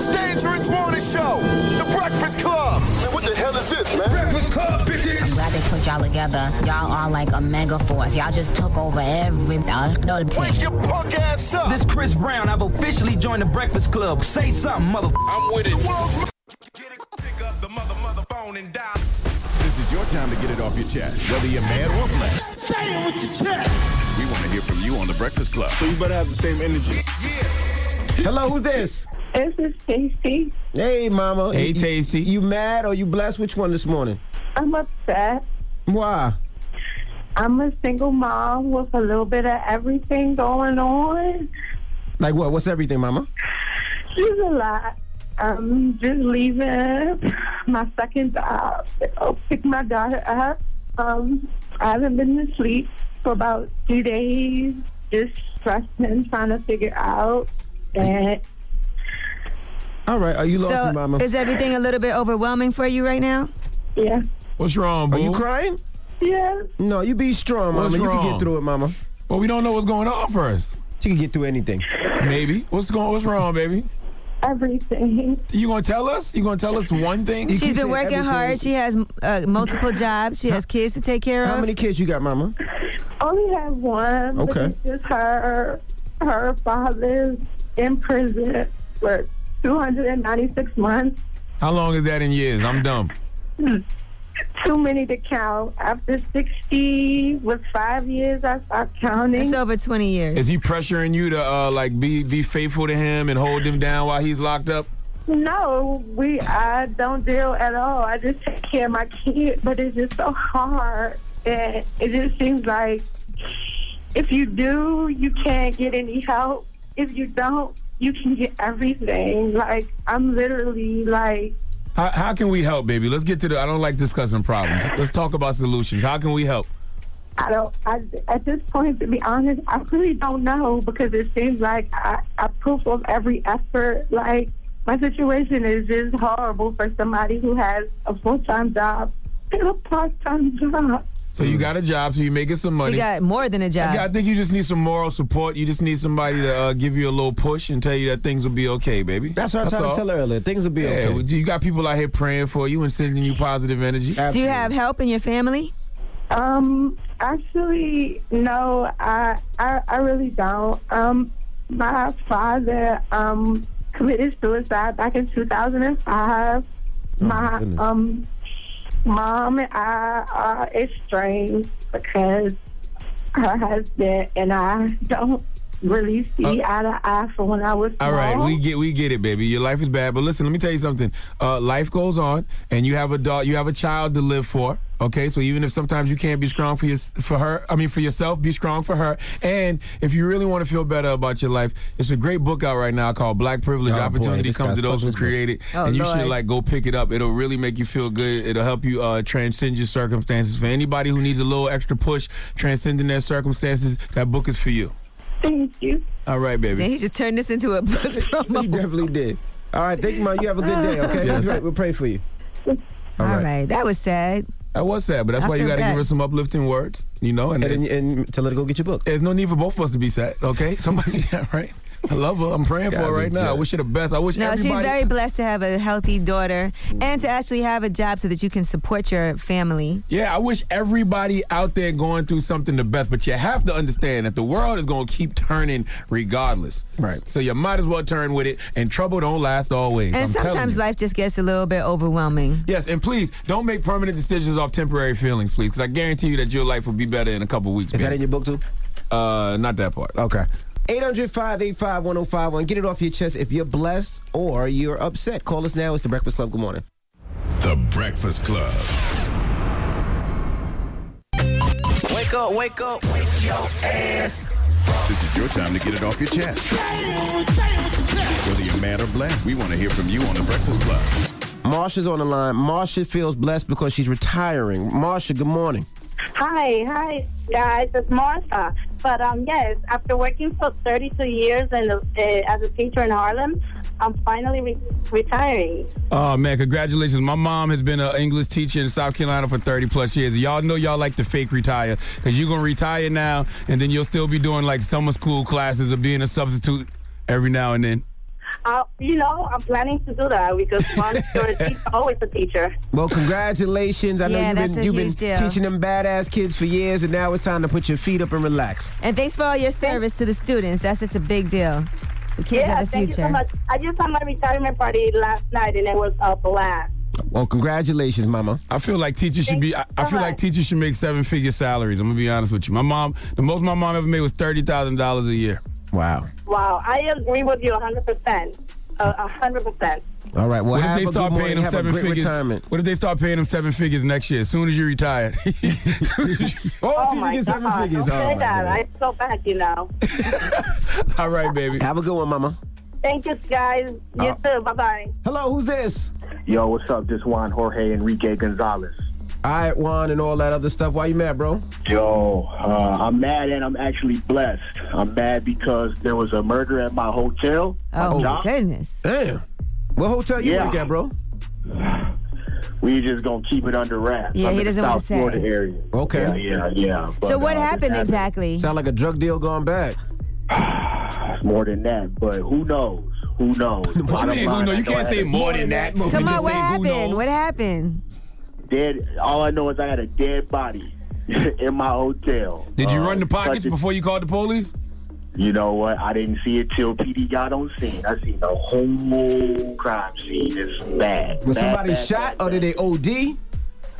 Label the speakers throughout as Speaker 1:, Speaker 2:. Speaker 1: Fox Morning Show, The Breakfast Club. Man, what the hell is this, man? Breakfast Club, bitches.
Speaker 2: Glad they put y'all together. Y'all are like a mega force. Y'all just took over every. Y'all know the
Speaker 1: Wake your punk ass up.
Speaker 3: This Chris Brown. I've officially joined the Breakfast Club. Say something, mother.
Speaker 1: I'm with it.
Speaker 4: This is your time to get it off your chest, whether you're mad or blessed. Say it with your chest. We want to hear from you on The Breakfast Club.
Speaker 5: So you better have the same energy.
Speaker 6: Hello, who's this?
Speaker 7: This is Tasty.
Speaker 6: Hey, mama.
Speaker 3: Hey,
Speaker 6: You-
Speaker 3: Tasty.
Speaker 6: You mad or you blessed? Which one this morning?
Speaker 7: I'm upset.
Speaker 6: Why?
Speaker 7: I'm a single mom with a little bit of everything going on.
Speaker 6: Like what? What's everything, mama?
Speaker 7: She's a lot. I'm just leaving my second job to go pick my daughter up. Um, I haven't been to sleep for about two days, just stressing, trying to figure out. And
Speaker 6: All right. Are you lost, me,
Speaker 8: So
Speaker 6: mama?
Speaker 8: is everything a little bit overwhelming for you right now?
Speaker 7: yeah,
Speaker 9: What's wrong,
Speaker 6: Are
Speaker 9: boo?
Speaker 6: you crying?
Speaker 7: yeah,
Speaker 6: No, you be strong, mama.
Speaker 9: What's
Speaker 6: you can get
Speaker 9: wrong?
Speaker 6: through it, mama.
Speaker 9: Well, we don't know what's going on first.
Speaker 6: She can get through anything.
Speaker 9: Maybe. What's going? What's wrong, baby?
Speaker 7: everything.
Speaker 9: You gonna tell us? You gonna tell us one thing?
Speaker 6: You
Speaker 8: She's
Speaker 6: keep
Speaker 8: been
Speaker 6: saying
Speaker 8: working
Speaker 6: everything.
Speaker 8: hard. She has uh, multiple jobs. She has kids to take care
Speaker 6: How
Speaker 8: of.
Speaker 6: many kids you got, mama?
Speaker 7: Only have one. but
Speaker 6: Okay.
Speaker 7: It's just her. Her father's in prison for 296 months.
Speaker 9: How long is that in years? I'm dumb.
Speaker 7: Hmm. Too many to count. After 60, with five years, I stopped counting.
Speaker 8: It's over 20 years.
Speaker 9: Is he pressuring you to uh, like be be faithful to him and hold him down while he's locked up?
Speaker 7: no, we I don't deal at all. I just take care of my kid, but it's just so hard, and it just seems like if you do, you can't get any help. If you don't, you can get everything. Like I'm literally like
Speaker 9: How, how can we help, baby? Let's get to the. I don't like discussing problems. Let's talk about solutions. How can we help?
Speaker 7: I don't. I, at this point, to be honest, I really don't know because it seems like I, I proof of every effort. Like my situation is just horrible for somebody who has a full time job and a part time job.
Speaker 9: So
Speaker 6: Mm.
Speaker 9: you got a job, so you making some money.
Speaker 8: She got more than a job.
Speaker 9: I think you just need some moral support. You just need somebody to uh, give you a little push and tell you that things will be okay, baby.
Speaker 6: That's what I tried
Speaker 9: all.
Speaker 6: to tell her earlier. Things will be
Speaker 9: Yeah,
Speaker 6: okay.
Speaker 9: well, you got people out here praying for you and sending you positive energy.
Speaker 8: Do you have help in your family?
Speaker 7: Um, actually, no, I, I, I really don't. Um, my father, um, committed suicide back in 2005. my,
Speaker 6: goodness.
Speaker 7: um, mom and I are estranged because her husband and I don't really see eye to eye from when I was
Speaker 9: All right,
Speaker 7: small.
Speaker 9: we get we get it, baby. Your life is bad, but listen, let me tell you something. Uh, life goes on, and you have a dog, you have a child to live for. Okay, so even if sometimes you can't be strong for your for her, I mean for yourself, be strong for her. And if you really want to feel better about your life, it's a great book out right now called Black Privilege.
Speaker 6: Oh, boy,
Speaker 9: Opportunity
Speaker 6: this
Speaker 9: comes
Speaker 6: guy's
Speaker 9: to those
Speaker 6: fucking
Speaker 9: who
Speaker 6: with
Speaker 9: create it,
Speaker 8: Oh,
Speaker 9: and you should
Speaker 8: Lord.
Speaker 9: like go pick it up. It'll really make you feel good. It'll help you uh, transcend your circumstances. For anybody who needs a little extra push transcending their circumstances, that book is for you.
Speaker 7: Thank you.
Speaker 9: All right, baby.
Speaker 8: Then he just turned this into a book promo.
Speaker 6: He definitely did. All right, thank you, mom. You have a good day, okay?
Speaker 9: Yes.
Speaker 6: We'll pray for you.
Speaker 8: All right. that was sad.
Speaker 9: That was sad, but that's
Speaker 8: I
Speaker 9: why you
Speaker 8: feel
Speaker 9: got to give
Speaker 8: bad.
Speaker 9: her some uplifting words, you know. And,
Speaker 6: And, then
Speaker 9: and
Speaker 6: you- and tell her to go get your book.
Speaker 9: there's no need for both of us to be sad, okay? Somebody, yeah, right? I love her. I'm praying for her
Speaker 6: Guys are
Speaker 9: right now. I
Speaker 6: jerks.
Speaker 9: wish her the best. I wish
Speaker 8: No, she's
Speaker 9: everybody.
Speaker 8: very blessed to have a healthy daughter and to actually have a job so that you can support your family.
Speaker 9: yeah, I wish everybody out there going through something the best. But you have to understand that the world is gonna keep turning regardless.
Speaker 6: Right.
Speaker 9: So you might as well turn with it. And trouble don't last always.
Speaker 8: And
Speaker 9: I'm telling
Speaker 8: sometimes
Speaker 9: you.
Speaker 8: life just gets a little bit overwhelming.
Speaker 9: Yes, and please don't make permanent decisions off temporary feelings, please. 'cause I guarantee you that your life will be better in a couple weeks.
Speaker 6: Is that
Speaker 9: baby.
Speaker 6: in your book, too?
Speaker 9: uh, not that part.
Speaker 6: Okay. 800 585 1051. Get it off your chest if you're blessed or you're upset. Call us now. It's the Breakfast Club. Good morning.
Speaker 4: The Breakfast Club.
Speaker 1: Wake up, wake up.
Speaker 4: This is your time to get it off your chest. Whether you're mad or blessed, we want to hear from you on The Breakfast Club.
Speaker 6: Marsha's on the line. Marsha feels blessed because she's retiring. Marsha, good morning.
Speaker 7: Hi, hi, guys. It's Martha. But um, yes, after working for 32 years in the, uh, as a teacher in Harlem, I'm finally re- retiring.
Speaker 9: Oh man, congratulations. My mom has been an English teacher in South Carolina for 30 plus years. Y'all know y'all like to fake retire because you're going to retire now and then you'll still be doing like summer school classes or being a substitute every now and then.
Speaker 7: Uh, you know, I'm planning to do that because once you're a teacher, always a teacher.
Speaker 6: Well, congratulations. I
Speaker 7: Yeah,
Speaker 6: know
Speaker 7: that's a
Speaker 6: you've been, you've been
Speaker 7: huge deal.
Speaker 6: teaching them badass kids for years, and now it's time to put your feet up and relax.
Speaker 8: And thanks for all your service to the students. That's such a big deal. The kids
Speaker 7: yeah,
Speaker 8: are the
Speaker 7: thank you so
Speaker 8: future.
Speaker 7: much. I just had my retirement party last night and it was a blast.
Speaker 6: Well, congratulations, Mama.
Speaker 9: I feel like teachers should be. I, I feel like teachers should make seven figure salaries. I'm gonna be honest with you. My mom, the most my mom ever made was thirty thousand dollars a year.
Speaker 6: Wow.
Speaker 7: Wow, I agree with you 100%. Uh, 100%.
Speaker 6: All right. Well,
Speaker 9: what
Speaker 6: have
Speaker 9: if
Speaker 6: a
Speaker 9: they
Speaker 6: good
Speaker 9: start
Speaker 6: morning,
Speaker 9: paying them
Speaker 6: have a
Speaker 9: seven
Speaker 6: great
Speaker 9: figures?
Speaker 6: retirement.
Speaker 9: What if they start paying them seven figures next year? As soon as you retire.
Speaker 7: Oh,
Speaker 6: teachers
Speaker 7: my
Speaker 6: get seven
Speaker 7: God.
Speaker 6: figures.
Speaker 7: Don't
Speaker 6: Oh,
Speaker 7: say
Speaker 6: my
Speaker 7: that.
Speaker 6: goodness.
Speaker 7: I so bad, you know.
Speaker 9: All right, baby.
Speaker 6: Have a good one, Mama.
Speaker 7: Thank you, guys. You too. Bye bye.
Speaker 6: Uh, Hello, who's this?
Speaker 10: Yo, what's up? This Juan Jorge Enrique Gonzalez.
Speaker 6: All right, Juan, and all that other stuff. Why you mad, bro?
Speaker 10: Yo, uh, I'm mad and I'm actually blessed. I'm mad because there was a murder at my hotel.
Speaker 8: Oh,
Speaker 10: my
Speaker 8: goodness.
Speaker 6: Damn. What hotel you
Speaker 10: Yeah.
Speaker 6: work at, bro?
Speaker 10: We just gonna keep it under wraps.
Speaker 8: Yeah,
Speaker 10: I'm
Speaker 8: he
Speaker 10: in the
Speaker 8: doesn't wanna
Speaker 10: South Florida
Speaker 8: say.
Speaker 10: area.
Speaker 6: Okay.
Speaker 10: Yeah, yeah. yeah. But,
Speaker 8: So what
Speaker 10: uh,
Speaker 8: happened
Speaker 10: this
Speaker 8: exactly?
Speaker 6: Sound like a drug deal gone bad.
Speaker 10: It's more than that, but who knows? Who knows?
Speaker 9: What
Speaker 10: Bottom
Speaker 9: you mean? Who
Speaker 10: line,
Speaker 9: know?
Speaker 10: I
Speaker 9: You
Speaker 10: know I
Speaker 9: can't
Speaker 10: had
Speaker 9: say
Speaker 10: a
Speaker 9: more than that. but we
Speaker 8: Come
Speaker 9: can
Speaker 8: on, what
Speaker 9: say who knows.
Speaker 8: happened? What happened?
Speaker 10: Dead. All I know is I had a dead body in my hotel.
Speaker 9: Did you
Speaker 10: Uh,
Speaker 9: run the
Speaker 10: such
Speaker 9: pockets
Speaker 10: a-
Speaker 9: before you called the police?
Speaker 10: You know what? I didn't see it till PD got on scene. I seen the whole crime scene. It's bad.
Speaker 6: Was
Speaker 10: Bad,
Speaker 6: somebody
Speaker 10: bad,
Speaker 6: shot
Speaker 10: bad,
Speaker 6: or did
Speaker 10: bad.
Speaker 6: they OD?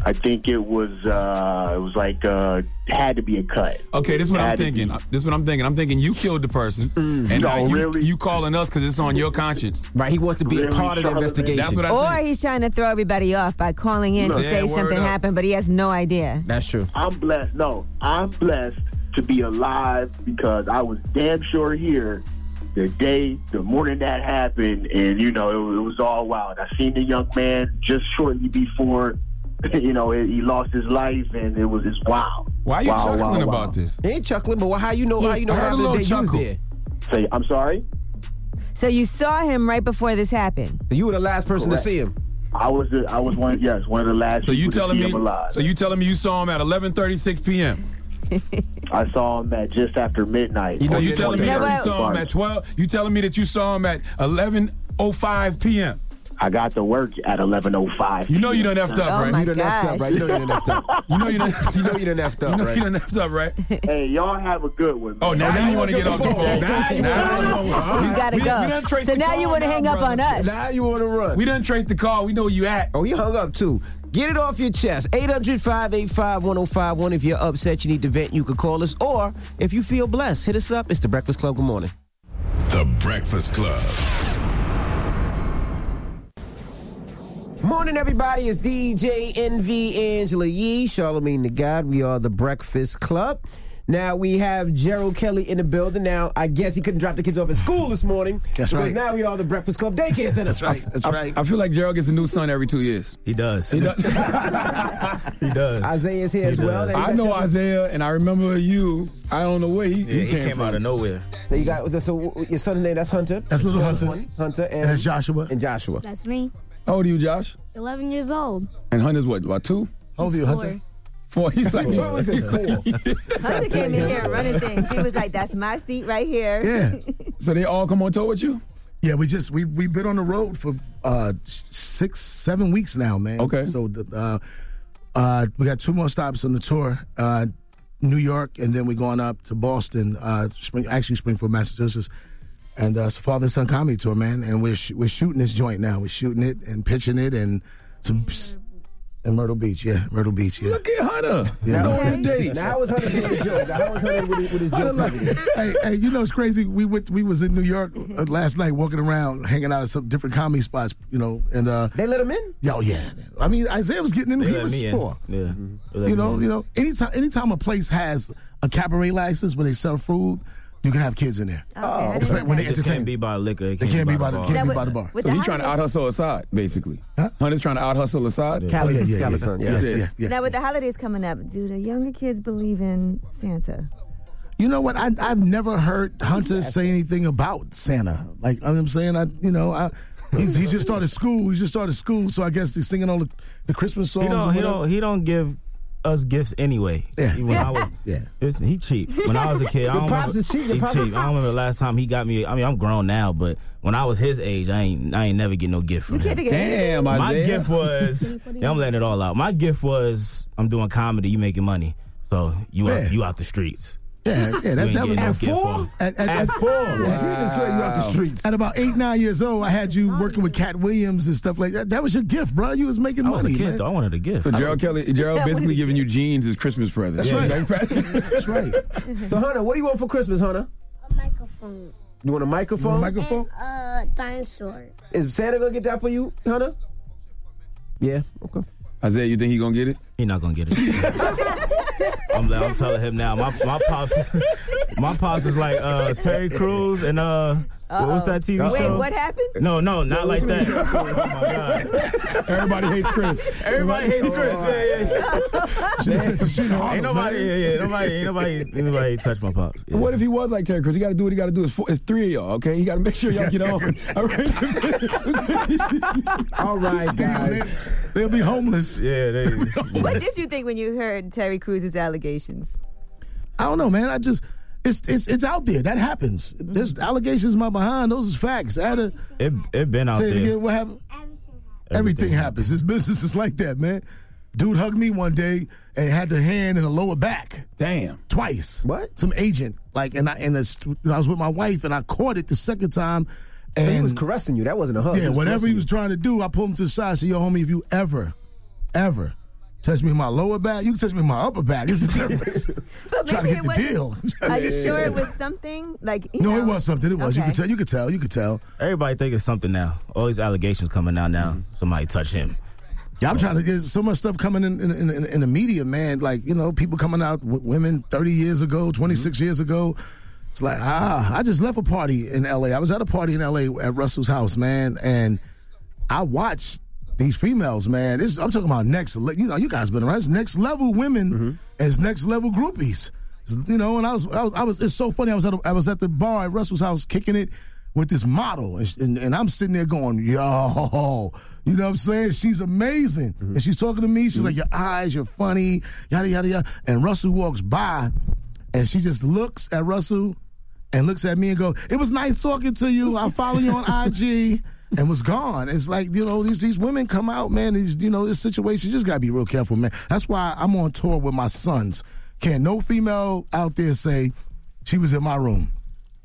Speaker 10: I think it was. uh It was like uh had to be a cut.
Speaker 9: Okay, this is what I'm
Speaker 10: Had to be.
Speaker 9: thinking. This is what I'm thinking. I'm thinking you killed the person, and now
Speaker 10: No,
Speaker 9: you,
Speaker 10: really?
Speaker 9: you calling us because it's on your conscience.
Speaker 6: Right, he wants to be a
Speaker 10: Really,
Speaker 6: part of the
Speaker 10: Charlotte?
Speaker 6: investigation.
Speaker 9: That's what I
Speaker 8: Or
Speaker 9: think.
Speaker 8: he's trying to throw everybody off by calling in to
Speaker 9: Look.
Speaker 8: say
Speaker 9: Yeah, word
Speaker 8: something
Speaker 9: up.
Speaker 8: happened, but he has no idea.
Speaker 6: That's true.
Speaker 10: I'm blessed. No, I'm blessed to be alive because I was damn sure here the day, the morning that happened, and you know it, wa- it was all wild. I seen the young man just shortly before, you know, he he lost his life, and it was just wild.
Speaker 9: Why are you
Speaker 10: Wow,
Speaker 9: chuckling
Speaker 10: wow, wow.
Speaker 9: about this?
Speaker 6: He ain't chuckling, but how you know? How you know?
Speaker 9: I heard
Speaker 6: how
Speaker 9: a little
Speaker 6: they used
Speaker 9: chuckle.
Speaker 6: there?
Speaker 10: Say, I'm sorry.
Speaker 8: So you saw him right before this happened.
Speaker 6: You were the last person
Speaker 10: Correct.
Speaker 6: to see him.
Speaker 10: I was, the, I was one. Yes, one of Oh. the last.
Speaker 9: So you
Speaker 10: people to
Speaker 9: telling
Speaker 10: see
Speaker 9: me?
Speaker 10: him alive.
Speaker 9: So you telling me you saw him at 11:36 p.m.
Speaker 10: I saw him at just after midnight. Oh,
Speaker 9: So
Speaker 10: on
Speaker 9: you
Speaker 10: the
Speaker 9: telling me
Speaker 8: Yeah,
Speaker 9: that
Speaker 8: but-
Speaker 9: you saw him
Speaker 10: 23rd.
Speaker 9: at 12? You telling me that you saw him at 11:05 p.m.
Speaker 10: I got to work at 11:05.
Speaker 9: You know you done effed up,
Speaker 8: Oh
Speaker 9: right?
Speaker 8: my
Speaker 6: You done effed up,
Speaker 8: gosh.
Speaker 6: right? You know you done effed up.
Speaker 9: You know you done.
Speaker 6: You know you done effed
Speaker 9: You
Speaker 6: up,
Speaker 9: know you
Speaker 6: right?
Speaker 9: done effed up, right?
Speaker 10: Hey, y'all have a good one.
Speaker 9: Oh, now,
Speaker 6: Now
Speaker 9: now
Speaker 6: you
Speaker 9: you want to
Speaker 6: wanna
Speaker 9: get off the phone. Now, now you wanna- all
Speaker 8: He's
Speaker 9: right.
Speaker 8: got to
Speaker 9: We done- we
Speaker 8: go.
Speaker 9: done traced
Speaker 8: So
Speaker 9: the
Speaker 8: now
Speaker 9: call
Speaker 8: you want to
Speaker 9: now,
Speaker 8: hang up
Speaker 9: brother.
Speaker 8: on us.
Speaker 6: Now you want to run.
Speaker 9: We done traced the call. We know where you at.
Speaker 6: Oh, he hung up too. Get it off your chest. 800 585 1051. If you're upset, you need to vent, you could call us. Or if you feel blessed, hit us up. It's the Breakfast Club. Good morning.
Speaker 11: The Breakfast Club.
Speaker 6: Morning, everybody. It's DJ NV Angela Yee, Charlemagne the God. We are the Breakfast Club. Now we have Gerald Kelly in the building. Now I guess he couldn't drop the kids off at school this morning.
Speaker 4: That's
Speaker 6: because
Speaker 4: right.
Speaker 6: Now we are the Breakfast Club daycare center. Uh, That's
Speaker 4: right. That's right.
Speaker 9: I feel like Gerald gets a new son every two years.
Speaker 4: He does. He does. he does.
Speaker 6: Isaiah's uh, here as
Speaker 4: does.
Speaker 6: well.
Speaker 9: I know Isaiah, and I remember you. I don't know where he,
Speaker 4: Yeah, he
Speaker 9: came,
Speaker 4: came
Speaker 9: from.
Speaker 4: out of nowhere.
Speaker 6: You got so w- w- your son's name? That's Hunter.
Speaker 4: That's little
Speaker 6: Your
Speaker 4: Hunter.
Speaker 6: son, Hunter and,
Speaker 4: And that's Joshua.
Speaker 6: and Joshua.
Speaker 12: That's me.
Speaker 9: How old are you, Josh?
Speaker 12: 11 years old.
Speaker 9: And Hunter's what? About two?
Speaker 4: How old are you, Hunter?
Speaker 9: Four? He's like,
Speaker 4: What was it?
Speaker 8: Hunter came in here running things. He was like, that's my seat right here.
Speaker 4: Yeah.
Speaker 9: so they all come on tour with you?
Speaker 4: Yeah, we just we we've been on the road for uh six, seven weeks now, man.
Speaker 9: Okay.
Speaker 4: So the, uh, uh, we got two more stops on the tour. Uh, New York, and then we're going up to Boston. Uh, spring, actually Springfield, Massachusetts. And uh, it's a father and son comedy tour, man. And we're sh- we're shooting this joint now. We're shooting it and pitching it and some. And Myrtle Beach, yeah, Myrtle Beach, yeah.
Speaker 9: Look at Hunter.
Speaker 4: Yeah.
Speaker 9: Now on the
Speaker 6: Now,
Speaker 9: dates.
Speaker 6: how was Hunter doing his jokes? Now, how was Hunter with his, with his
Speaker 4: I
Speaker 6: jokes?
Speaker 4: don't like- hey, hey, you know it's crazy. We went, we was in New York uh, last night, walking around, hanging out at some different comedy spots, you know, and uh,
Speaker 6: They let him in.
Speaker 4: yeah, oh, yeah. I mean, Isaiah was getting in.
Speaker 3: They
Speaker 4: He
Speaker 3: let
Speaker 4: was
Speaker 3: me in.
Speaker 4: four.
Speaker 3: Yeah. They let
Speaker 4: You
Speaker 3: me
Speaker 4: know,
Speaker 3: in.
Speaker 4: you know. Anytime, anytime a place has a cabaret license where they sell food, you can have kids in there.
Speaker 8: Okay, I didn't
Speaker 4: Especially
Speaker 8: know
Speaker 4: when
Speaker 8: that.
Speaker 4: they
Speaker 3: It
Speaker 4: entertain.
Speaker 3: can't be by liquor. It
Speaker 4: They
Speaker 3: can't,
Speaker 4: can't be by
Speaker 3: the
Speaker 4: the
Speaker 3: bar.
Speaker 4: can't be
Speaker 8: That
Speaker 4: by the
Speaker 8: would-
Speaker 4: bar.
Speaker 8: with
Speaker 9: So
Speaker 8: the
Speaker 9: he's trying to out
Speaker 8: holidays-
Speaker 9: hustle Assad, basically.
Speaker 4: Huh?
Speaker 9: Hunter's trying to out hustle Assad.
Speaker 6: Oh,
Speaker 4: yeah, yeah, yeah,
Speaker 6: Callison,
Speaker 4: yeah, yeah, yeah, yeah.
Speaker 8: Now, with the holidays coming up, do the younger kids believe in Santa?
Speaker 4: You know what? I, I've never heard Hunter say anything about Santa. Like you know what I'm saying, I you know, I he, he just started school. He just started school, so I guess he's singing all the, the Christmas songs.
Speaker 3: He
Speaker 4: or
Speaker 3: don't. He
Speaker 4: whatever.
Speaker 3: don't. He don't give us gifts anyway.
Speaker 4: Yeah.
Speaker 3: When
Speaker 4: Yeah.
Speaker 3: I was,
Speaker 4: Yeah.
Speaker 3: it's- he cheap. When I was a kid, I
Speaker 4: The
Speaker 3: don't
Speaker 4: pops
Speaker 3: remember,
Speaker 4: is cheap, the
Speaker 3: He
Speaker 4: pops
Speaker 3: cheap.
Speaker 4: is
Speaker 3: I don't remember the last time he got me. I mean, I'm grown now, but when I was his age, I ain't, I ain't never get no gift from
Speaker 9: You
Speaker 3: him.
Speaker 9: can't get anything. Damn,
Speaker 3: my
Speaker 9: Isaiah.
Speaker 3: gift was. yeah, I'm letting it all out. My gift was. I'm doing comedy. You making money, so you
Speaker 4: Yeah.
Speaker 3: out, you out the streets.
Speaker 4: Yeah, yeah,
Speaker 3: You
Speaker 4: that,
Speaker 3: ain't
Speaker 4: that was
Speaker 3: getting no gift from him.
Speaker 4: At, at,
Speaker 3: At four.
Speaker 4: you out the streets. At about eight, nine years old, I had you working with Cat Williams and stuff like that. That was your gift, bro. You was making
Speaker 3: I was
Speaker 4: money.
Speaker 3: a kid,
Speaker 4: man.
Speaker 3: though. I wanted a gift.
Speaker 13: So Gerald Kelly, Gerald
Speaker 4: Yeah, what
Speaker 13: basically
Speaker 4: did-
Speaker 13: giving you jeans as Christmas presents.
Speaker 6: That's right.
Speaker 13: That's
Speaker 4: right.
Speaker 6: So, Hunter, what do you want for Christmas, Hunter?
Speaker 14: microphone.
Speaker 6: You want a microphone?
Speaker 14: And, uh, dinosaur.
Speaker 6: Is Santa gonna get that for you, Hunter? Yeah. Okay.
Speaker 13: Isaiah, you think he gonna get it?
Speaker 3: He not gonna get it. I'm, I'm telling him now. My my pops, my pops is like uh, Terry Crews and uh, what was
Speaker 9: Uh-oh.
Speaker 3: that TV
Speaker 9: Wait,
Speaker 3: show?
Speaker 9: what happened?
Speaker 3: No, no, Oh, not like that. Oh,
Speaker 9: Everybody hates Chris.
Speaker 3: Everybody hates Chris. Yeah, yeah, yeah. ain't nobody, yeah, yeah, nobody, ain't nobody, anybody touch my pops.
Speaker 13: What if he was like Terry Crews? You got to do what you got to do. It's, four, it's three of y'all, okay? You got to make sure y'all get on. All right,
Speaker 6: All right guys.
Speaker 4: They'll be homeless.
Speaker 3: Yeah, they.
Speaker 12: What did you think when you heard Terry Cruz's allegations?
Speaker 4: I don't know, man. I just it's it's it's out there. That happens. There's allegations my behind. Those is facts. I had a,
Speaker 3: It it been out
Speaker 4: say it
Speaker 3: there.
Speaker 4: again. What happened? Everything happens. This business is like that, man. Dude hugged me one day and had the hand in the lower back.
Speaker 13: Damn.
Speaker 4: Twice.
Speaker 6: What?
Speaker 4: Some agent. Like and I and it's, I was with my wife and I caught it the second time. And
Speaker 6: he was caressing you. That wasn't a hug.
Speaker 4: Yeah,
Speaker 6: He was
Speaker 4: whatever he
Speaker 6: caressing
Speaker 4: was trying to do, I pulled him to the side. and Said, "Yo, homie, if you ever, ever touch me in my lower back, you can touch me in my upper back. It's the difference.
Speaker 12: But
Speaker 4: Trying to
Speaker 12: maybe
Speaker 4: get
Speaker 12: it
Speaker 4: the
Speaker 12: wasn't-
Speaker 4: deal.
Speaker 12: Are you sure it was something like? You
Speaker 4: No,
Speaker 12: know,
Speaker 4: it was something. It was. You
Speaker 12: Okay.
Speaker 4: could tell. You could tell. You could tell.
Speaker 3: Everybody think it's something now. All these allegations coming out now. Somebody touch him.
Speaker 4: Yeah, I'm trying to. There's so much stuff coming in in, in, in in the media, man. Like you know, people coming out with women 30 years ago, 26 years ago. It's like ah, I just left a party in L.A. I was at a party in L.A. at Russell's house, man, and I watched these females, man. This, I'm talking about next. le- You know, you guys been around. It's next level women as next level groupies. You know, and I was, I was, I was. It's so funny. I was at, a, I was at the bar at Russell's house, kicking it with this model, and, sh- and, and I'm sitting there going, yo, you know what I'm saying? She's amazing, and she's talking to me. She's like, your eyes, you're funny, yada yada yada. And Russell walks by, and she just looks at Russell, and looks at me and go, "It was nice talking to you. I follow you on IG." And was gone. It's like you know these these women come out, man. These you know this situation you just gotta be real careful, man. That's why I'm on tour with my sons. Can no female out there say she was in my room?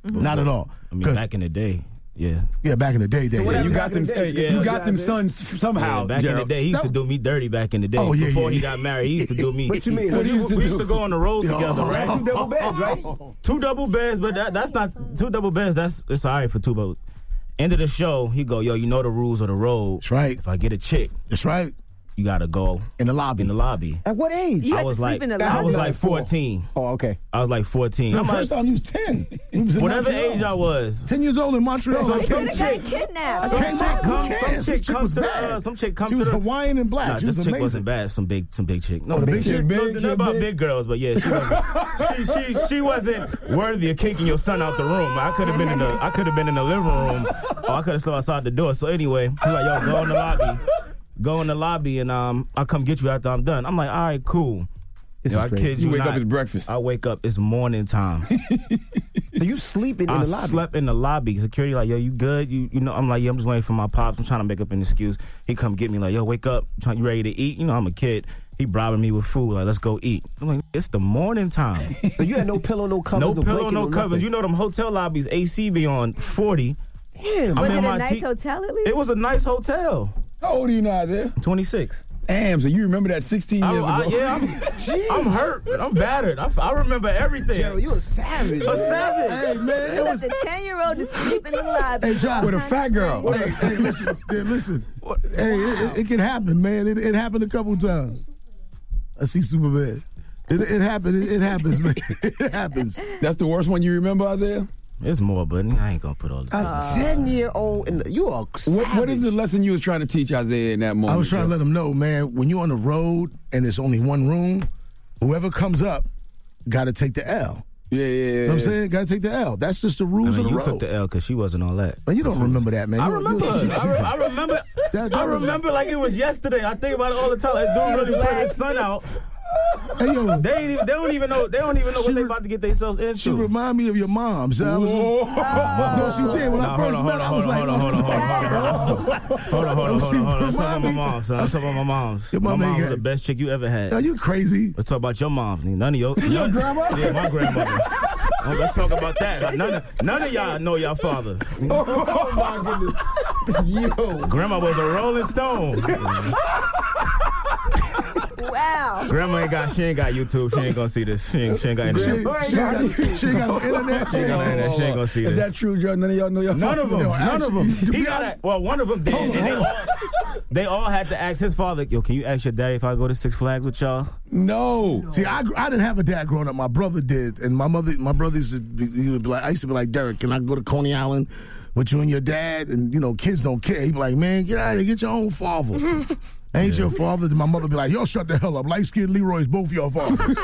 Speaker 4: Not at all.
Speaker 3: Mm-hmm. I mean, back in the day, yeah.
Speaker 4: Yeah, back in the day, day.
Speaker 3: So what
Speaker 4: day.
Speaker 3: happened You got back in them- the day? hey, you Yeah, got them yeah, sons
Speaker 13: f-
Speaker 3: Yeah, back in the day, he used to do me dirty. Back in the day,
Speaker 4: Oh, yeah,
Speaker 3: before
Speaker 4: yeah,
Speaker 3: he
Speaker 4: yeah.
Speaker 3: got married, he used to do me.
Speaker 4: What you mean?
Speaker 3: We
Speaker 4: What he
Speaker 3: used
Speaker 4: used
Speaker 3: to,
Speaker 4: to
Speaker 3: we
Speaker 4: do?
Speaker 3: used to go on the road
Speaker 4: Yo.
Speaker 3: together, right?
Speaker 4: Two double
Speaker 6: beds, right?
Speaker 3: two double beds, but that, that's not two double beds. That's it's all right for two. But end of the show, he go, yo, you know the rules of the road. That's
Speaker 4: right.
Speaker 3: If I get a chick,
Speaker 4: that's right.
Speaker 3: You gotta go
Speaker 4: in the lobby.
Speaker 3: In the lobby.
Speaker 6: At what age?
Speaker 3: I was like, I was like 14.
Speaker 6: Oh, okay.
Speaker 3: I was like 14.
Speaker 4: The
Speaker 3: I'm
Speaker 4: first
Speaker 3: like,
Speaker 4: time you was ten. You was in
Speaker 3: whatever
Speaker 4: Montreal.
Speaker 3: age I was,
Speaker 4: ten years old in Montreal.
Speaker 3: So
Speaker 4: I
Speaker 3: some
Speaker 4: came
Speaker 3: chick-
Speaker 12: kidnapped.
Speaker 4: I
Speaker 3: Some
Speaker 4: came
Speaker 3: chick
Speaker 4: back.
Speaker 3: come-
Speaker 4: Who
Speaker 3: some
Speaker 4: cares?
Speaker 3: chick
Speaker 4: This chick
Speaker 3: come
Speaker 4: was
Speaker 3: to the-
Speaker 4: bad.
Speaker 3: some chick come
Speaker 4: She
Speaker 3: to
Speaker 4: was
Speaker 3: the-
Speaker 4: Hawaiian and black.
Speaker 3: Nah,
Speaker 4: she
Speaker 3: this
Speaker 4: was
Speaker 3: chick
Speaker 4: amazing.
Speaker 3: wasn't bad. Some big, some big chick. No,
Speaker 4: Oh, the big
Speaker 3: she-
Speaker 4: chick,
Speaker 3: no,
Speaker 4: big,
Speaker 3: nothing
Speaker 4: she
Speaker 3: about
Speaker 4: big.
Speaker 3: big girls, but yeah, she, wasn't, she, she, she wasn't worthy of kicking your son out the room. I could have been in the, I could have been in the living room, or I could have stood outside the door. So anyway, he's like, yo, go in the lobby, go in the lobby, and um, I'll come get you after I'm done. I'm like, all right, cool.
Speaker 13: This
Speaker 3: Yo,
Speaker 13: is
Speaker 3: I
Speaker 13: crazy.
Speaker 3: kid
Speaker 13: You
Speaker 3: you
Speaker 13: wake up,
Speaker 3: not,
Speaker 13: it's breakfast.
Speaker 3: I wake up. It's morning time.
Speaker 6: Are you sleeping
Speaker 3: I
Speaker 6: in the lobby?
Speaker 3: slept in the lobby. Security like, yo, you good? You you know? I'm like, yeah, I'm just waiting for my pops. I'm trying to make up an excuse. He come get me like, yo, wake up. Try- You ready to eat? You know, I'm a kid. He bribing me with food. Like, let's go eat. I'm like, it's the morning time.
Speaker 6: So you had no pillow, no covers,
Speaker 3: no
Speaker 6: no
Speaker 3: pillow,
Speaker 6: blanket,
Speaker 3: no
Speaker 6: no
Speaker 3: covers.
Speaker 6: nothing.
Speaker 3: You know them hotel lobbies. AC be on forty.
Speaker 6: Damn.
Speaker 3: I'm
Speaker 12: was
Speaker 3: in
Speaker 12: it a
Speaker 3: my
Speaker 12: nice
Speaker 3: te-
Speaker 12: hotel at least?
Speaker 3: It was a nice hotel.
Speaker 13: How old are you now, there?
Speaker 3: 26.
Speaker 13: Damn, so you remember that 16 years
Speaker 3: I, I,
Speaker 13: ago?
Speaker 3: yeah, I'm, I'm hurt. I'm battered. I, I remember everything.
Speaker 6: Gerald, you a savage.
Speaker 3: A savage.
Speaker 4: Hey man,
Speaker 12: You
Speaker 4: it
Speaker 12: left
Speaker 4: was.
Speaker 12: a ten-year-old to sleep in the lobby.
Speaker 4: Hey, John.
Speaker 12: What kind of strange-
Speaker 4: Hey, hey, listen, yeah, listen. Hey, it, it, it can happen, man. It, it happened a couple times. I see Superman. It, it happened. It, it happens, man. It happens.
Speaker 13: That's the worst one you remember out there?
Speaker 3: There's more, but I ain't gonna put all
Speaker 6: A ten year old in the, you are
Speaker 13: What, what is the lesson you was trying to teach Isaiah in that moment?
Speaker 4: I was trying to
Speaker 13: yo?
Speaker 4: let them know, man. When you're on the road and there's only one room, whoever comes up, got to take the L.
Speaker 13: Yeah, yeah, yeah.
Speaker 4: You know what I'm saying, got to take the L. That's just the rules
Speaker 3: I mean,
Speaker 4: of the
Speaker 3: you
Speaker 4: road.
Speaker 3: took the L because she wasn't all that.
Speaker 4: But you don't remember that, man.
Speaker 3: I
Speaker 4: You don't- you
Speaker 3: remember.
Speaker 4: don't-
Speaker 3: I, re- I remember.
Speaker 4: That- that
Speaker 3: I
Speaker 4: was-
Speaker 3: remember like it was yesterday. I think about it all the time. Like, dude really put his son out.
Speaker 4: Hey, yo.
Speaker 3: They, ain't even- they don't even know. They don't even know
Speaker 4: She
Speaker 3: what they
Speaker 4: re-
Speaker 3: about to get themselves into.
Speaker 4: She remind me of your mom's. I was-
Speaker 12: Oh.
Speaker 4: no, she did. When
Speaker 3: Nah,
Speaker 4: I
Speaker 3: hold
Speaker 4: first
Speaker 3: on,
Speaker 4: met, her, I was
Speaker 3: hold
Speaker 4: like,
Speaker 3: on, hold on, Hold on, hold on, hold on, hold on. Let's talk about my mom, son. Let's talk about my mom.
Speaker 4: Your
Speaker 3: my
Speaker 4: mom
Speaker 3: mom
Speaker 4: ain't
Speaker 3: was
Speaker 4: got-
Speaker 3: the best chick you ever had.
Speaker 4: Are you crazy?
Speaker 3: Let's talk about your mom. None of your,
Speaker 4: Your
Speaker 3: none-
Speaker 4: grandma?
Speaker 3: Yeah, my grandmother. Oh, let's talk about that. None of, none of y'all know y'all father.
Speaker 6: Oh, my goodness. Yo.
Speaker 3: Grandma was a Rolling Stone.
Speaker 12: Wow.
Speaker 3: Grandma ain't got. She ain't got YouTube. She ain't gonna see this. She ain't, she ain't got
Speaker 4: She, she,
Speaker 3: internet.
Speaker 4: ain't got, she ain't got no internet.
Speaker 3: She ain't got no internet. She ain't gonna see
Speaker 9: Is
Speaker 3: this.
Speaker 9: that true, Joe? None of y'all know y'all.
Speaker 3: None of them.
Speaker 9: Yo,
Speaker 3: None of them.
Speaker 9: actually, to
Speaker 3: He
Speaker 9: be
Speaker 3: got
Speaker 9: honest-
Speaker 3: it. Well, one of them
Speaker 4: Oh,
Speaker 3: did. and they, all, they all had to ask his father, "Yo, can you ask your daddy if I go to Six Flags with y'all?"
Speaker 4: No. See, I, gr- I didn't have a dad growing up. My brother did, and my mother, my brother used to be, he would be like, I used to be like, Derek, can I go to Coney Island with you and your dad? And you know, kids don't care. He'd be like, man, get out of here, get your own father. Ain't your father? Then My mother be like, yo, shut the hell up. Light skinned Leroy's both your fathers.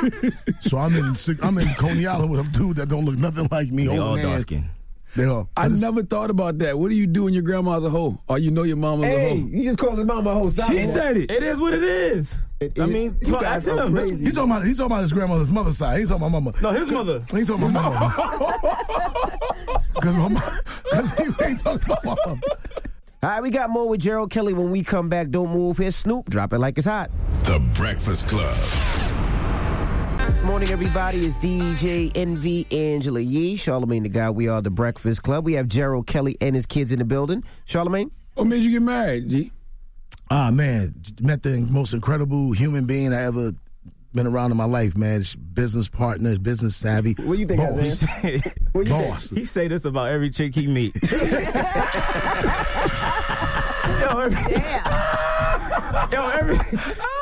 Speaker 4: so I'm in, Sig- I'm in Coney Island with a dude that don't look nothing like me.
Speaker 3: They
Speaker 4: old
Speaker 3: all
Speaker 4: man.
Speaker 3: dark skinned.
Speaker 4: They all.
Speaker 9: I never thought about that. What do you do when your grandma's a hoe? Or you know your mama's a
Speaker 6: Hey,
Speaker 9: hoe?
Speaker 6: you just called his mom a hoe. Stop
Speaker 9: She said it.
Speaker 3: It is what it is. I mean,
Speaker 4: You
Speaker 3: well,
Speaker 4: guys
Speaker 3: ask
Speaker 4: are
Speaker 3: him.
Speaker 4: crazy. He talking about he talking about his grandmother's mother's side. He talking about my mama.
Speaker 3: No, his mother.
Speaker 4: He talking about my mama. Because my mama. Because he ain't talking about my mama.
Speaker 6: All right, we got more with Gerald Kelly when we come back. Don't move. Here's Snoop. Drop it like it's hot.
Speaker 15: The Breakfast Club.
Speaker 6: Morning, everybody. It's DJ NV Angela Yee, Charlemagne the Guy. We are the Breakfast Club. We have Gerald Kelly and his kids in the building. Charlemagne?
Speaker 9: What made you get married, G?
Speaker 4: Ah man, met the most incredible human being I ever been around in my life, man. She's business partner, business savvy. What
Speaker 6: do you think,
Speaker 4: boss.
Speaker 3: What you think?
Speaker 4: Boss.
Speaker 3: He say this about every chick he meet. yo, every, yo, every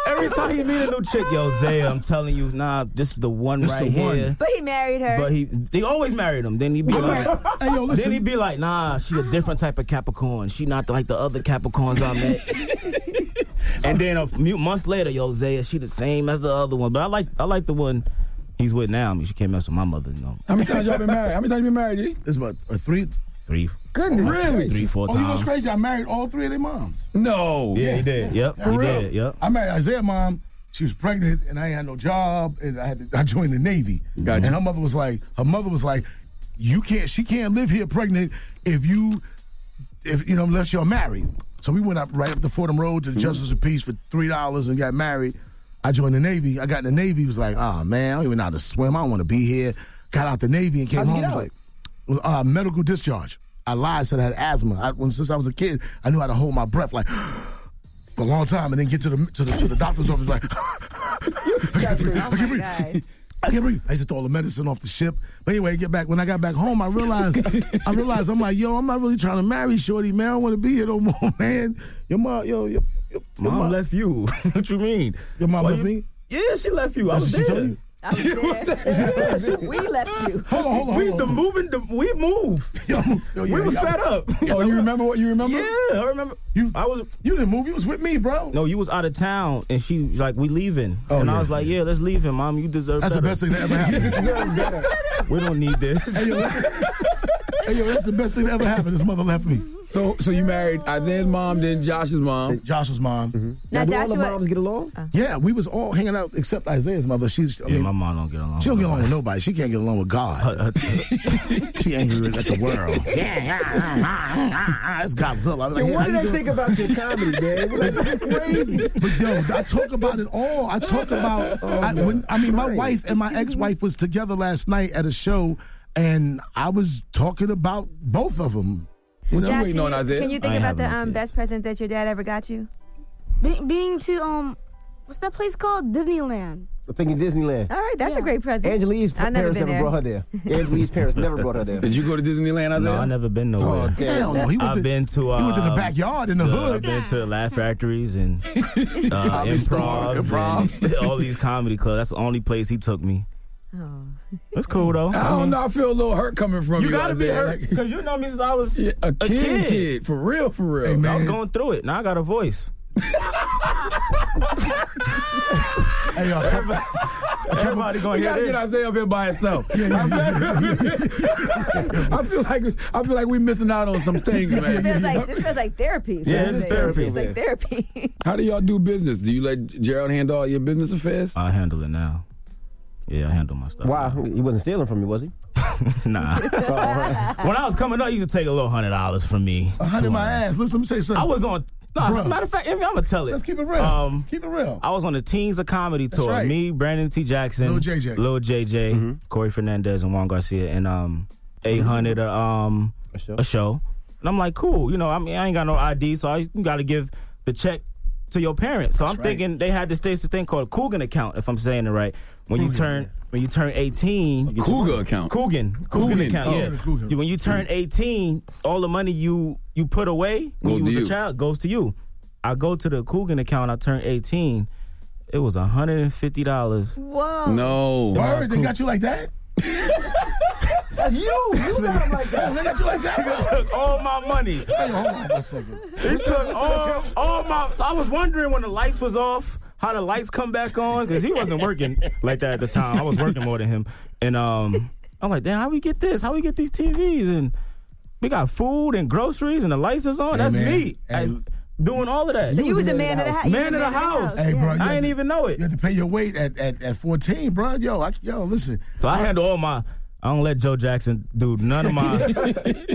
Speaker 3: every time he meet a new chick, yo, Zaya, I'm telling you, nah, this is the one
Speaker 4: This
Speaker 3: right
Speaker 4: the one.
Speaker 3: here.
Speaker 12: But he married her.
Speaker 3: But he, they always married him. Then he'd be like,
Speaker 4: Hey, yo, listen.
Speaker 3: then he'd be like, nah, she a different type of Capricorn. She not like the other Capricorns I met. and then a few months later, yo, Zaya, she the same as the other one. But I like, I like the one he's with now. I mean, she can't mess with my mother, you know.
Speaker 9: How many times y'all been married? How many times you been married, G?
Speaker 4: It's about uh, three.
Speaker 3: Three,
Speaker 9: Goodness. Really?
Speaker 3: three, four
Speaker 4: Oh, you know
Speaker 3: times.
Speaker 4: what's crazy? I married all three of their moms.
Speaker 9: No.
Speaker 3: Yeah, he did. Yep,
Speaker 4: For
Speaker 3: he
Speaker 4: real.
Speaker 3: did. Yep.
Speaker 4: I married Isaiah's mom. She was pregnant, and I ain't had no job, and I had to, I joined the Navy.
Speaker 9: Gotcha.
Speaker 4: And her mother was like, her mother was like, you can't, she can't live here pregnant if you, if you know, unless you're married. So we went up right up to Fordham Road to the
Speaker 3: Mm-hmm.
Speaker 4: Justice of Peace for three dollars and got married. I joined the Navy. I got in the Navy. Was like, ah man, I don't even know how to swim. I don't want to be here. Got out the Navy and came
Speaker 6: How'd you
Speaker 4: home.
Speaker 6: get
Speaker 4: Was
Speaker 6: out?
Speaker 4: like, was, uh, medical discharge. I lied, said I had asthma. I, when, since I was a kid, I knew how to hold my breath like for a long time, and then get to the to the, to the doctor's office like. I can't breathe. I can't breathe. I can't breathe. I used to throw all the medicine off the ship. But anyway, get back. When I got back home, I realized, I realized, I'm like, yo, I'm not really trying to marry Shorty, man. I don't want to be here no more, man. Your mom, yo, your, your, your
Speaker 3: Mom
Speaker 4: mom,
Speaker 3: left you. what you mean?
Speaker 4: your mom
Speaker 3: Why
Speaker 4: left
Speaker 3: you-
Speaker 4: me.
Speaker 3: Yeah, she left you. I
Speaker 4: That's
Speaker 3: was
Speaker 4: what she told
Speaker 3: there.
Speaker 4: you?
Speaker 12: I was there. we left you.
Speaker 4: Hold on, hold on,
Speaker 3: We
Speaker 4: hold
Speaker 3: the
Speaker 4: on.
Speaker 3: moving. The, we moved.
Speaker 4: Yo, yo, yeah,
Speaker 3: we was
Speaker 4: yeah.
Speaker 3: fed up.
Speaker 9: Oh, you remember what you remember?
Speaker 3: Yeah, I remember.
Speaker 4: You-
Speaker 3: I was
Speaker 4: You didn't move. You was with me, bro.
Speaker 3: no, you was out of town, and she was like, "We leaving,"
Speaker 4: Oh,
Speaker 3: and
Speaker 4: yeah.
Speaker 3: I was like, "Yeah, let's leave him, mom. You deserve
Speaker 4: That's the
Speaker 3: better.
Speaker 4: best thing that ever happened.
Speaker 3: We don't need this."
Speaker 4: hey, yo, hey, yo, that's the best thing that ever happened. His mother left me.
Speaker 9: So, so you married I then mom, then Josh's mom.
Speaker 4: Joshua's mom.
Speaker 12: Now, Uh.
Speaker 6: do all the
Speaker 12: Joshua-
Speaker 6: moms get along?
Speaker 4: Yeah, we was all hanging out except Isaiah's mother. She's, I
Speaker 3: yeah,
Speaker 4: mean,
Speaker 3: my mom don't get along.
Speaker 4: she don't
Speaker 3: with
Speaker 4: get along with nobody. She can't get along with God.
Speaker 3: nobody.
Speaker 4: she angry at the world. yeah, yeah, ah, ah, ah, ah, it's Godzilla. I'm like,
Speaker 6: Yo,
Speaker 4: hey,
Speaker 6: what
Speaker 4: how
Speaker 6: did
Speaker 4: you
Speaker 6: I
Speaker 4: doing?
Speaker 6: think about your comedy, man? What did I- crazy.
Speaker 4: But yo, I talk about it all. I talk about. I, when, I mean, my wife and my ex-wife was together last night at a show, and I was talking about both of them.
Speaker 9: What
Speaker 12: Josh,
Speaker 9: you
Speaker 12: can,
Speaker 9: waiting on
Speaker 12: you,
Speaker 9: out there?
Speaker 12: can you
Speaker 3: I
Speaker 12: think
Speaker 3: ain't
Speaker 12: about the
Speaker 3: having no
Speaker 12: um,
Speaker 3: kids.
Speaker 12: best present that your dad ever got you?
Speaker 14: Be- being to um, what's that place called? Disneyland.
Speaker 6: I'm thinking Disneyland.
Speaker 12: All right, that's a
Speaker 14: Yeah.
Speaker 12: great present.
Speaker 6: Angelique's
Speaker 12: I've never
Speaker 6: parents
Speaker 12: been
Speaker 6: never
Speaker 12: there.
Speaker 6: brought her there. Angelique's parents never brought her there.
Speaker 9: Did you go to Disneyland out
Speaker 3: no,
Speaker 9: there?
Speaker 3: I never been
Speaker 9: Oh,
Speaker 3: nowhere.
Speaker 9: damn.
Speaker 4: Hell no, he went
Speaker 3: I've
Speaker 4: to,
Speaker 3: been to. Um,
Speaker 4: he went to the backyard in the
Speaker 3: Yeah, I've
Speaker 4: hood.
Speaker 3: been to laugh factories and uh,
Speaker 4: Comedy store,
Speaker 3: improv,
Speaker 4: improvs.
Speaker 3: and all these comedy clubs. That's the only place he took me.
Speaker 12: Oh.
Speaker 3: That's cool though.
Speaker 9: I
Speaker 3: mean,
Speaker 9: don't know. I feel a little hurt coming from you.
Speaker 3: You gotta
Speaker 9: out
Speaker 3: be
Speaker 9: there.
Speaker 3: hurt
Speaker 9: Like,
Speaker 3: because you know me since I was
Speaker 9: yeah, a, kid,
Speaker 3: kid.
Speaker 9: kid, for real, for real.
Speaker 4: Hey,
Speaker 3: I was
Speaker 4: man.
Speaker 3: going through it. Now I got a voice.
Speaker 4: Hey, yo, come,
Speaker 3: Everybody gonna
Speaker 9: you
Speaker 3: hear
Speaker 9: gotta
Speaker 3: this.
Speaker 9: get out there up here by itself. I feel like I feel like we're missing out on some things,
Speaker 12: This feels
Speaker 9: man.
Speaker 12: like this feels like therapy.
Speaker 9: Yeah,
Speaker 12: This
Speaker 9: this
Speaker 12: is
Speaker 9: is therapy.
Speaker 12: It's like
Speaker 9: Yeah.
Speaker 12: therapy.
Speaker 9: How do y'all do business? Do you let Gerald handle all your business affairs?
Speaker 3: I handle it now. Yeah, I handle my stuff.
Speaker 6: Why? He wasn't stealing from you, was he?
Speaker 3: nah. when I was coming up, you could take a little hundred dollars from me.
Speaker 4: A hundred my ass. Listen, let me tell you something.
Speaker 3: I was on. Nah, as a matter of fact, I'm gonna tell it.
Speaker 4: Let's keep it real.
Speaker 3: Um,
Speaker 4: keep it real.
Speaker 3: I was on the Teens of Comedy
Speaker 4: That's
Speaker 3: tour.
Speaker 4: right.
Speaker 3: Me, Brandon T. Jackson,
Speaker 4: Lil JJ.
Speaker 3: Lil JJ,
Speaker 9: Mm-hmm.
Speaker 3: Corey Fernandez, and Juan Garcia, and um, 800 uh, um, a show. And I'm like, cool. You know, I mean, I ain't got no ID, so I got to give the check to your parents. So I'm
Speaker 9: right.
Speaker 3: thinking they had this this thing called a Coogan account, if I'm saying it right. When you
Speaker 9: Coogan,
Speaker 3: turn when you turn 18,
Speaker 9: Cougar account.
Speaker 3: Coogan, Coogan,
Speaker 9: Coogan,
Speaker 3: account.
Speaker 9: oh.
Speaker 3: yeah.
Speaker 9: Coogan.
Speaker 3: You- When you turn 18, all the money you you put away when
Speaker 9: Goes
Speaker 3: you
Speaker 9: to
Speaker 3: was
Speaker 9: you.
Speaker 3: a child goes to you. I go to the Coogan account. I turn 18. It was 150 dollars.
Speaker 12: Whoa.
Speaker 3: No.
Speaker 4: Word, they got you like that? That's you. You got him like that. They got you like that.
Speaker 3: took all my money.
Speaker 4: Hey, hold on one second.
Speaker 3: It took all, all my. I was wondering when the lights was off, how the lights come back on, because he wasn't working like that at the time. I was working more than him, and um, I'm like, damn, how we get this? How we get these TVs? And we got food and groceries, and the lights is on.
Speaker 4: Hey,
Speaker 3: That's
Speaker 4: man.
Speaker 3: me. And doing all of that.
Speaker 12: So you was the man of the house.
Speaker 3: Man of the house.
Speaker 4: Hey, bro, you
Speaker 3: I
Speaker 4: had
Speaker 3: ain't
Speaker 4: to-
Speaker 3: even know it.
Speaker 4: You had to pay your weight at, at, at 14, bro. Yo, I, yo, listen.
Speaker 3: So I handle all my. I don't let Joe Jackson do none of my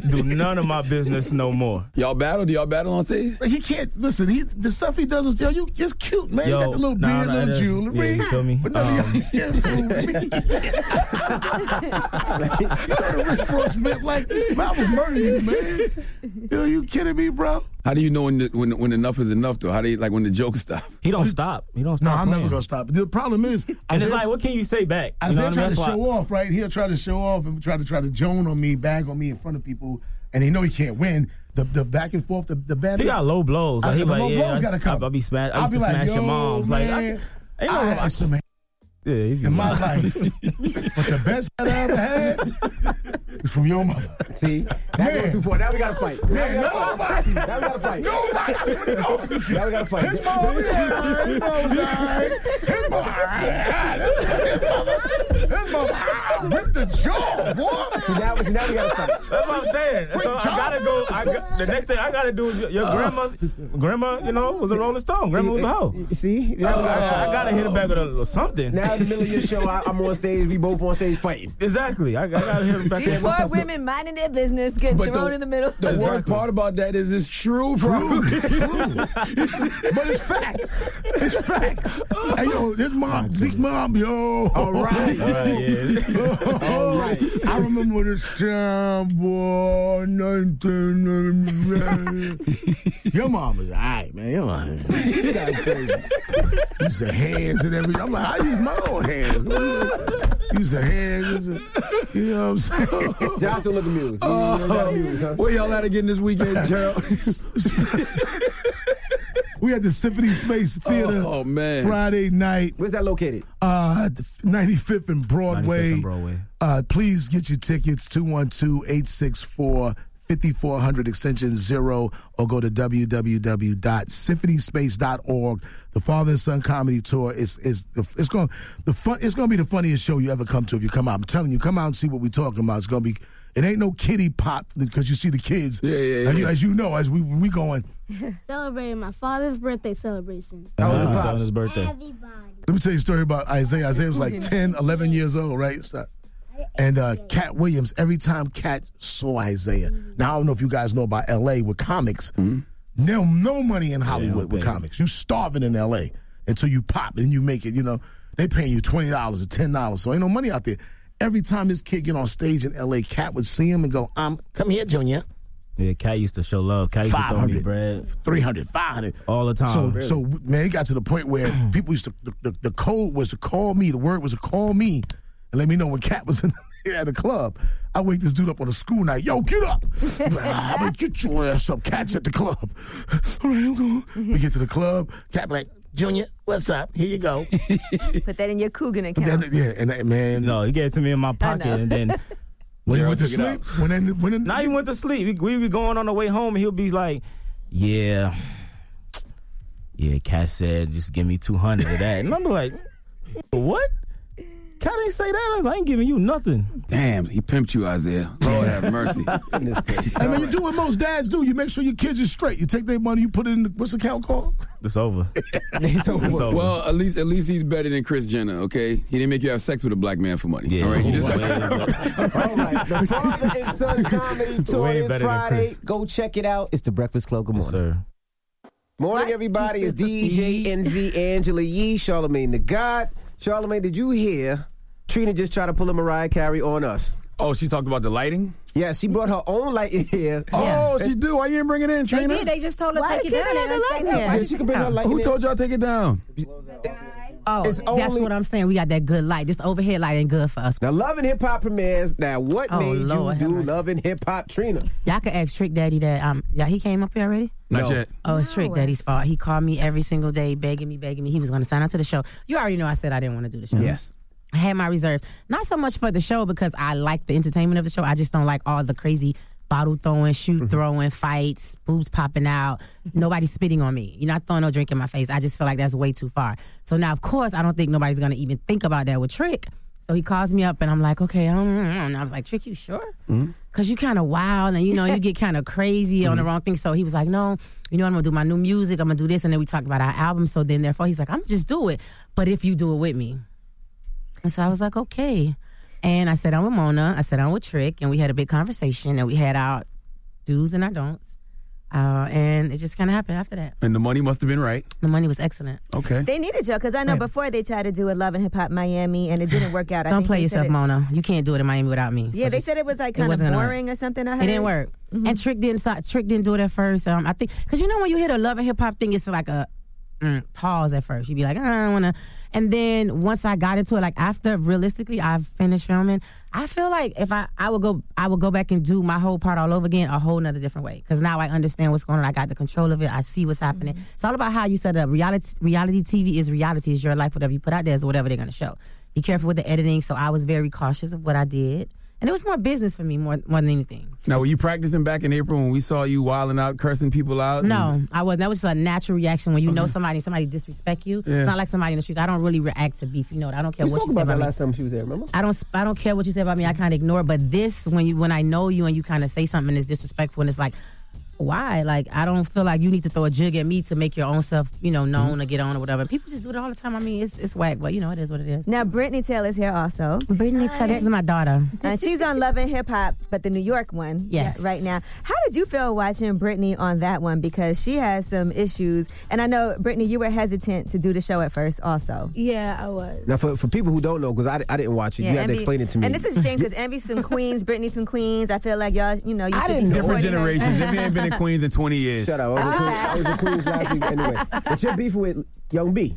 Speaker 3: do none of my business no more.
Speaker 9: Y'all battle? Do y'all battle on stage?
Speaker 4: But he can't listen. He the stuff he does is yo, you it's cute, man.
Speaker 9: Yo,
Speaker 4: you got the little
Speaker 9: nah,
Speaker 4: beard,
Speaker 9: nah,
Speaker 4: little
Speaker 9: that's-
Speaker 4: jewelry.
Speaker 9: yeah, you feel me?
Speaker 4: But
Speaker 3: Um,
Speaker 4: none of y'all- yeah, fool me. you know the Rich Frost meant like, man, I was murdering you, man. Yo, you kidding me, bro?
Speaker 9: How do you know when the, when when enough is enough though? How do you like when the jokes stop?
Speaker 3: He don't stop. He don't
Speaker 4: No, I'm never gonna stop. The problem is,
Speaker 3: And
Speaker 4: Isaiah-
Speaker 3: it's like, what can you say back? You know
Speaker 4: Isaiah
Speaker 3: what I mean?
Speaker 4: trying to
Speaker 3: That's why-
Speaker 4: show off, right? He'll try to show off and try to try to joan on me, bag on me in front of people, and he know he can't win. The the back and forth, the the bad.
Speaker 3: He got low blows. Like,
Speaker 4: I-
Speaker 3: he
Speaker 4: the
Speaker 3: like,
Speaker 4: low
Speaker 3: yeah,
Speaker 4: blows
Speaker 3: I-
Speaker 4: gotta come.
Speaker 3: I- I be smash- I
Speaker 4: I'll
Speaker 3: used
Speaker 4: be
Speaker 3: to
Speaker 4: like,
Speaker 3: smash
Speaker 4: yo,
Speaker 3: your moms. Like, I-
Speaker 4: man,
Speaker 3: I ain't no-
Speaker 4: I had some
Speaker 3: Yeah, if you
Speaker 4: in my life. but the best that I ever had is from your mother.
Speaker 6: See? That goes too far. Now we gotta fight.
Speaker 4: Man, nobody.
Speaker 6: Now we gotta fight.
Speaker 4: Nobody. I swear to God.
Speaker 6: Now we gotta fight.
Speaker 4: His mom, yeah, his mom's alright. His mom, his mother, his mother, I ripped the jaw, boy.
Speaker 6: See, now, see, now we gotta fight.
Speaker 3: That's what I'm saying. So I
Speaker 4: John
Speaker 3: gotta go. I got, the next thing I gotta do is your,
Speaker 4: Uh.
Speaker 3: your grandma. Grandma, you know, was a Rolling Stone. Grandma was a hoe.
Speaker 6: See?
Speaker 3: I, I- I gotta hit it back with a, little something.
Speaker 6: Now in the middle of your show, I, I'm on stage. We both on stage fighting.
Speaker 3: exactly. I, I gotta hit it back.
Speaker 12: These four women minding their business, getting
Speaker 9: But
Speaker 12: thrown
Speaker 9: the-
Speaker 12: in the middle.
Speaker 9: The worst part about that is it's true, bro.
Speaker 4: But it's facts. It's facts. Hey, yo, this mom, Zeke mom, yo.
Speaker 6: All right.
Speaker 3: All right, yeah.
Speaker 4: All Oh, right. I remember this time, boy, 1990. Your mom was all right, man. Your mom. This guy's crazy. Used the hands and everything. I'm like, I use my own hands. Use the hands. You know what I'm saying?
Speaker 6: Y'all still look amused. You not amused, huh?
Speaker 9: Oh. Where y'all at again this weekend, Gerald?
Speaker 4: We had the Symphony Space Theater
Speaker 9: oh man.
Speaker 4: Friday night.
Speaker 6: Where's that located?
Speaker 4: Uh, 95th and Broadway.
Speaker 3: 95th and Broadway.
Speaker 4: Uh, please get your tickets 212-864-5400 extension 0 or go to www.symphonyspace.org. The Father and Son Comedy Tour is is it's going the fun it's going to be the funniest show you ever come to if you come out. I'm telling you, come out and see what we're talking about. It's going to be it ain't no kiddie pop because you see the kids.
Speaker 9: Yeah, yeah,
Speaker 4: As, you,
Speaker 9: yeah.
Speaker 4: as you know, as we we going.
Speaker 14: Celebrating my father's birthday celebration.
Speaker 3: That
Speaker 6: was the
Speaker 3: was
Speaker 6: pops.
Speaker 3: his birthday.
Speaker 4: Let me tell you a story about Isaiah. Isaiah was like 10, 11 years old, right? So- And uh, Cat Williams, every time Cat saw Isaiah, now I don't know if you guys know about LA with comics.
Speaker 3: Hmm?
Speaker 4: No, no money in Hollywood with comics. You starving in LA until you pop and you make it. You know, they paying you twenty dollars or ten dollars, so ain't no money out there. Every time this kid get on stage in LA, Cat would see him and go, "Um, come here, Junior."
Speaker 3: Yeah, Cat used to show love. Cat used to throw me
Speaker 4: 500.
Speaker 3: bread
Speaker 4: 300, 500.
Speaker 3: all the
Speaker 4: So,
Speaker 3: time.
Speaker 4: so man, it got to the point where people used to the, the, the code was to call me. The word was to call me and let me know when Cat was in at the club. I wake this dude up on a school night. Yo, get up! I'm like, "Ah, I'm gonna get your ass up. Cat's at the club. All right, I'm going. We get to the club. Cat be like, Junior, what's up? Here you go.
Speaker 12: Put that in your Coogan
Speaker 4: But
Speaker 12: account.
Speaker 4: then, yeah, and that man,
Speaker 3: no, he gave it to me in my pocket,
Speaker 12: know.
Speaker 3: and then
Speaker 4: when he
Speaker 9: Gerald,
Speaker 4: went to
Speaker 9: pick it
Speaker 4: sleep, when then, when then,
Speaker 3: Now he went to sleep. We, we be going on the way home, and he'll be like, "Yeah, yeah." Cat said, "Just give me 200 of that," and I'm like, "What?" Cat ain't say that. I ain't giving you nothing.
Speaker 9: Damn, he pimped you, Isaiah. Lord have mercy.
Speaker 4: I mean, you do what most dads do. You make sure your kids is straight. You take their money, you put it in the, what's the account called?
Speaker 3: It's over.
Speaker 9: It's over. Well, at least at least he's better than Chris Jenner. Okay, he didn't make you have sex with a black man for money. All right, He just-
Speaker 6: The Father and Son Comedy Tour
Speaker 9: Way
Speaker 6: is
Speaker 9: better than
Speaker 6: Friday. Go check it out. It's the Breakfast Club. Good morning. Morning, everybody. It's DJ NV Angela Yee, Charlemagne the God. Charlemagne, did you hear Trina just try to pull a Mariah Carey on us?
Speaker 9: Oh, she talked about the lighting?
Speaker 6: Yeah, she brought her own light in here.
Speaker 9: Oh, she do. Why you didn't bring it in,
Speaker 14: They
Speaker 9: Trina?
Speaker 14: did. They just told her
Speaker 16: Why
Speaker 14: take it
Speaker 16: couldn't
Speaker 14: down.
Speaker 16: they
Speaker 14: and
Speaker 16: have
Speaker 14: I
Speaker 16: the
Speaker 14: said
Speaker 16: light
Speaker 14: no.
Speaker 16: in?
Speaker 14: Why
Speaker 16: Yeah, she could bring her light
Speaker 9: Who
Speaker 16: in there.
Speaker 9: told y'all to take it down?
Speaker 16: Oh,
Speaker 6: It's
Speaker 16: that's
Speaker 6: only-
Speaker 16: what I'm saying. We got that good light. This overhead light ain't good for us.
Speaker 6: Now, Love and Hip Hop premieres. Now, what
Speaker 16: Oh,
Speaker 6: made
Speaker 16: Lord,
Speaker 6: you do Love and Hip Hop, Trina?
Speaker 16: Y'all could ask Trick Daddy that. Um, yeah, he came up here already.
Speaker 6: Not No. yet.
Speaker 16: Oh, it's Trick
Speaker 6: No.
Speaker 16: Daddy's fault. He called me every single day, begging me, begging me. He was going to sign up to the show. You already know I said I didn't want to do the show.
Speaker 6: Yes.
Speaker 16: I had my reserves. Not so much for the show because I like the entertainment of the show. I just don't like all the crazy bottle throwing,
Speaker 6: Mm-hmm.
Speaker 16: shoe throwing, fights, boobs popping out, nobody spitting on me. You're not throwing no drink in my face. I just feel like that's way too far. So now, of course, I don't think nobody's going to even think about that with Trick. So he calls me up and I'm like, okay, um, and I was like, Trick, you sure? Cause you kind of wild and you know you get kind of crazy on the wrong thing. So he was like, "No, you know I'm gonna do my new music. I'm gonna do this." And then we talked about our album. So then therefore he's like, "I'm gonna just do it, but if you do it with me." And so I was like, "Okay." And I sat down with Mona. I sat down with Trick, and we had a big conversation. And we had our do's and our don'ts, uh, and it just kind of happened after that.
Speaker 9: And the money must have been right.
Speaker 16: The money was excellent.
Speaker 9: Okay.
Speaker 8: They needed you because I know
Speaker 16: Right.
Speaker 8: before they tried to do it, Love and Hip Hop Miami, and it didn't work out. I
Speaker 16: Don't
Speaker 8: think
Speaker 16: play
Speaker 8: they said
Speaker 16: yourself,
Speaker 8: it-
Speaker 16: Mona. You can't do it in Miami without me. So
Speaker 8: Yeah, they
Speaker 16: just-
Speaker 8: said it was like
Speaker 16: it
Speaker 8: kind of
Speaker 16: wasn't gonna work.
Speaker 8: boring or something. I heard.
Speaker 16: It didn't work. And Trick didn't start, Trick didn't do it at first. Um, I think because you know when you hit a love and hip hop thing, it's like a mm, pause at first. You'd be like, "Uh, I don't want to. And then once I got into it, like after realistically I finished filming, I feel like if I I would go I would go back and do my whole part all over again a whole nother different way because now I understand what's going on. I got the control of it. I see what's happening. It's all about how you set it up. Reality reality TV is reality. Is your life whatever you put out there is whatever they're gonna show. Be careful with the editing. So I was very cautious of what I did. And it was more business for me more, more than anything.
Speaker 9: Now, were you practicing back in April when we saw you wilding out, cursing people out?
Speaker 16: No, I wasn't. That was a natural reaction when you know somebody and somebody disrespect you.
Speaker 9: Yeah.
Speaker 16: It's not like somebody in the streets. I don't really react to beef. You know, I don't care
Speaker 6: We
Speaker 16: what
Speaker 6: spoke
Speaker 16: you say about
Speaker 6: about that
Speaker 16: me.
Speaker 6: last time she was there, remember?
Speaker 16: I don't. I don't care what you say about me. I kind of ignore. it. But this, when you when I know you and you kind of say something that's disrespectful, and it's like, why? Like I don't feel like you need to throw a jig at me to make your own self, you know, known
Speaker 6: Mm-hmm.
Speaker 16: or get on or whatever. People just do it all the time. I mean, it's it's whack, but you know, it is what it is.
Speaker 8: Now Brittany Taylor's here also.
Speaker 16: Brittany Taylor, this is my daughter.
Speaker 8: and she's on Love and Hip Hop, but the New York one.
Speaker 16: Yes.
Speaker 8: yeah, Right now. How did you feel watching Brittany on that one? Because she has some issues. And I know, Brittany, you were hesitant to do the show at first also.
Speaker 14: Yeah, I was.
Speaker 6: Now, for, for people who don't know, because I, I didn't watch it, you had to
Speaker 8: Envy-
Speaker 6: explain it to me.
Speaker 8: And this is a shame because Envy's from Queens, Brittany's from Queens. I feel like y'all, you know, you
Speaker 6: I
Speaker 8: should
Speaker 6: didn't
Speaker 8: be
Speaker 6: know.
Speaker 9: Different
Speaker 8: supporting her.
Speaker 9: generations. If you ain't been in Queens in 20 years.
Speaker 6: Shut up. I was in Queens last week anyway. But you're beefing with Young B.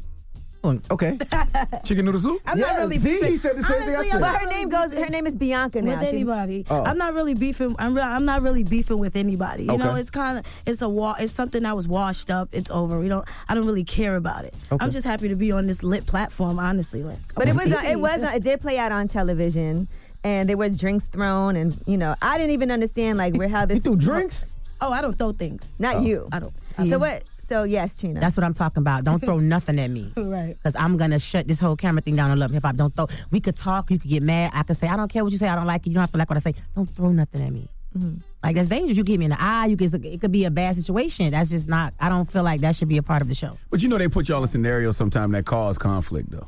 Speaker 6: Okay.
Speaker 9: Oh. Chicken noodle soup?
Speaker 8: I'm not really
Speaker 6: see, he
Speaker 8: beefing.
Speaker 6: said the same thing I
Speaker 8: Honestly,
Speaker 6: said.
Speaker 8: But her name goes. Her name is Bianca now.
Speaker 14: With
Speaker 8: She-
Speaker 14: anybody,
Speaker 6: Oh.
Speaker 14: I'm not really beefing. I'm real, I'm not really beefing with anybody. You know,
Speaker 6: Okay.
Speaker 14: it's kind of it's a wa It's something that was washed up. It's over. We don't. I don't really care about it.
Speaker 8: Okay.
Speaker 14: I'm just happy to be on this lit platform. Honestly, like,
Speaker 8: But it was.
Speaker 14: easy.
Speaker 8: On, it was. On, it did play out on television, and there were drinks thrown, and you know, I didn't even understand like where how this. You threw
Speaker 6: drinks.
Speaker 14: Oh, I don't throw things.
Speaker 8: Not you. Oh, I
Speaker 14: don't.
Speaker 8: So what? So yes, Trina.
Speaker 16: That's what I'm talking about. Don't throw nothing at me.
Speaker 14: Right.
Speaker 16: Because I'm going to shut this whole camera thing down on Love and Hip Hop. Don't throw. We could talk. You could get mad. I could say, I don't care what you say. I don't like it. You don't have to like what I say. Don't throw nothing at me.
Speaker 14: Mm-hmm.
Speaker 16: Like, that's dangerous. You get me in the eye. You could, It could be a bad situation. That's just not, I don't feel like that should be a part of the show.
Speaker 9: But you know they put y'all in scenarios sometime that cause conflict, though.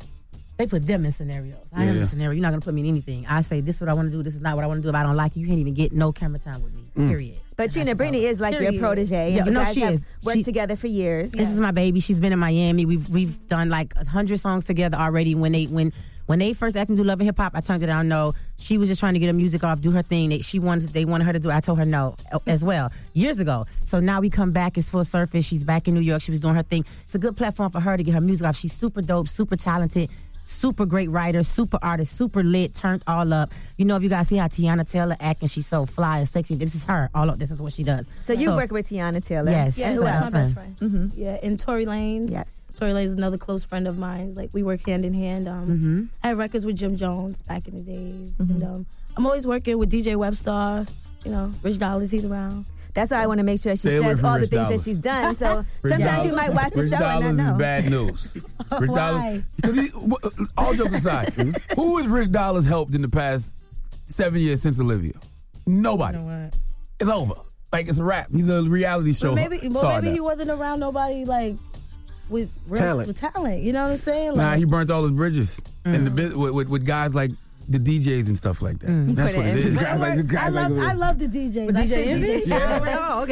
Speaker 16: They put them in scenarios. I am
Speaker 9: Yeah.
Speaker 16: in scenario. You're not going to put me in anything. I say, this is what I want to do. This is not what I want to do. If I don't like it, you can't even get no camera time with me.
Speaker 8: Mm.
Speaker 16: Period.
Speaker 8: But Trina,
Speaker 16: just
Speaker 8: Brittany
Speaker 16: all.
Speaker 8: is like your
Speaker 16: Period.
Speaker 8: protege. and
Speaker 16: Yeah,
Speaker 8: you
Speaker 16: no,
Speaker 8: guys
Speaker 16: she
Speaker 8: have
Speaker 16: is.
Speaker 8: Worked
Speaker 16: She-
Speaker 8: together for years.
Speaker 16: This is my baby. She's been in Miami. We've we've done like a hundred songs together already. When they when when they first asked me to do Love and Hip Hop, I turned it down. No, she was just trying to get her music off, do her thing. They, she wanted they wanted her to do. It. I told her no uh, as well years ago. So now we come back. It's full surface. She's back in New York. She was doing her thing. It's a good platform for her to get her music off. She's super dope, super talented. Super great writer, super artist, super lit, turned all up. You know, if you guys see how Tiana Taylor acting, she's so fly and sexy. This is her. All up. This is what she does.
Speaker 8: So you work with Tiana Taylor.
Speaker 16: Oh.
Speaker 8: Mm-hmm.
Speaker 16: Yes,
Speaker 14: Yeah,
Speaker 16: so
Speaker 14: who
Speaker 16: that's
Speaker 14: else? my best
Speaker 16: fun.
Speaker 14: friend. Yeah, and Tory Lanez. Yes. Tory Lanez is another close friend of mine. Like we work hand in hand. Um,
Speaker 8: Mm-hmm.
Speaker 16: Mhm.
Speaker 14: I had records with Jim Jones back in the days, and um, I'm always working with DJ Webstar. You know, Rich Dollars, he's around.
Speaker 8: That's why I want to make sure she
Speaker 3: Stay away
Speaker 8: says
Speaker 3: from
Speaker 8: all the
Speaker 3: Rich
Speaker 8: things
Speaker 3: Dollars.
Speaker 8: that she's done. So
Speaker 3: Rich
Speaker 8: sometimes
Speaker 3: Dollars-
Speaker 8: you might watch the
Speaker 3: Rich
Speaker 8: show
Speaker 3: Dollars
Speaker 8: and not know.
Speaker 3: is bad news. Rich Dollars,
Speaker 9: because he- wh- all jokes aside, who has Rich Dollars helped in the past seven years since Olivia? Nobody. It's over. Like it's a wrap. He's a reality show.
Speaker 14: But maybe,
Speaker 9: star
Speaker 14: but
Speaker 9: now.
Speaker 14: maybe he wasn't around nobody like with real,
Speaker 9: Talent.
Speaker 14: With talent. You know what I'm saying? Like,
Speaker 9: Nah, he burnt all his bridges and the bus- with, with, with guys like the DJs and stuff like that.
Speaker 14: Mm.
Speaker 9: That's
Speaker 14: Put
Speaker 9: what
Speaker 14: it
Speaker 9: it
Speaker 14: in.
Speaker 9: is.
Speaker 14: But I work- I love, I love the DJs.
Speaker 8: With
Speaker 14: I
Speaker 8: DJ
Speaker 14: sit
Speaker 8: Envy?
Speaker 14: DJs.
Speaker 9: Yeah.
Speaker 14: Oh,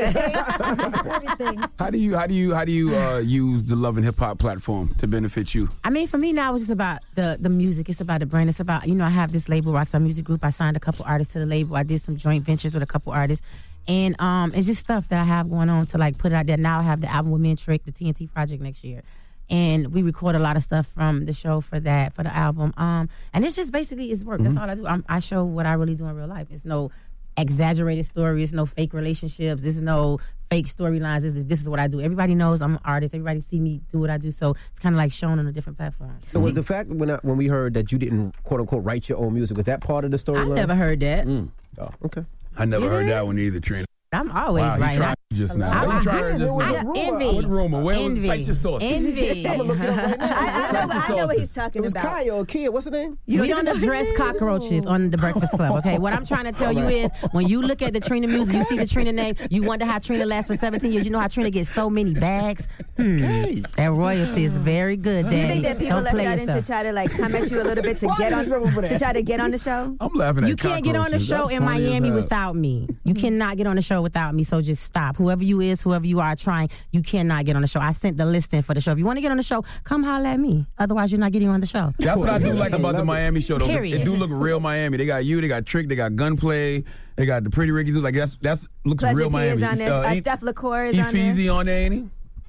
Speaker 14: okay.
Speaker 9: How do you how do you how do you uh, use the love and hip hop platform to benefit you?
Speaker 16: I mean, for me now, it's just about the the music. It's about the brand. It's about you know, I have this label, Rockstar Music Group. I signed a couple artists to the label. I did some joint ventures with a couple artists, and um, it's just stuff that I have going on to like put it out there. Now I have the album with me and Trick, the TNT project next year, and we record a lot of stuff from the show for that for the album. Um, and it's just basically it's work. That's
Speaker 2: Mhm.
Speaker 16: all I do. I'm, I show what I really do in real life. It's no exaggerated story. It's no fake relationships. It's no fake storylines. This is this is what I do. Everybody knows I'm an artist. Everybody see me do what I do. So it's kind of like shown on a different platform.
Speaker 6: So was the fact when I, when we heard that you didn't quote unquote write your own music was that part of the storyline?
Speaker 16: I never heard that.
Speaker 6: Oh, okay.
Speaker 9: I never heard
Speaker 6: Mm-hmm.
Speaker 9: that one either, Trina.
Speaker 16: I'm always
Speaker 9: wow,
Speaker 16: right.
Speaker 9: You tried
Speaker 16: I-
Speaker 9: just now.
Speaker 16: I-
Speaker 9: you
Speaker 16: I-
Speaker 9: tried
Speaker 16: I-
Speaker 9: just
Speaker 16: I-
Speaker 9: now.
Speaker 16: I- envy.
Speaker 9: What rumor? Where
Speaker 16: Envy.
Speaker 9: Cite your sources.
Speaker 16: Envy.
Speaker 9: I'ma look it up right now.
Speaker 8: I, I, know, I know what he's talking
Speaker 6: It was
Speaker 8: about.
Speaker 6: Kyle, kid. What's her name?
Speaker 16: we don't address cockroaches on the Breakfast Club, okay? What I'm trying to tell you is when you look at the Trina music, you see the Trina name, you wonder how Trina lasts for 17 years. You know how Trina gets so many bags? Hmm. That royalty is very good,
Speaker 8: Do
Speaker 16: Daddy.
Speaker 8: you think that people
Speaker 16: don't
Speaker 8: left
Speaker 16: play
Speaker 8: that in to
Speaker 16: yourself.
Speaker 8: try to like come at you a little bit to
Speaker 16: Why
Speaker 8: get
Speaker 16: you
Speaker 8: on
Speaker 16: in trouble for
Speaker 8: to
Speaker 16: that?
Speaker 8: try to get on the show?
Speaker 9: I'm laughing at
Speaker 16: You can't get on the
Speaker 9: cockroaches.
Speaker 16: show
Speaker 9: That's
Speaker 16: in
Speaker 9: funny as
Speaker 16: Miami
Speaker 9: hell.
Speaker 16: without me.
Speaker 8: Mm.
Speaker 16: You cannot get on the show without me. So just stop. Whoever you is, whoever you are trying, you cannot get on the show. I sent the listing for the show. If you want to get on the show, come holler at me. Otherwise, you're not getting on the show.
Speaker 9: That's what I do like about the Miami show, though. It- It
Speaker 16: Period.
Speaker 9: do look real Miami. They got you, they got Trick, they got Gunplay, they got the Pretty Ricky dude. Like that's that's looks
Speaker 8: Pleasure
Speaker 9: real
Speaker 8: P
Speaker 9: Miami.
Speaker 8: is on there.
Speaker 9: Uh,
Speaker 8: Uh,
Speaker 9: ain't-
Speaker 8: Steph LaCour is
Speaker 9: he
Speaker 8: on there.
Speaker 9: Feezy on there, ain't he?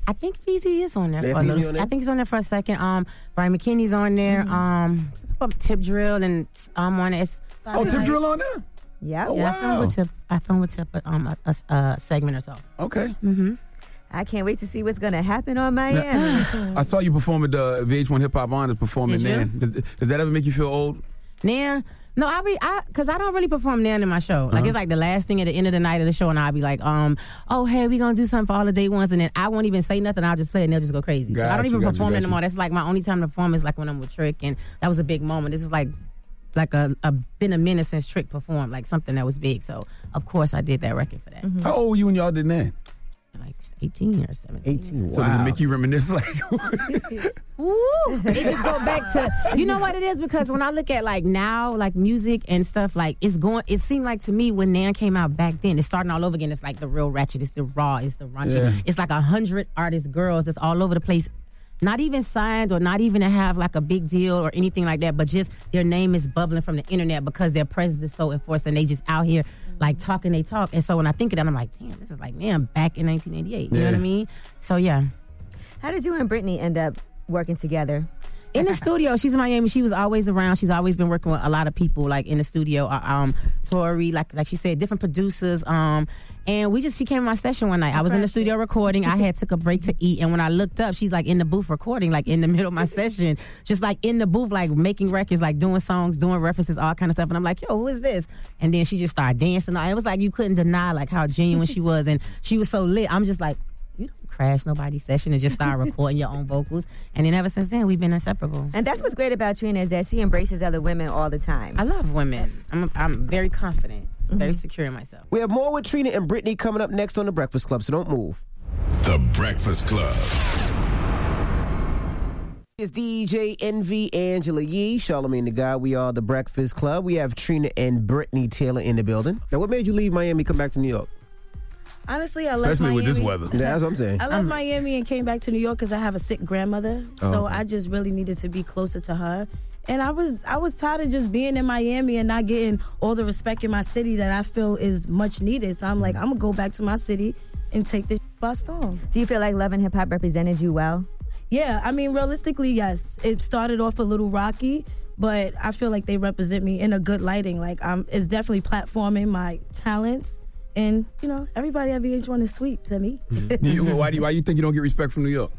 Speaker 16: I think Feezy is on there.
Speaker 9: Yeah,
Speaker 16: for a
Speaker 9: Feezy
Speaker 16: little-
Speaker 9: on there.
Speaker 16: I think he's on there for a second. Um, Brian McKinney's on there.
Speaker 8: Mm.
Speaker 16: Um, some Tip Drill and I'm on it. It's-
Speaker 9: Oh, Tip Drill on there?
Speaker 8: Yeah.
Speaker 9: Oh,
Speaker 16: yeah, I filmed
Speaker 9: wow.
Speaker 16: with Tip. I filmed with Tip um, a, a, a segment or so.
Speaker 9: Okay.
Speaker 16: Mm-hmm.
Speaker 8: I can't wait to see what's gonna happen on Miami.
Speaker 9: I saw you perform at the VH1 Hip Hop Honors performing
Speaker 16: Did you?
Speaker 9: then. Does, does that ever make you feel old?
Speaker 16: Nan, no, I be I because I don't really perform Nan in my show. Like
Speaker 9: Uh-huh.
Speaker 16: it's like the last thing at the end of the night of the show, and I'll be like, um, oh hey, we gonna do something for all the day ones, and then I won't even say nothing. I'll just play, it and they'll just go crazy. so I
Speaker 9: Got
Speaker 16: don't
Speaker 9: you,
Speaker 16: even
Speaker 9: got you,
Speaker 16: perform
Speaker 9: got you.
Speaker 16: anymore. That's like my only time to perform is like when I'm with Trick, and that was a big moment. This is like like a, a been a minute since Trick performed, like something that was big. So of course I did that record for that.
Speaker 9: How old were you when y'all did that?
Speaker 16: Like 18 or 17. 18,
Speaker 9: So does it make you reminisce like
Speaker 16: Woo! It just go back to you know what it is because when I look at like now, like music and stuff, like it's going. It seemed like to me when Nan came out back then, it's starting all over again. It's like the real ratchet. It's the raw. It's the raunchy.
Speaker 2: Yeah.
Speaker 16: It's like a hundred artist girls that's all over the place. Not even signed or not even to have like a big deal or anything like that, but just their name is bubbling from the internet because their presence is so enforced and they just out here like talking they talk. And so when I think of that, I'm like, damn, this is like, man, back in 1988. You know what I
Speaker 8: Yeah.
Speaker 16: mean? So yeah.
Speaker 8: How did you and Brittany end up working together?
Speaker 16: in the studio. She's in Miami. She was always around. She's always been working with a lot of people, like in the studio. Uh, Um, Tori, like like she said, different producers. Um, and we just she came to my session one night. I was in the studio recording. I had took a break to eat, and when I looked up, she's like in the booth recording, like in the middle of my session, just like in the booth, like making records, like doing songs, doing references, all kind of stuff. And I'm like, yo, who is this? And then she just started dancing. And it was like you couldn't deny like how genuine she was, and she was so lit. I'm just like. You don't crash nobody's session and just start recording your own vocals. And then ever since then, we've been inseparable.
Speaker 8: And that's what's great about Trina is that she embraces other women all the time.
Speaker 16: I love women. I'm I'm very confident, very secure in myself.
Speaker 6: We have more with Trina and Brittany coming up next on The Breakfast Club, so don't move. The Breakfast Club. It's DJ NV Angela Yee, Charlemagne the Guy. We are The Breakfast Club. We have Trina and Brittany Taylor in the building. Now, what made you leave Miami, come back to New York?
Speaker 14: Honestly, I love Miami.
Speaker 6: Yeah, that's what I'm saying.
Speaker 14: I left Miami and came back to New York because I have a sick grandmother,
Speaker 6: Oh,
Speaker 14: so
Speaker 6: okay.
Speaker 14: I just really needed to be closer to her. And I was I was tired of just being in Miami and not getting all the respect in my city that I feel is much needed. So I'm like, I'm gonna go back to my city and take this by storm.
Speaker 8: Do you feel like Love and Hip Hop represented you well?
Speaker 14: Yeah, I mean, realistically, yes. It started off a little rocky, but I feel like they represent me in a good lighting. Like, I'm, it's definitely platforming my talents. And, you know, everybody at VH1 is sweet to me.
Speaker 9: Do you, why do you, why you think you don't get respect from New York?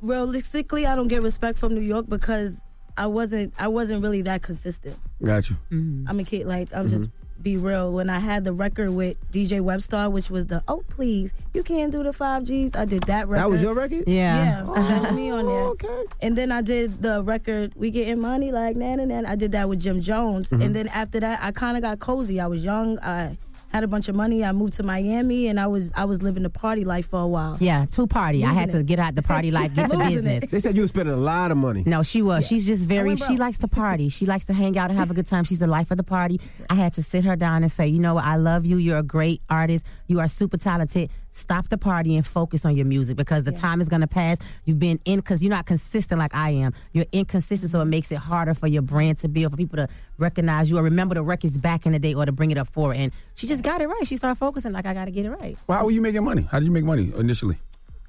Speaker 14: Realistically, I don't get respect from New York
Speaker 6: Mm-hmm.
Speaker 14: because I wasn't, I wasn't really that consistent.
Speaker 9: Got you.
Speaker 16: Mm-hmm.
Speaker 14: I'm a kid, like, I'm just be real. When I had the record with DJ Webstar, which was the oh please you can't do the five Gs, I did that record.
Speaker 6: That was your record?
Speaker 14: Yeah,
Speaker 6: Oh,
Speaker 14: that's me on there.
Speaker 6: Okay.
Speaker 14: And then I did the record We Getting Money like na na na. I did that with Jim Jones,
Speaker 6: Mm-hmm.
Speaker 2: Mhm.
Speaker 14: and then after that I kind of got cozy. I was young. I had a bunch of money. I moved to Miami, and I was I was living the party life for a while.
Speaker 16: Yeah, two party. I had
Speaker 14: Losing
Speaker 16: to
Speaker 14: it.
Speaker 16: get out the party life, get to
Speaker 14: Losing it.
Speaker 16: business.
Speaker 6: They said you were spending a lot of money.
Speaker 16: No, she was.
Speaker 6: Yeah.
Speaker 16: She's just
Speaker 6: I
Speaker 16: very.
Speaker 6: went
Speaker 16: She
Speaker 6: broke.
Speaker 16: likes to party. She likes to hang out and have a good time. She's the life of the party. I had to sit her down and say, you know what? I love you. You're a great artist. You are super talented. Stop the party and focus on your music because the time is going to pass. You've been in because you're not consistent like I am. You're inconsistent, so it makes it harder for your brand to build, for people to recognize you or remember the records back in the day or to bring it up for. And she just got it right. She started focusing like I got to get it right.
Speaker 9: Well, how were you making money? How did you make money initially?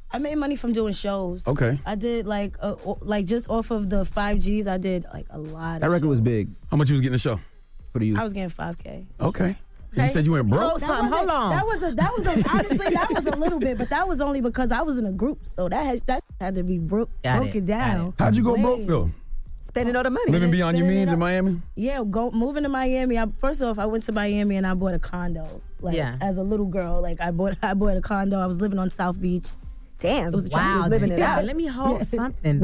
Speaker 14: I made money from doing shows.
Speaker 9: Okay.
Speaker 14: I did like uh, o- like just off of the five Gs. I did like a lot.
Speaker 9: That
Speaker 14: of
Speaker 9: record was big. How much you was getting a show? What do
Speaker 14: I was getting Oh, five K.
Speaker 9: Okay. You said you went broke.
Speaker 14: That was a that was a, honestly that was a little bit, but that was only because I was in a group, so that had, that had to be bro-
Speaker 9: Got
Speaker 14: broken
Speaker 9: it,
Speaker 14: down.
Speaker 9: How'd you go
Speaker 14: Way.
Speaker 9: broke though?
Speaker 14: Spending all the money.
Speaker 9: Living beyond your
Speaker 14: Spending it
Speaker 9: means
Speaker 14: up.
Speaker 9: in Miami.
Speaker 14: Yeah, go moving to Miami. I, first off, I went to Miami and I bought a condo. Like
Speaker 16: Yeah.
Speaker 14: as a little girl, like I bought I bought a condo. I was living on South Beach. Damn, it was a trip.
Speaker 8: Wow, yeah,
Speaker 16: Let me hold something.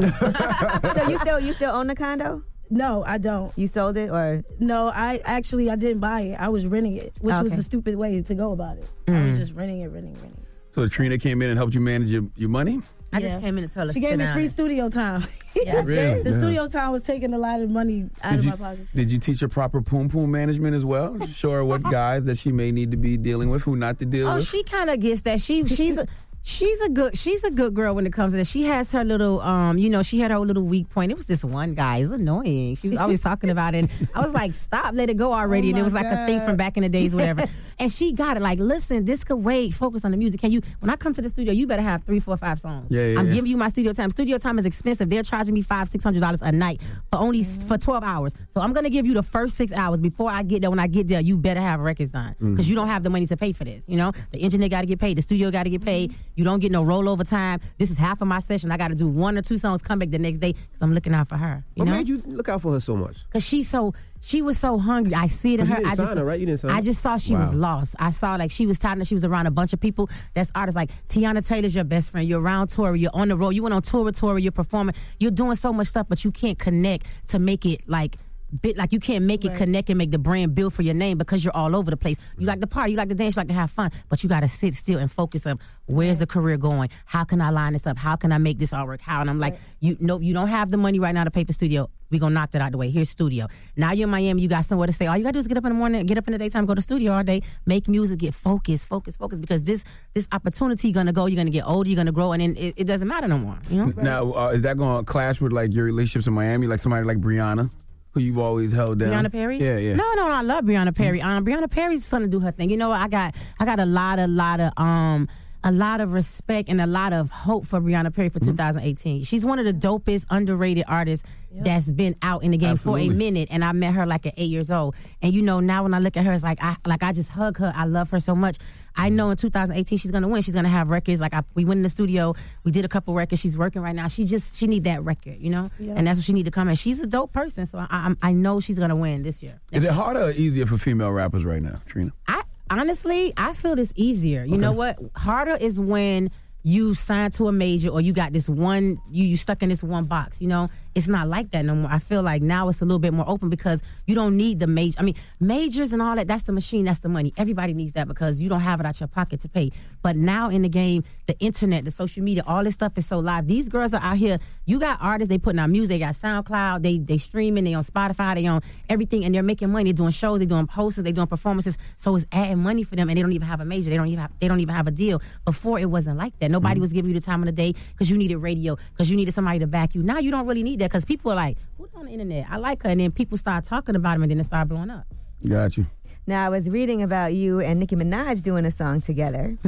Speaker 8: so you still you still own the condo?
Speaker 14: No, I don't.
Speaker 8: You sold it or
Speaker 14: No, I actually I didn't buy it. I was renting it, which was
Speaker 8: Okay.
Speaker 14: the stupid way to go about it. I
Speaker 16: Mm.
Speaker 14: was just renting it, renting, renting.
Speaker 9: So Trina came in and helped you manage your, your money.
Speaker 14: I
Speaker 16: just came in to tell
Speaker 14: She gave me free studio time.
Speaker 9: That's Really? good.
Speaker 14: The
Speaker 9: Yeah.
Speaker 14: studio time was taking a lot of money out of
Speaker 9: Did
Speaker 14: my
Speaker 9: you,
Speaker 14: pocket.
Speaker 9: did you teach her proper poom poom management as well? Show her what guys that she may need to be dealing with, who not to deal
Speaker 16: Oh,
Speaker 9: with.
Speaker 16: she kind of gets that. She she's a she's a good she's a good girl when it comes to that. She has her little um, you know, she had her little weak point. It was this one guy. It was annoying. She was always talking about it. And I was like, stop, let it go already.
Speaker 14: Oh,
Speaker 16: and it
Speaker 14: my
Speaker 16: was like a thing from
Speaker 14: God.
Speaker 16: back in the days, whatever. and she got it. Like, listen, this could wait. Focus on the music. Can you? When I come to the studio, you better have three, four, five songs.
Speaker 2: Yeah, yeah,
Speaker 16: I'm
Speaker 2: yeah.
Speaker 16: giving you my studio time. Studio time is expensive. They're charging me five, six hundred dollars a night for only s for twelve hours. So I'm gonna give you the first six hours before I get there. When I get there, you better have records done because
Speaker 2: Mhm.
Speaker 16: you don't have the money to pay for this. You know, the engineer got to get paid, the studio got to get paid.
Speaker 6: Mm-hmm.
Speaker 16: You don't get no rollover time. This is half of my session. I got to do one or two songs. Come back the next day because I'm looking out for her. You
Speaker 6: What
Speaker 16: know,
Speaker 6: made you look out for her so much?
Speaker 16: Cause she so she was so hungry. I see it in
Speaker 6: But you
Speaker 16: her.
Speaker 6: didn't
Speaker 16: I
Speaker 6: sign
Speaker 16: just,
Speaker 6: her, right? You didn't sign her?
Speaker 16: I just saw she was
Speaker 6: Wow.
Speaker 16: lost. I saw like she was tired and she was around a bunch of people. That's artists like Tiana Taylor's your best friend. You're around Tori. You're on the road. You went on tour with Tori. You're performing. You're doing so much stuff, but you can't connect to make it like. Bit, like you can't make it connect and make the brand build for your name because you're all over the place. You like the party, you like to dance, you like to have fun, but you got to sit still and focus on where's the career going. How can I line this up? How can I make this all work? How? And I'm like, you nope, you don't have the money right now to pay for studio. We gonna knock that out the way. Here's studio. Now you're in Miami. You got somewhere to stay. All you gotta do is get up in the morning, get up in the daytime, go to studio all day, make music, get focused, focus, focus. Because this this opportunity gonna go. You're gonna get older. You're gonna grow, and then it, it doesn't matter no more. You know.
Speaker 9: Now, uh, is that going to clash with like your relationships in Miami? Like somebody like Brianna, who you've always held down.
Speaker 16: Brianna Perry?
Speaker 9: Yeah, yeah. Mm-hmm.
Speaker 16: No, no, no. I love Brianna Perry. Um, Brianna Perry's trying to do her thing. You know, what? I got, I got a lot, a lot of, um, a lot of respect and a lot of hope for Brianna Perry for
Speaker 9: Mm-hmm.
Speaker 16: 2018. She's one of the dopest, underrated artists that's been out in the game for a
Speaker 2: Absolutely.
Speaker 16: minute. And I met her like at eight years old. And you know, now when I look at her, it's like I, like I just hug her. I love her so much. I know in 2018 she's gonna win. She's gonna have records. Like I, we went in the studio, we did a couple records. She's working right now. She just she need that record, you know.
Speaker 2: Yeah.
Speaker 16: And that's what she need to come. And she's a dope person, so I, I'm- I know she's gonna win this year.
Speaker 9: Is it harder or easier for female rappers right now, Trina?
Speaker 16: I honestly, I feel this easier. You know what? Harder is when you sign to a major or you got this one you you stuck in this one box. You know, it's not like that no more. I feel like now it's a little bit more open because you don't need the major. I mean, majors and all that. That's the machine. That's the money. Everybody needs that because you don't have it out your pocket to pay. But now in the game, the internet, the social media, all this stuff is so live. These girls are out here. You got artists. They putting out music. They got SoundCloud. They they streaming. They on Spotify. They on everything, and they're making money. They're doing shows. They're doing posters. They're doing performances. So it's adding money for them, and they don't even have a major. They don't even have, they don't even have a deal. Before it wasn't like that.
Speaker 6: Mm-hmm.
Speaker 16: Nobody was giving you the time of the day because you needed radio because you needed somebody to back you. Now you don't really need that because people are like, who's on the internet? I like her, and then people start talking about him, and then it started blowing up.
Speaker 9: Got you.
Speaker 8: Now I was reading about you and Nicki Minaj doing a song together.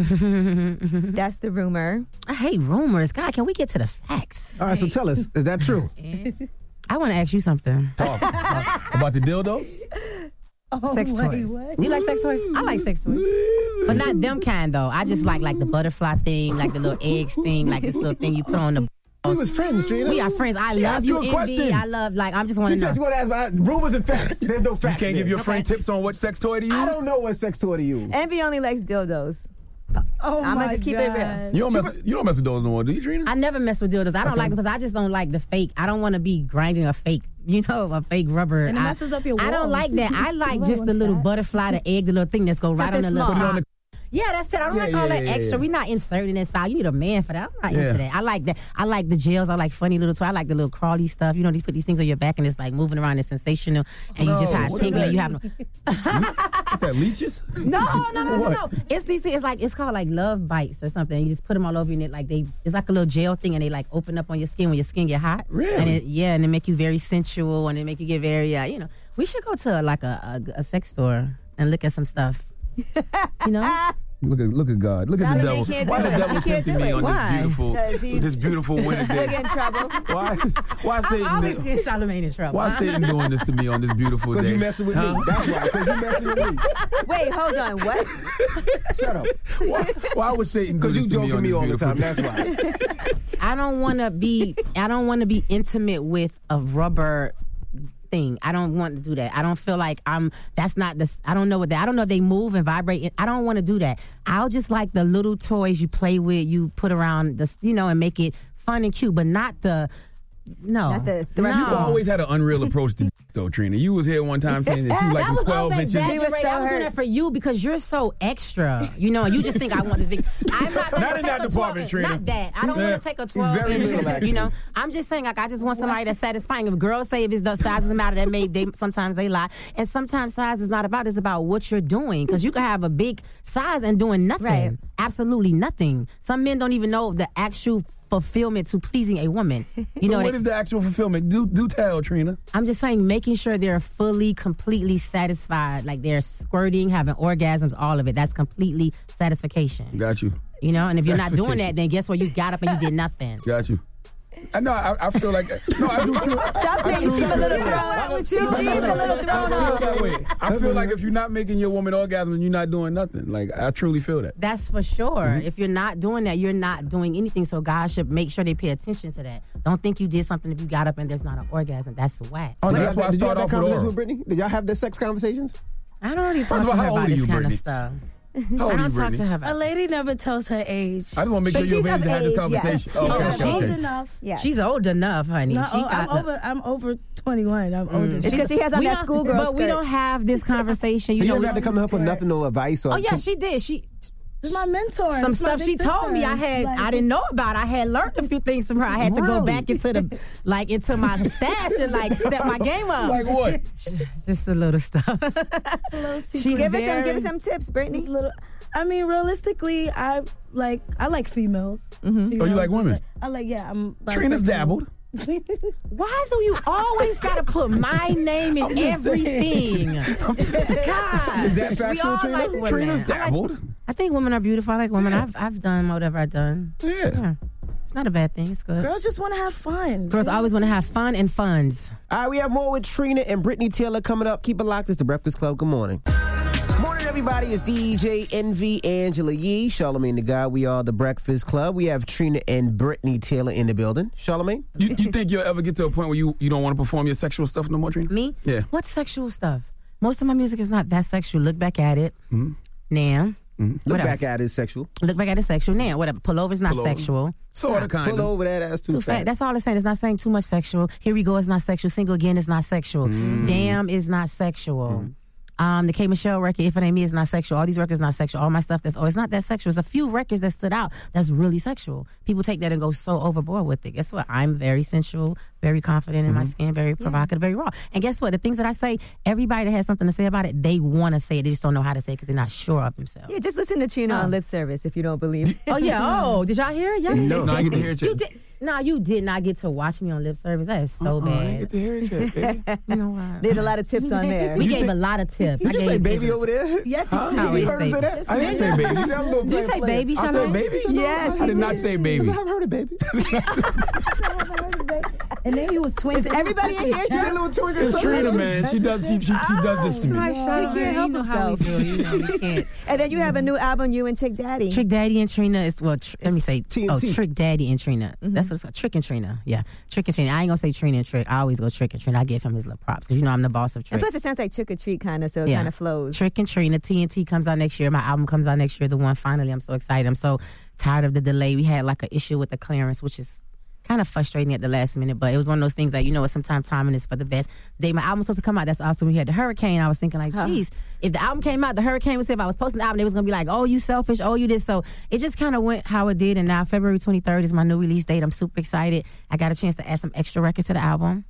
Speaker 8: That's the rumor.
Speaker 16: I hate rumors. God, can we get to the facts?
Speaker 6: All right, so tell us, is that true?
Speaker 16: I want to ask you something.
Speaker 9: About the dildo?
Speaker 16: sex
Speaker 2: wait,
Speaker 16: toys.
Speaker 2: what?
Speaker 16: Oh, You like sex toys? I like sex toys, but not them kind though. I just like like the butterfly thing, like the little eggs thing, like this little thing you put on the
Speaker 6: We was friends, Trina.
Speaker 16: We are friends. I
Speaker 6: She
Speaker 16: love
Speaker 6: asked
Speaker 16: you,
Speaker 6: a
Speaker 16: MD.
Speaker 6: question.
Speaker 16: I love, like, I'm just want to
Speaker 6: She
Speaker 16: know.
Speaker 6: said she want to ask about rumors and facts. There's no facts.
Speaker 9: can't give your friend
Speaker 6: tips on what sex toy to use. I don't know what sex toy to use.
Speaker 8: Envy only likes dildos.
Speaker 16: Oh
Speaker 8: I'ma
Speaker 16: my
Speaker 8: just keep it real.
Speaker 9: You don't mess. You don't mess with those no more, do you, Trina?
Speaker 16: I never mess with dildos. I don't
Speaker 9: Okay.
Speaker 16: like them because I just don't like the fake. I don't want to be grinding a fake, you know, a fake rubber.
Speaker 14: And it
Speaker 16: I-
Speaker 14: messes up your
Speaker 16: I
Speaker 14: walls.
Speaker 16: don't like that. I
Speaker 14: You
Speaker 16: like
Speaker 14: don't
Speaker 16: just the
Speaker 14: want
Speaker 16: little
Speaker 14: that.
Speaker 16: butterfly, the egg, the little thing that's go right on
Speaker 14: Something
Speaker 16: the little.
Speaker 14: small. Put it on
Speaker 16: top. yeah, that's it. I don't
Speaker 14: Yeah,
Speaker 16: like
Speaker 14: yeah,
Speaker 16: all that
Speaker 14: yeah,
Speaker 16: extra.
Speaker 14: yeah.
Speaker 16: We're not inserting inside. You need a man for that. I'm not
Speaker 14: Yeah.
Speaker 16: into that. I like that. I like the gels. I like funny little. So I like the little crawly stuff. You know, these put these things on your back and it's like moving around. It's sensational, and you just
Speaker 9: No,
Speaker 16: have
Speaker 9: what is
Speaker 16: tingling.
Speaker 9: that?
Speaker 16: You have no.
Speaker 9: Is that leeches?
Speaker 16: No, no, no, no,
Speaker 9: What?
Speaker 16: no. It's these. It's like it's called like love bites or something. You just put them all over you, and it like they. It's like a little gel thing, and they like open up on your skin when your skin get hot.
Speaker 9: Really?
Speaker 16: And it, yeah, and it make you very sensual, and it make you get very. Uh, you know, we should go to like a, a a sex store and look at some stuff. you know.
Speaker 9: Look at look at God. Look at the devil.
Speaker 16: Solomon can't
Speaker 9: Why
Speaker 16: do
Speaker 9: the
Speaker 16: it.
Speaker 9: devil
Speaker 16: He can't
Speaker 9: tempting
Speaker 16: do
Speaker 9: me
Speaker 16: it.
Speaker 9: on
Speaker 16: Why?
Speaker 9: this beautiful
Speaker 16: 'Cause he's-
Speaker 9: this beautiful Wednesday?
Speaker 16: in trouble.
Speaker 9: Why why
Speaker 16: I always
Speaker 9: Satan
Speaker 16: get Charlemagne in trouble.
Speaker 9: why Satan doing this to me on this beautiful day?
Speaker 6: you messing with me. That's why. Because you messing with me.
Speaker 8: Wait, hold on. What?
Speaker 6: Shut up.
Speaker 9: Why, why would Satan do
Speaker 6: Because
Speaker 9: this
Speaker 6: you
Speaker 9: to me
Speaker 6: joking
Speaker 9: on
Speaker 6: me
Speaker 9: this
Speaker 6: all the
Speaker 9: beautiful
Speaker 6: time. That's
Speaker 9: day?
Speaker 6: why.
Speaker 16: I don't want to be. I don't want to be intimate with a rubber thing. I don't want to do that. I don't feel like I'm. That's not the. I don't know what that. I don't know if they move and vibrate. I don't want to do that. I'll just like the little toys you play with. You put around the. You know, and make it fun and cute, but not the. No.
Speaker 8: Not the
Speaker 9: You
Speaker 16: No.
Speaker 9: always had an unreal approach to though, Trina. You was here one time saying that you like
Speaker 16: that was
Speaker 9: 12
Speaker 16: over
Speaker 9: inches.
Speaker 16: exaggerated. I was doing that for you because you're so extra. You know, you just think I want this big. I'm not gonna
Speaker 9: Not in
Speaker 16: take
Speaker 9: that
Speaker 16: a 12
Speaker 9: department, Trina.
Speaker 16: Not that. I don't
Speaker 9: Yeah.
Speaker 16: want to take a
Speaker 9: He's
Speaker 16: 12
Speaker 9: very little,
Speaker 16: inch.
Speaker 9: actually.
Speaker 16: You know, I'm just saying, like, I just want somebody that's satisfying. If girls say if it's the size doesn't matter, that may they sometimes they lie, and sometimes size is not about. It's about what you're doing because you can have a big size and doing nothing, absolutely nothing. Some men don't even know the actual fulfillment to pleasing a woman. You
Speaker 9: but
Speaker 16: know, they-
Speaker 9: what is the actual fulfillment? Do do tell, Trina.
Speaker 16: I'm just saying, making sure they're fully, completely satisfied. Like they're squirting, having orgasms, all of it. That's completely satisfaction.
Speaker 9: Got you.
Speaker 16: You know, and if you're not doing
Speaker 9: Satisfaction.
Speaker 16: that, then guess what? You got up and you did nothing.
Speaker 9: Got you. I know. I, I feel like no. I do too.
Speaker 16: Stop
Speaker 9: I
Speaker 16: it. You
Speaker 9: truly
Speaker 16: keep a little
Speaker 9: feel that.
Speaker 16: thrown out with you.
Speaker 9: No, no,
Speaker 16: You keep
Speaker 9: no.
Speaker 16: a little thrown
Speaker 9: I feel
Speaker 16: out.
Speaker 9: that way. I feel like if you're not making your woman orgasm, then you're not doing nothing. Like I truly feel that.
Speaker 16: That's for sure.
Speaker 9: Mhm.
Speaker 16: If you're not doing that, you're not doing anything. So God should make sure they pay attention to that. Don't think you did something if you got up and there's not an orgasm. That's whack.
Speaker 6: Oh, that's why Did you have that conversation with Brittany? Did y'all have the sex conversations?
Speaker 16: I don't really
Speaker 6: First
Speaker 16: talk
Speaker 6: of all,
Speaker 16: to
Speaker 6: how
Speaker 16: her
Speaker 6: old
Speaker 16: about
Speaker 6: are
Speaker 16: this
Speaker 6: you,
Speaker 16: kind
Speaker 6: Brittany?
Speaker 16: of stuff.
Speaker 6: How
Speaker 16: I
Speaker 6: old are you,
Speaker 16: don't talk to
Speaker 6: Brittany?
Speaker 16: her. About
Speaker 14: A lady never tells her age.
Speaker 9: I just want to make sure you're ready to have this conversation. Oh, okay,
Speaker 14: she's
Speaker 9: okay,
Speaker 14: old
Speaker 9: okay.
Speaker 14: enough.
Speaker 16: Yeah. She's old enough, honey.
Speaker 14: No,
Speaker 16: She
Speaker 14: oh, I'm
Speaker 16: got-
Speaker 14: over. I'm over 21. I'm older.
Speaker 16: Mm. We don't- But we don't have this conversation. You,
Speaker 6: You,
Speaker 16: know,
Speaker 6: don't
Speaker 16: we
Speaker 6: have to come up with nothing, no advice. Or
Speaker 16: Oh yeah, she did. She
Speaker 14: This is my mentor.
Speaker 16: some
Speaker 14: This is my big
Speaker 16: stuff she told me
Speaker 14: sister.
Speaker 16: I had
Speaker 14: Like-
Speaker 16: I didn't know about. I had learned a few things from her. I had to go
Speaker 14: Really?
Speaker 16: back into the like into my stash and like step my game up.
Speaker 9: Like what?
Speaker 16: Just a little stuff. She's
Speaker 14: give us
Speaker 16: very-
Speaker 14: some, give us some
Speaker 8: tips, Brittany.
Speaker 14: Little, I mean, realistically, I like I like females.
Speaker 16: Mm-hmm.
Speaker 9: Oh, you like women?
Speaker 14: I like yeah. I'm.
Speaker 9: Trina's dabbled.
Speaker 16: Why do you always gotta put my name in everything? God,
Speaker 9: Is that
Speaker 16: we
Speaker 9: factual,
Speaker 16: all
Speaker 9: Trina?
Speaker 16: like women.
Speaker 9: Trina's
Speaker 16: I like-
Speaker 9: dabbled.
Speaker 16: I think women are beautiful. I like women. I've I've done whatever I've done.
Speaker 9: Yeah.
Speaker 16: It's not a bad thing. It's good.
Speaker 14: Girls just want to have fun.
Speaker 16: Girls always want to have fun and funds.
Speaker 6: All right, we have more with Trina and Brittany Taylor coming up. Keep it locked. It's the Breakfast Club. Good morning. Morning, everybody. It's DJ NV Angela Yee, Charlemagne the Guy. We are the Breakfast Club. We have Trina and Brittany Taylor in the building. Charlemagne?
Speaker 9: You, you think you'll ever get to a point where you, you don't want to perform your sexual stuff no more, Trina?
Speaker 16: Me?
Speaker 9: Yeah.
Speaker 16: What sexual stuff? Most of my music is not that sexual. Look back at it.
Speaker 9: Mhm.
Speaker 16: Now.
Speaker 9: Mhm.
Speaker 16: What
Speaker 6: Look
Speaker 16: else?
Speaker 6: back at it, sexual.
Speaker 16: Look back at it sexual. Now, whatever. Pullover's not
Speaker 6: Pullover.
Speaker 16: sexual.
Speaker 6: Sorta,
Speaker 16: Stop.
Speaker 6: kinda. Pullover, that ass too fat.
Speaker 16: That's all it's saying. It's not saying too much sexual. Here we go. It's not sexual. Single again is not sexual. Damn is not sexual. Um, the K Michelle record, If It Ain't Me, is not sexual. All these records not sexual. All my stuff that's oh, it's not that sexual. There's a few records that stood out that's really sexual. People take that and go so overboard with it. Guess what? I'm very sensual, very confident in my
Speaker 14: Mhm.
Speaker 16: skin, very provocative, very raw. And guess what? The things that I say, everybody that has something to say about it, they want to say it. They just don't know how to say it because they're not sure of themselves.
Speaker 8: Yeah, just listen to Trina
Speaker 16: So-
Speaker 8: on lip service if you don't believe.
Speaker 16: Oh yeah. Oh, did y'all hear? it? Y'all
Speaker 8: No.
Speaker 16: didn't-
Speaker 8: No, I get to hear it,
Speaker 16: You
Speaker 8: too.
Speaker 16: did. No, you did not get to watch me on lip service. That is
Speaker 8: Uh-uh,
Speaker 16: so
Speaker 8: I
Speaker 16: bad.
Speaker 8: didn't get
Speaker 16: to hear it yet, you know what?
Speaker 8: There's a lot of tips on there.
Speaker 16: We
Speaker 8: You
Speaker 16: gave
Speaker 8: think-
Speaker 16: a lot of tips.
Speaker 8: You
Speaker 16: I
Speaker 8: just
Speaker 16: gave
Speaker 8: say baby
Speaker 16: tips.
Speaker 8: over there? Yes,
Speaker 16: Huh?
Speaker 8: you
Speaker 16: I
Speaker 8: did.
Speaker 16: always
Speaker 8: You heard him say that?
Speaker 9: I didn't say baby. That little
Speaker 16: Did you
Speaker 9: player
Speaker 16: say
Speaker 9: player.
Speaker 16: baby,
Speaker 9: I said
Speaker 16: Charlamagne?
Speaker 9: baby? Yes, I did not say baby.
Speaker 6: I haven't heard of baby.
Speaker 14: And then you was twinkling.
Speaker 8: everybody in here It's drunk? little twinkle
Speaker 9: It's Trina, man. She does. She she, she does this to
Speaker 16: Oh,
Speaker 9: me.
Speaker 8: He can't help himself. and then you have a new album, you and Trick Daddy.
Speaker 16: Trick Daddy and Trina is well. Tr- let me say, oh,
Speaker 8: TNT.
Speaker 16: Trick Daddy and Trina. That's what it's called. Trick and Trina. Yeah, Trick and Trina. I ain't gonna say Trina and Trick. I always go Trick and Trina. I give him his little props 'cause you know I'm the boss of Trick.
Speaker 8: And plus, it sounds like trick or treat kind of, so it
Speaker 16: Yeah.
Speaker 8: kind of flows.
Speaker 16: Trick and Trina. TNT comes out next year. My album comes out next year. The one finally. I'm so excited. I'm so tired of the delay. We had like an issue with the clearance, which is kind of frustrating at the last minute. But it was one of those things that you know what. Sometimes timing is for the best. Day my album was supposed to come out. That's awesome. We had the hurricane. I was thinking like,
Speaker 8: Huh.
Speaker 16: geez, if the album came out, the hurricane was here. If I was posting the album, they was gonna be like, oh, you selfish. Oh, you this. So it just kind of went how it did. And now February 23rd is my new release date. I'm super excited. I got a chance to add some extra records to the album.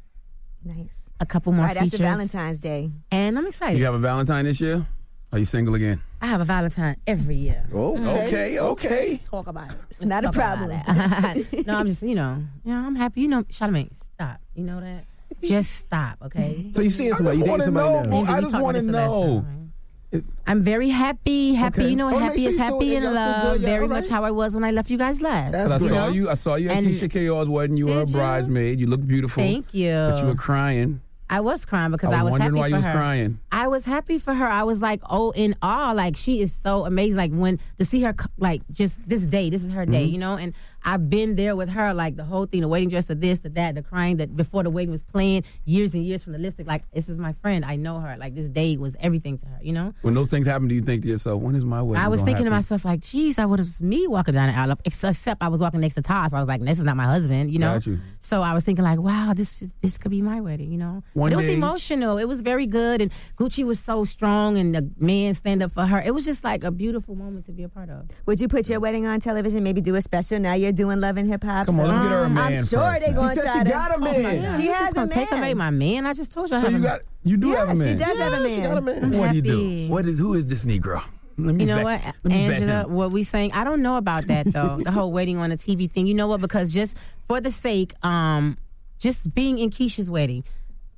Speaker 8: Nice.
Speaker 16: A couple more
Speaker 8: right
Speaker 16: features.
Speaker 8: after Valentine's Day.
Speaker 16: And I'm excited.
Speaker 9: You have a Valentine this year? Are you single again?
Speaker 16: I have a Valentine every year.
Speaker 9: Oh, okay, okay.
Speaker 16: Let's talk about it. It's
Speaker 8: not a problem.
Speaker 16: no, I'm just, you know, you know, I'm happy. You know, Charlamagne, stop. You know that? Just stop, okay?
Speaker 6: So you seeing
Speaker 9: I somebody, you just dating wanna somebody know, now. bro.
Speaker 16: Maybe
Speaker 9: I
Speaker 16: we
Speaker 9: just
Speaker 16: talked about
Speaker 9: wanna
Speaker 16: this the last
Speaker 9: know.
Speaker 16: time, right? I'm very happy, happy.
Speaker 9: Okay.
Speaker 16: You know,
Speaker 9: Oh, make
Speaker 16: happy
Speaker 9: sure
Speaker 16: is
Speaker 9: you
Speaker 16: happy
Speaker 9: still-
Speaker 16: and in
Speaker 9: y'all still
Speaker 16: love.
Speaker 9: good, y'all
Speaker 16: very
Speaker 9: all
Speaker 16: much
Speaker 9: right?
Speaker 16: how I was when I left you guys last.
Speaker 9: But I
Speaker 16: you
Speaker 9: saw
Speaker 16: know?
Speaker 9: you. I saw you at
Speaker 16: And-
Speaker 9: Keisha K.R.'s wedding. You were a
Speaker 16: Did you?
Speaker 9: bridesmaid. You looked beautiful.
Speaker 16: Thank you.
Speaker 9: But you were crying.
Speaker 16: I was crying because
Speaker 9: I
Speaker 16: I
Speaker 9: was
Speaker 16: was,
Speaker 9: wondering
Speaker 16: happy
Speaker 9: why you
Speaker 16: for
Speaker 9: was
Speaker 16: her.
Speaker 9: crying.
Speaker 16: I was happy for her. I was like, oh, in awe. Like she is so amazing. Like when to see her, c- like just this day. This is her day,
Speaker 9: Mm-hmm.
Speaker 2: Mhm.
Speaker 16: you know. And I've been there with her, like the whole thing, the wedding dress, the this, the that, the crying, that before the wedding was planned, years and years from the lipstick. Like this is my friend. I know her. Like this day was everything to her, you know.
Speaker 9: When those things happen, do you think to yourself, when is my wedding?
Speaker 16: I was
Speaker 9: gonna
Speaker 16: thinking to
Speaker 9: happen?
Speaker 16: myself, like, geez, I would have me walking down the aisle, ex- except I was walking next to Todd. So I was like, this is not my husband, you know.
Speaker 9: Got you.
Speaker 16: So I was thinking, like, wow, this is, this could be my wedding, you know.
Speaker 9: One
Speaker 16: but it was
Speaker 9: day-
Speaker 16: emotional. It was very good, and Gucci was so strong, and the man stand up for her. It was just like a beautiful moment to be a part of.
Speaker 8: Would you put your wedding on television? Maybe do a special. Now you're doing Love and Hip Hop.
Speaker 16: Come on,
Speaker 8: so-
Speaker 16: let's get her a
Speaker 8: I'm
Speaker 9: man
Speaker 8: sure
Speaker 9: first
Speaker 8: they're
Speaker 9: now.
Speaker 8: going
Speaker 9: She
Speaker 8: to
Speaker 9: said
Speaker 8: try
Speaker 9: she
Speaker 8: to. Oh
Speaker 9: got a man.
Speaker 16: Oh, my God,
Speaker 8: She
Speaker 16: you
Speaker 8: has
Speaker 16: just
Speaker 8: a
Speaker 16: gonna take away
Speaker 8: man.
Speaker 16: my man. I just told you. I
Speaker 9: So
Speaker 16: have
Speaker 9: you
Speaker 16: a
Speaker 9: got, you do have a
Speaker 16: Yeah, she
Speaker 9: man.
Speaker 16: does have a Yeah, she man. got a man. I'm
Speaker 9: What do you
Speaker 16: happy.
Speaker 9: do? What is who is this Negro? Let me
Speaker 16: you know
Speaker 9: vex-
Speaker 16: what,
Speaker 9: Let me vex
Speaker 16: Angela?
Speaker 9: him.
Speaker 16: What we saying? I don't know about that though. the whole waiting on a TV thing. You know what? Because just for the sake, um, just being in Keisha's wedding,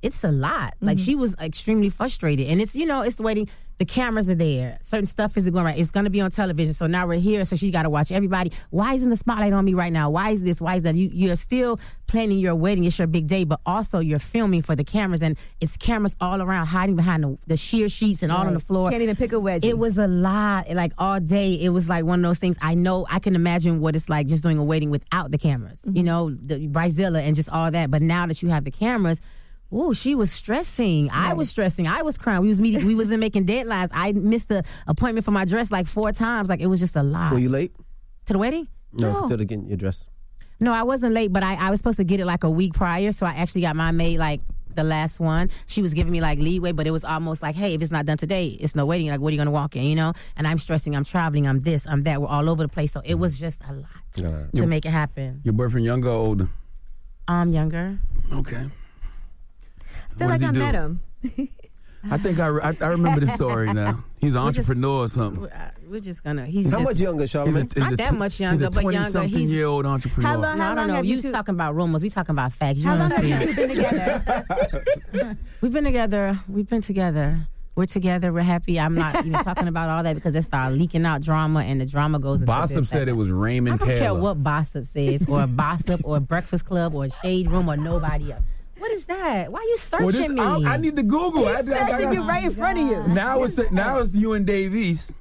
Speaker 16: it's a lot.
Speaker 9: Mm-hmm.
Speaker 16: Like she was extremely frustrated, and it's you know it's the wedding. The cameras are there. Certain stuff isn't going right. It's going to be on television. So now we're here. So she got to watch everybody. Why isn't the spotlight on me right now? Why is this? Why is that? You, you're still planning your wedding. It's your big day, but also you're filming for the cameras, and it's cameras all around, hiding behind the, the sheer sheets and all on the
Speaker 8: Right.
Speaker 16: floor.
Speaker 8: Can't even pick a wedgie.
Speaker 16: It was a lot. Like all day, it was like one of those things. I know I can imagine what it's like just doing a wedding without the cameras.
Speaker 8: Mm-hmm.
Speaker 16: You know, the Brazilla and just all that. But now that you have the cameras, ooh, she was stressing. I was stressing. I was crying. We was meeting. we wasn't making deadlines. I missed the appointment for my dress like four times. Like it was just a lot.
Speaker 6: Were you late?
Speaker 16: to the wedding?
Speaker 6: No, still to get your dress.
Speaker 16: No, I wasn't late, but I, I was supposed to get it like a week prior, so I actually got mine made like the last one. She was giving me like leeway, but it was almost like, hey, if it's not done today, it's no waiting. Like, what are you going to walk in, you know? And I'm stressing, I'm traveling, I'm this, I'm that. We're all over the place, so it was just a lot to
Speaker 9: Your-
Speaker 16: make it happen.
Speaker 9: Your boyfriend younger or older?
Speaker 16: I'm younger.
Speaker 9: Okay.
Speaker 8: I feel
Speaker 9: What
Speaker 8: like
Speaker 9: did
Speaker 8: I
Speaker 9: he do?
Speaker 8: met him.
Speaker 9: I think I, re- I, I remember the story now. He's an
Speaker 16: We just-
Speaker 9: entrepreneur or something.
Speaker 16: We're just going to. He's
Speaker 9: How
Speaker 16: just-
Speaker 9: much younger, Charlamagne? He's a- he's
Speaker 16: Not
Speaker 9: a
Speaker 16: that
Speaker 9: tw-
Speaker 16: much
Speaker 9: he's a
Speaker 16: younger, but younger.
Speaker 9: 20-something year old entrepreneur.
Speaker 16: How long, how I don't know. You talking about rumors. We talking about facts. You
Speaker 8: How
Speaker 16: know
Speaker 8: long
Speaker 16: what I'm
Speaker 8: have you
Speaker 16: saying?
Speaker 8: two been together?
Speaker 16: We've been together. We've been together. We're together. We're happy. I'm not even talking about all that because it started leaking out drama, and the drama goes. into
Speaker 9: Bossip
Speaker 16: this, that,
Speaker 9: said it was
Speaker 16: I
Speaker 9: Raymond
Speaker 16: don't care
Speaker 9: Taylor.
Speaker 16: what Bossip says, or Bossip, or Breakfast Club, or Shade Room, or nobody else. What is that? Why are you searching
Speaker 9: Well, this-
Speaker 16: me?
Speaker 9: I, I need to Google. I, I, I, I,
Speaker 8: in front of you.
Speaker 9: Now it's now it's you and Dave East.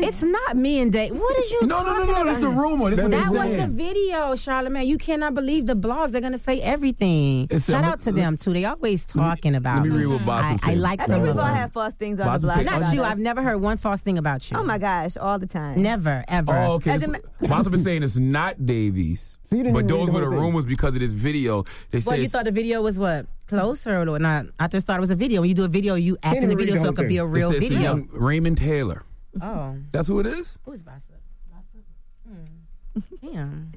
Speaker 16: It's not me and Dave. What is you?
Speaker 9: No, no, no, no,
Speaker 16: talking
Speaker 9: that's the
Speaker 16: about?
Speaker 9: rumor. That's what
Speaker 16: that
Speaker 9: they're
Speaker 16: was the
Speaker 9: saying.
Speaker 16: video, Charlamagne. You cannot believe the blogs. They're gonna say everything.
Speaker 9: It's a-
Speaker 16: Shout out to them too. They always talking about.
Speaker 9: let me
Speaker 16: me.
Speaker 9: read what Bossip
Speaker 16: Mm-hmm. I, I
Speaker 9: said.
Speaker 16: like
Speaker 8: I
Speaker 16: some
Speaker 8: think
Speaker 16: of
Speaker 8: we've all
Speaker 16: them.
Speaker 8: had false things on
Speaker 9: Boss
Speaker 8: the
Speaker 9: will
Speaker 8: block.
Speaker 9: take-
Speaker 16: Not you. I've never heard one false thing about you.
Speaker 8: Oh my gosh, all the time.
Speaker 16: Never, ever.
Speaker 9: Oh, okay.
Speaker 8: As a ma-
Speaker 9: Bossip is saying it's not Davies.
Speaker 16: didn't
Speaker 9: But
Speaker 16: even read
Speaker 9: those
Speaker 16: the
Speaker 9: were the
Speaker 16: whole thing.
Speaker 9: rumors because of this video. They
Speaker 16: Well,
Speaker 9: said
Speaker 16: you thought the video was what closer or not? I just thought it was a video. When you do a video, you act in the video, so it could be a
Speaker 9: It
Speaker 16: real
Speaker 9: says it's a
Speaker 16: video.
Speaker 9: young Raymond Taylor.
Speaker 16: Oh,
Speaker 9: That's who it is.
Speaker 16: who's Bossip? Bossip. Hmm. Damn.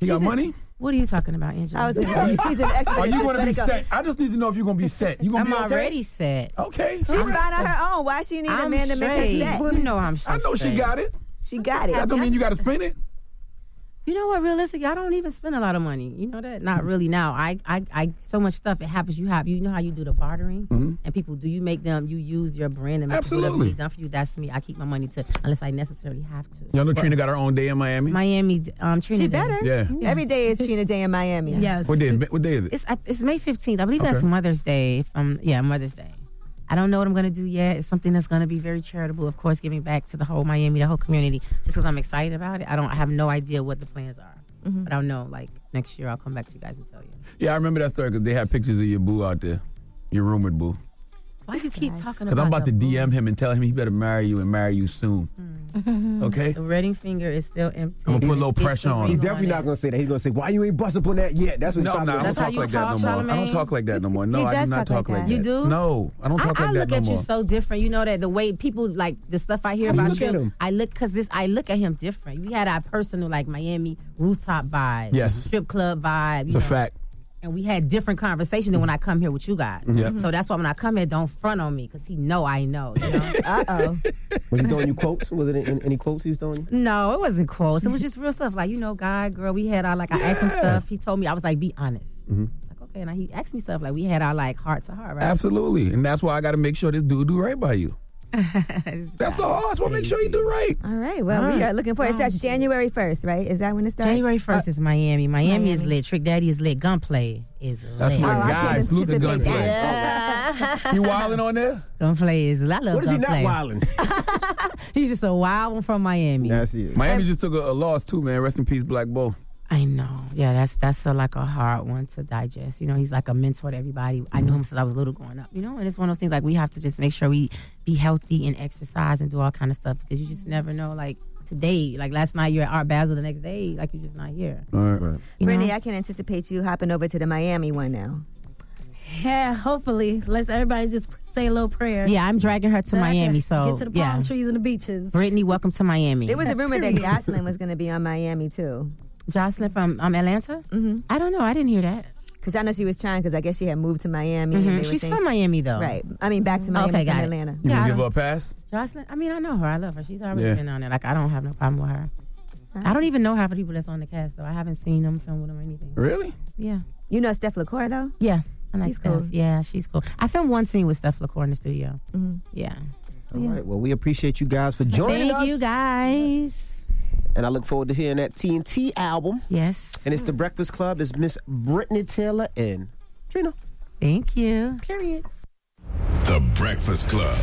Speaker 9: He got money.
Speaker 16: What are you talking about, Angela?
Speaker 8: I was gonna say, she's an expert
Speaker 9: Are you
Speaker 8: in
Speaker 9: going to be set?
Speaker 8: aesthetic.
Speaker 9: I just need to know if you're going to be set. You going to
Speaker 16: I'm
Speaker 9: be okay?
Speaker 16: already set.
Speaker 9: Okay.
Speaker 8: She's fine on her own. Why she need a
Speaker 16: I'm
Speaker 8: man to make
Speaker 16: straight.
Speaker 8: her set?
Speaker 16: You know I'm
Speaker 9: I know she
Speaker 16: straight.
Speaker 9: got it.
Speaker 8: She got it.
Speaker 9: That don't mean you got to spin it.
Speaker 16: you know what? Realistically, I don't even spend a lot of money. You know that? Not really now. I, I, I so much stuff. It happens. You have. You know how you do the bartering,
Speaker 9: Mhm.
Speaker 16: and people do you make them? You use your brand and make whatever
Speaker 9: Absolutely.
Speaker 16: you done for you. That's me. I keep my money to unless I necessarily have to.
Speaker 9: Y'all know
Speaker 16: But
Speaker 9: Trina got her own day in Miami.
Speaker 16: Miami. Um, Trina.
Speaker 8: She
Speaker 16: Day.
Speaker 8: better.
Speaker 9: Yeah.
Speaker 8: Every day is Trina Day in Miami.
Speaker 16: Yes.
Speaker 9: What day? What day is it?
Speaker 16: It's I- it's May fifteenth. I believe that's
Speaker 9: Okay.
Speaker 16: Mother's Day. If um, yeah, Mother's Day. I don't know what I'm going to do yet. It's something that's going to be very charitable, of course, giving back to the whole Miami, the whole community. Just because I'm excited about it, I don't. I have no idea what the plans are, but I'll know. Like next year, I'll come back to you guys and tell you.
Speaker 9: Yeah, I remember that story because they had pictures of your boo out there, your rumored boo.
Speaker 16: Why do you keep talking
Speaker 9: Because
Speaker 16: about?
Speaker 9: I'm about
Speaker 16: the
Speaker 9: to DM him and tell him he better marry you and marry you soon.
Speaker 16: Mm.
Speaker 9: Okay.
Speaker 16: The wedding finger is still empty.
Speaker 9: I'm gonna put a little
Speaker 16: It's the
Speaker 9: pressure on
Speaker 16: ring
Speaker 9: him.
Speaker 6: He's definitely not gonna say that. He's gonna say, "Why you ain't bust up on that yet?" That's what
Speaker 9: no,
Speaker 6: he's
Speaker 9: no, I don't
Speaker 16: That's how
Speaker 9: talk
Speaker 16: you
Speaker 9: like that no
Speaker 16: talk,
Speaker 9: more. I don't
Speaker 16: Charlamagne?
Speaker 9: talk like that no more. No,
Speaker 16: He
Speaker 9: I
Speaker 16: does
Speaker 9: do not
Speaker 16: talk
Speaker 9: talk like that.
Speaker 16: You do?
Speaker 9: No, I don't talk
Speaker 16: I,
Speaker 9: like that
Speaker 16: look
Speaker 9: no
Speaker 16: at
Speaker 9: more.
Speaker 16: you so different. You know that the way people like the stuff I hear
Speaker 9: How you
Speaker 16: about
Speaker 9: look at him?
Speaker 16: I look because this. I look at him different. We had our personal like Miami rooftop vibe,
Speaker 9: Yes.
Speaker 16: strip club vibe.
Speaker 9: it's
Speaker 16: you
Speaker 9: a
Speaker 16: know,
Speaker 9: fact.
Speaker 16: And we had different conversation than when I come here with you guys.
Speaker 9: Yeah. Mhm.
Speaker 16: So that's why when I come here, don't front on me because he know I know. You know? uh oh.
Speaker 6: Was he throwing you quotes? Was it in, any quotes he was throwing? you?
Speaker 16: No, it wasn't quotes. It was just real stuff. Like you know, guy, girl. We had our like. I asked him
Speaker 9: Yeah.
Speaker 16: stuff. He told me I was like, be honest.
Speaker 9: Mhm.
Speaker 16: It's like okay. And I, he asked me stuff. Like we had our like heart to heart. Right?
Speaker 9: Absolutely, and that's why I got to make sure this dude do right by you. That's all. I just want to make sure you do right.
Speaker 8: All right. Well, we
Speaker 16: Right.
Speaker 8: are looking forward. It starts January 1st, right? Is that when it starts? Uh,
Speaker 16: January first is Miami. Miami. is lit. Trick Daddy is lit. Gunplay is lit.
Speaker 9: That's
Speaker 8: Oh,
Speaker 9: my guy, Salute the Gunplay.
Speaker 16: Yeah.
Speaker 9: You wilding on there?
Speaker 16: Gunplay is. I love
Speaker 9: What is he not
Speaker 16: Gunplay.
Speaker 9: wilding?
Speaker 16: He's just a wild one from Miami.
Speaker 9: That's it. Miami just took a, a loss too, man. Rest in peace, Black Bull.
Speaker 16: I know. Yeah, that's that's a, like a hard one to digest. You know, he's like a mentor to everybody. I knew him since I was little growing up. You know, and it's one of those things like we have to just make sure we be healthy and exercise and do all kind of stuff because you just never know. Like today, like last night you're at Art Basel, the next day like you're just not here.
Speaker 9: All right, right.
Speaker 16: You
Speaker 8: Brittany,
Speaker 16: know?
Speaker 8: I can anticipate you hopping over to the Miami one now.
Speaker 14: Yeah, hopefully. Let's everybody just say a little prayer.
Speaker 16: Yeah, I'm dragging her to
Speaker 14: So I can
Speaker 16: Miami, so,
Speaker 14: get to the palm
Speaker 16: yeah.
Speaker 14: trees and the beaches.
Speaker 16: Brittany, welcome to Miami.
Speaker 8: There was a rumor that
Speaker 14: Period.
Speaker 8: Jocelyn was going to be on Miami too.
Speaker 16: Jocelyn from um, Atlanta. Mm-hmm. I don't know. I didn't hear that.
Speaker 8: Because I know she was trying. Because I guess she had moved to Miami. and
Speaker 16: Mhm.
Speaker 8: they were
Speaker 16: She's
Speaker 8: saying-
Speaker 16: from Miami, though.
Speaker 8: Right. I mean, back to Miami
Speaker 16: Okay,
Speaker 8: from
Speaker 16: got it.
Speaker 8: Atlanta.
Speaker 9: You
Speaker 16: Yeah, I
Speaker 9: gonna give
Speaker 16: don't-
Speaker 9: her a pass?
Speaker 16: Jocelyn, I mean, I know her. I love her. She's already
Speaker 9: Yeah.
Speaker 16: been on it. Like, I don't have no problem with her. I don't even know half the people that's on the cast, though. I haven't seen them, film with them, or anything.
Speaker 9: Really?
Speaker 16: Yeah.
Speaker 8: You know Steph LaCour though.
Speaker 16: Yeah. I like
Speaker 8: She's
Speaker 16: Steph.
Speaker 8: cool.
Speaker 16: Yeah, she's cool. I filmed one scene with Steph LaCour in the studio.
Speaker 8: Mm-hmm.
Speaker 16: Yeah.
Speaker 6: All
Speaker 16: Yeah.
Speaker 6: right. Well, we appreciate you guys for joining
Speaker 16: Thank
Speaker 6: us,
Speaker 16: you, guys.
Speaker 6: and I look forward to hearing that TNT album.
Speaker 16: Yes.
Speaker 6: And it's the Breakfast Club. It's Miss Brittany Taylor and Trina.
Speaker 16: Thank you. Period.
Speaker 15: The Breakfast Club.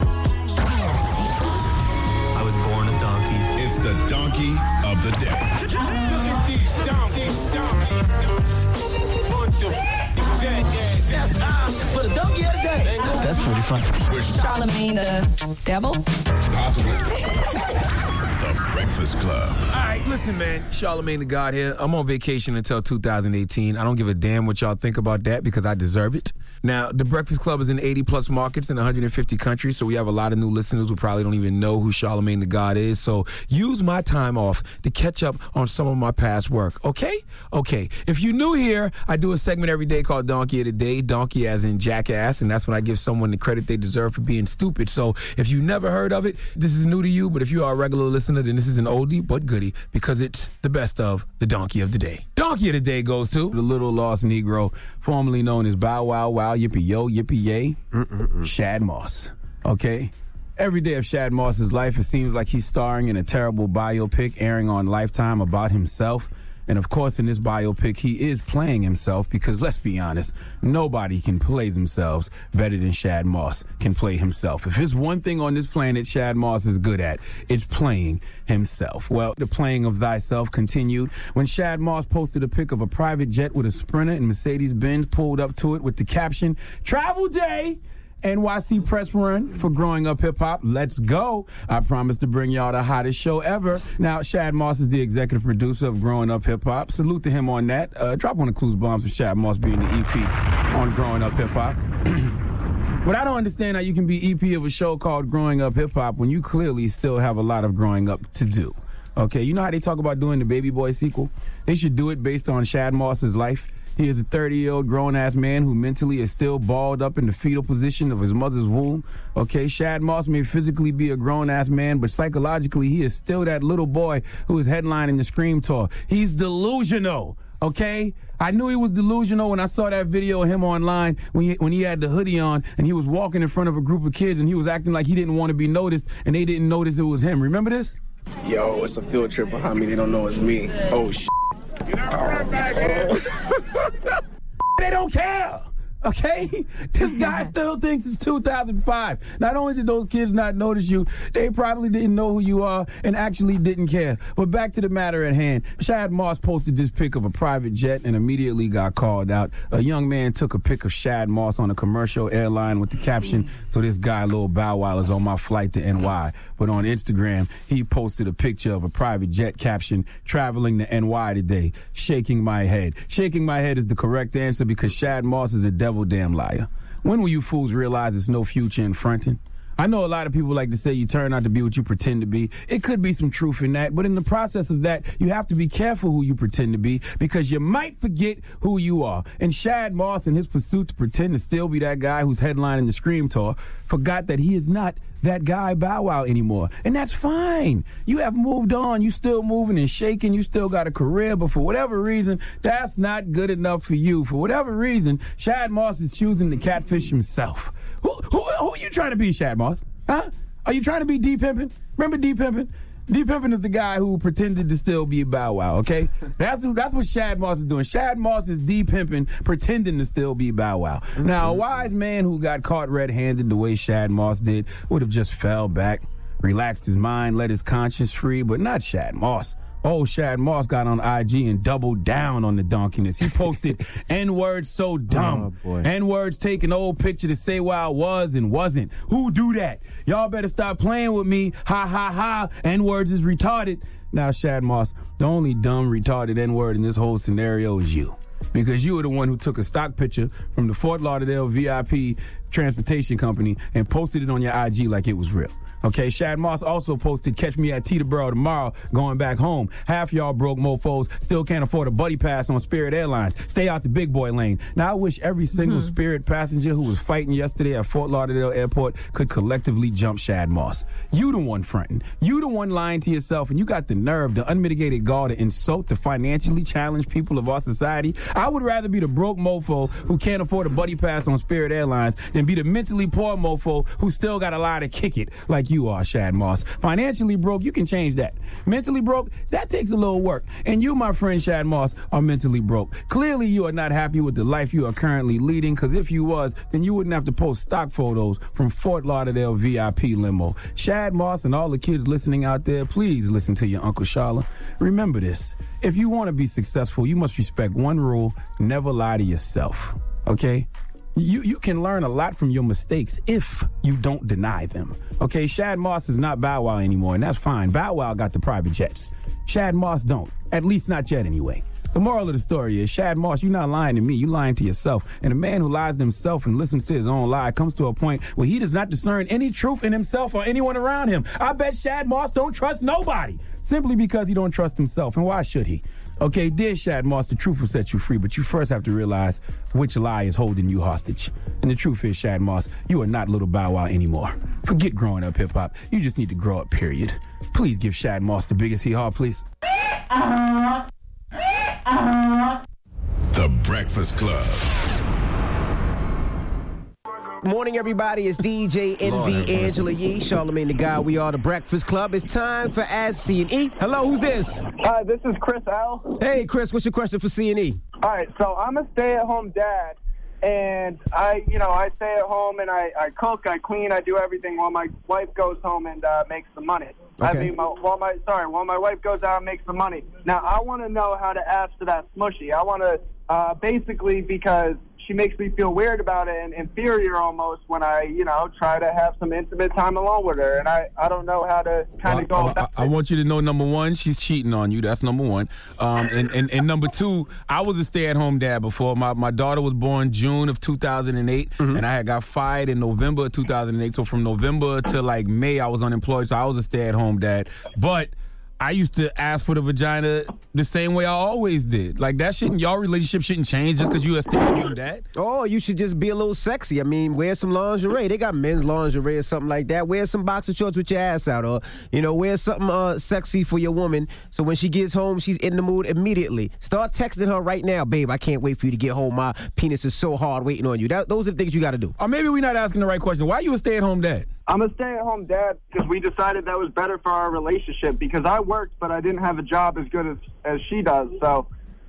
Speaker 15: I was born a donkey. It's the donkey of the day.
Speaker 1: That's time for the donkey of the day.
Speaker 15: That's pretty fun.
Speaker 2: Charlemagne the devil.
Speaker 15: The Breakfast Club.
Speaker 13: All right, listen, man. Charlemagne the God here. I'm on vacation until 2018. I don't give a damn what y'all think about that because I deserve it. Now, The Breakfast Club is in 80 plus markets in 150 countries, so we have a lot of new listeners who probably don't even know who Charlemagne the God is. So use my time off to catch up on some of my past work, okay? Okay. If you're new here, I do a segment every day called Donkey of the Day, Donkey as in jackass, and that's when I give someone the credit they deserve for being stupid. So if you never heard of it, this is new to you, but if you are a regular listener, then this is an oldie but goodie because it's the best of the Donkey of the Day. Donkey of the Day goes to
Speaker 9: the little lost Negro, formerly known as Bow Wow Wow Yippee Yo Yippee Yay, Shad Moss. Okay. Every day of Shad Moss's life, it seems like he's starring in a terrible biopic airing on Lifetime about himself. And of course, in this biopic, he is playing himself because let's be honest, nobody can play themselves better than Shad Moss can play himself. If there's one thing on this planet Shad Moss is good at, it's playing himself. Well, the playing of thyself continued when Shad Moss posted a pic of a private jet with a sprinter and Mercedes Benz pulled up to it with the caption, Travel Day! NYC Press Run for Growing Up Hip Hop. Let's go. I promise to bring y'all the hottest show ever. Now, Shad Moss is the executive producer of Growing Up Hip Hop. Salute to him on that. Uh, drop one of Clues Bombs for Shad Moss being the EP on Growing Up Hip Hop. but I don't understand how you can be EP of a show called Growing Up Hip Hop when you clearly still have a lot of growing up to do. Okay, you know how they talk about doing the Baby Boy sequel? They should do it based on Shad Moss's life He is a 30 year old grown ass man who mentally is still balled up in the fetal position of his mother's womb. Okay, Shad Moss may physically be a grown ass man, but psychologically, he is still that little boy who is headlining the Scream Tour. He's delusional. Okay, I knew he was delusional when I saw that video of him online when he, when he had the hoodie on and he was walking in front of a group of kids and he was acting like he didn't want to be noticed and they didn't notice it was him. Remember this?
Speaker 17: Yo, it's a field trip behind me. They don't know it's me. Oh, sh.
Speaker 9: they don't care. Okay? This guy still thinks it's 2005. Not only did those kids not notice you, they probably didn't know who you are and actually didn't care. But back to the matter at hand. Shad Moss posted this pic of a private jet and immediately got called out. A young man took a pic of Shad Moss on a commercial airline with the caption, So this guy, Lil Bow Wow, is on my flight to NY. But on Instagram, he posted a picture of a private jet caption, Traveling to NY today, shaking my head. Shaking my head is the correct answer because Shad Moss is a devil damn liar. When will you fools realize there's no future in fronting? I know a lot of people like to say you turn out to be what you pretend to be. It could be some truth in that, but in the process of that, you have to be careful who you pretend to be because you might forget who you are. And Shad Moss, in his pursuit to pretend to still be that guy who's headlining the Scream Tour, forgot that he is not that guy Bow Wow anymore. And that's fine. You have moved on. You still moving and shaking. You still got a career, but for whatever reason, that's not good enough for you. For whatever reason, Shad Moss is choosing to catfish himself. Who, who, who are you trying to be, Shad Moss? Huh? Are you trying to be D Pimpin? Remember D Pimpin? D Pimpin is the guy who pretended to still be Bow Wow, okay? That's who, that's what Shad Moss is doing. Shad Moss is D Pimpin pretending to still be Bow Wow. Now, a wise man who got caught red handed the way Shad Moss did would have just fell back, relaxed his mind, let his conscience free, but not Shad Moss. Oh, Shad Moss got on IG and doubled down on the donkiness. He posted N words so dumb. N words take an old picture to say where I was and wasn't. Who do that? Y'all better stop playing with me. Ha ha ha. N words is retarded. Now, Shad Moss, the only dumb, retarded N word in this whole scenario is you because you were the one who took a stock picture from the Fort Lauderdale VIP transportation company and posted it on your IG like it was real. Okay, Shad Moss also posted, catch me at Teterboro tomorrow going back home. Half y'all broke mofos still can't afford a buddy pass on Spirit Airlines. Stay out the big boy lane. Now, I wish every single Spirit passenger who was fighting yesterday at Fort Lauderdale Airport could collectively jump Shad Moss. You the one fronting. You the one lying to yourself, and you got the nerve, the unmitigated gall to insult the financially challenged people of our society. I would rather be the broke mofo who can't afford a buddy pass on Spirit Airlines than be the mentally poor mofo who still got a lot to kick it, like you are, Shad Moss. Financially broke, you can change that. Mentally broke, that takes a little work. And you, my friend Shad Moss, are mentally broke. Clearly, you are not happy with the life you are currently leading, because if you was, then you wouldn't have to post stock photos from Fort Lauderdale VIP limo. Shad Moss and all the kids listening out there, please listen to your Uncle Shala. Remember this. If you want to be successful, you must respect one rule never lie to yourself. Okay? You, you can learn a lot from your mistakes if you don't deny them. Okay, Shad Moss is not Bow Wow anymore, and that's fine. Bow Wow got the private jets. Shad Moss don't. At least not yet anyway. The moral of the story is Shad Moss, you're not lying to me, you're lying to yourself. And a man who lies to himself and listens to his own lie comes to a point where he does not discern any truth in himself or anyone around him. I bet Shad Moss don't trust nobody simply because he don't trust himself. And why should he? Okay, dear Shad Moss, the truth will set you free, but you first have to realize which lie is holding you hostage. And the truth is, Shad Moss, you are not Little Bow Wow anymore. Forget growing up hip hop. You just need to grow up, period. Please give Shad Moss the biggest hee haw, please.
Speaker 15: The Breakfast Club.
Speaker 6: Morning, everybody. It's DJ
Speaker 15: Lord have
Speaker 6: NV
Speaker 15: mercy.
Speaker 6: Angela Yee, Charlemagne the Guy. We are the Breakfast Club. It's time for Ask C and E. Hello, who's this?
Speaker 18: Hi, this is Chris Al.
Speaker 6: Hey, Chris, what's your question for C and E?
Speaker 18: All right, so I'm a stay-at-home dad, and I, you know, I stay at home and I, I cook, I clean, I do everything while my wife goes home and uh, makes the money. I
Speaker 19: Okay.
Speaker 18: mean, my, while my sorry, while my wife goes out and makes the money. Now I want to know how to ask for that smushy. I want to uh, basically because she makes me feel weird about it and inferior almost when I, you know, try to have some intimate time alone with her, and I, I don't know how to kind of go about
Speaker 13: I, I want you to know number one, she's cheating on you. That's number one. Um, and, and, and number two, I was a stay at home dad before. My, my daughter was born June of 2008, and I had got fired in November of 2008. So from November to like May, I was unemployed. So I was a stay at home dad. But.
Speaker 9: I used to ask for the vagina the same way I always did. Like that shouldn't y'all relationship shouldn't change just because you a thing you that.
Speaker 6: Oh, you should just be a little sexy. I mean, wear some lingerie. They got men's lingerie or something like that. Wear some boxer shorts with your ass out, or you know, wear something uh, sexy for your woman. So when she gets home, she's in the mood immediately. Start texting her right now, babe. I can't wait for you to get home. My penis is so hard waiting on you. That, those are the things you got to do.
Speaker 9: Or maybe we're not asking the right question. Why you a stay at home dad?
Speaker 18: I'm a stay at home dad because we decided that was better for our relationship because I worked, but I didn't have a job as good as, as she does. So,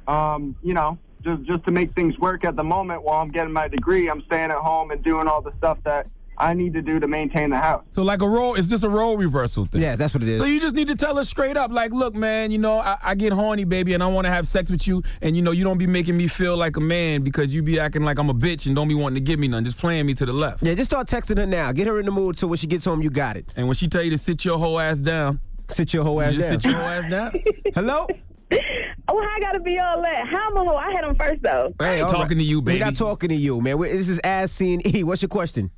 Speaker 18: um, you know, just, just to make things work at the moment while I'm getting my degree, I'm staying at home and doing all the stuff that I need to do to maintain the house.
Speaker 9: So like a role, is this a role reversal thing?
Speaker 6: Yeah, that's what it is.
Speaker 9: So you just need to tell her straight up, like, look, man, you know, I, I get horny, baby, and I want to have sex with you, and you know, you don't be making me feel like a man because you be acting like I'm a bitch and don't be wanting to give me none, just playing me to the left.
Speaker 6: Yeah, just start texting her now. Get her in the mood so when she gets home, you got it.
Speaker 9: And when she tell you to sit your whole ass down,
Speaker 6: sit your whole ass
Speaker 9: just
Speaker 6: down.
Speaker 9: sit your whole ass down.
Speaker 6: Hello.
Speaker 19: Oh, I gotta be all that. How am I? I had him first though.
Speaker 9: I ain't
Speaker 6: all
Speaker 9: talking to you, baby.
Speaker 6: We're not talking to you, man. We- This is Ass Scene E. What's your question?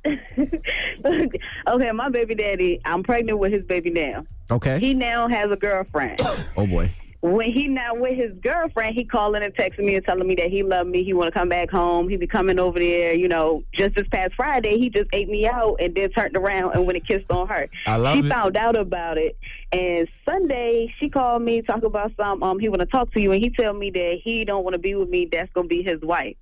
Speaker 19: okay, my baby daddy. I'm pregnant with his baby now.
Speaker 6: Okay.
Speaker 19: He now has a girlfriend.
Speaker 6: Oh boy.
Speaker 19: when he not with his girlfriend, he calling and texting me and telling me that he loved me. He want to come back home. He be coming over there. You know, just this past Friday, he just ate me out and then turned around and went and kissed on her.
Speaker 7: I love
Speaker 19: she
Speaker 7: it.
Speaker 19: found out about it. And Sunday, she called me talk about some. Um, he want to talk to you, and he tell me that he don't want to be with me. That's gonna be his wife.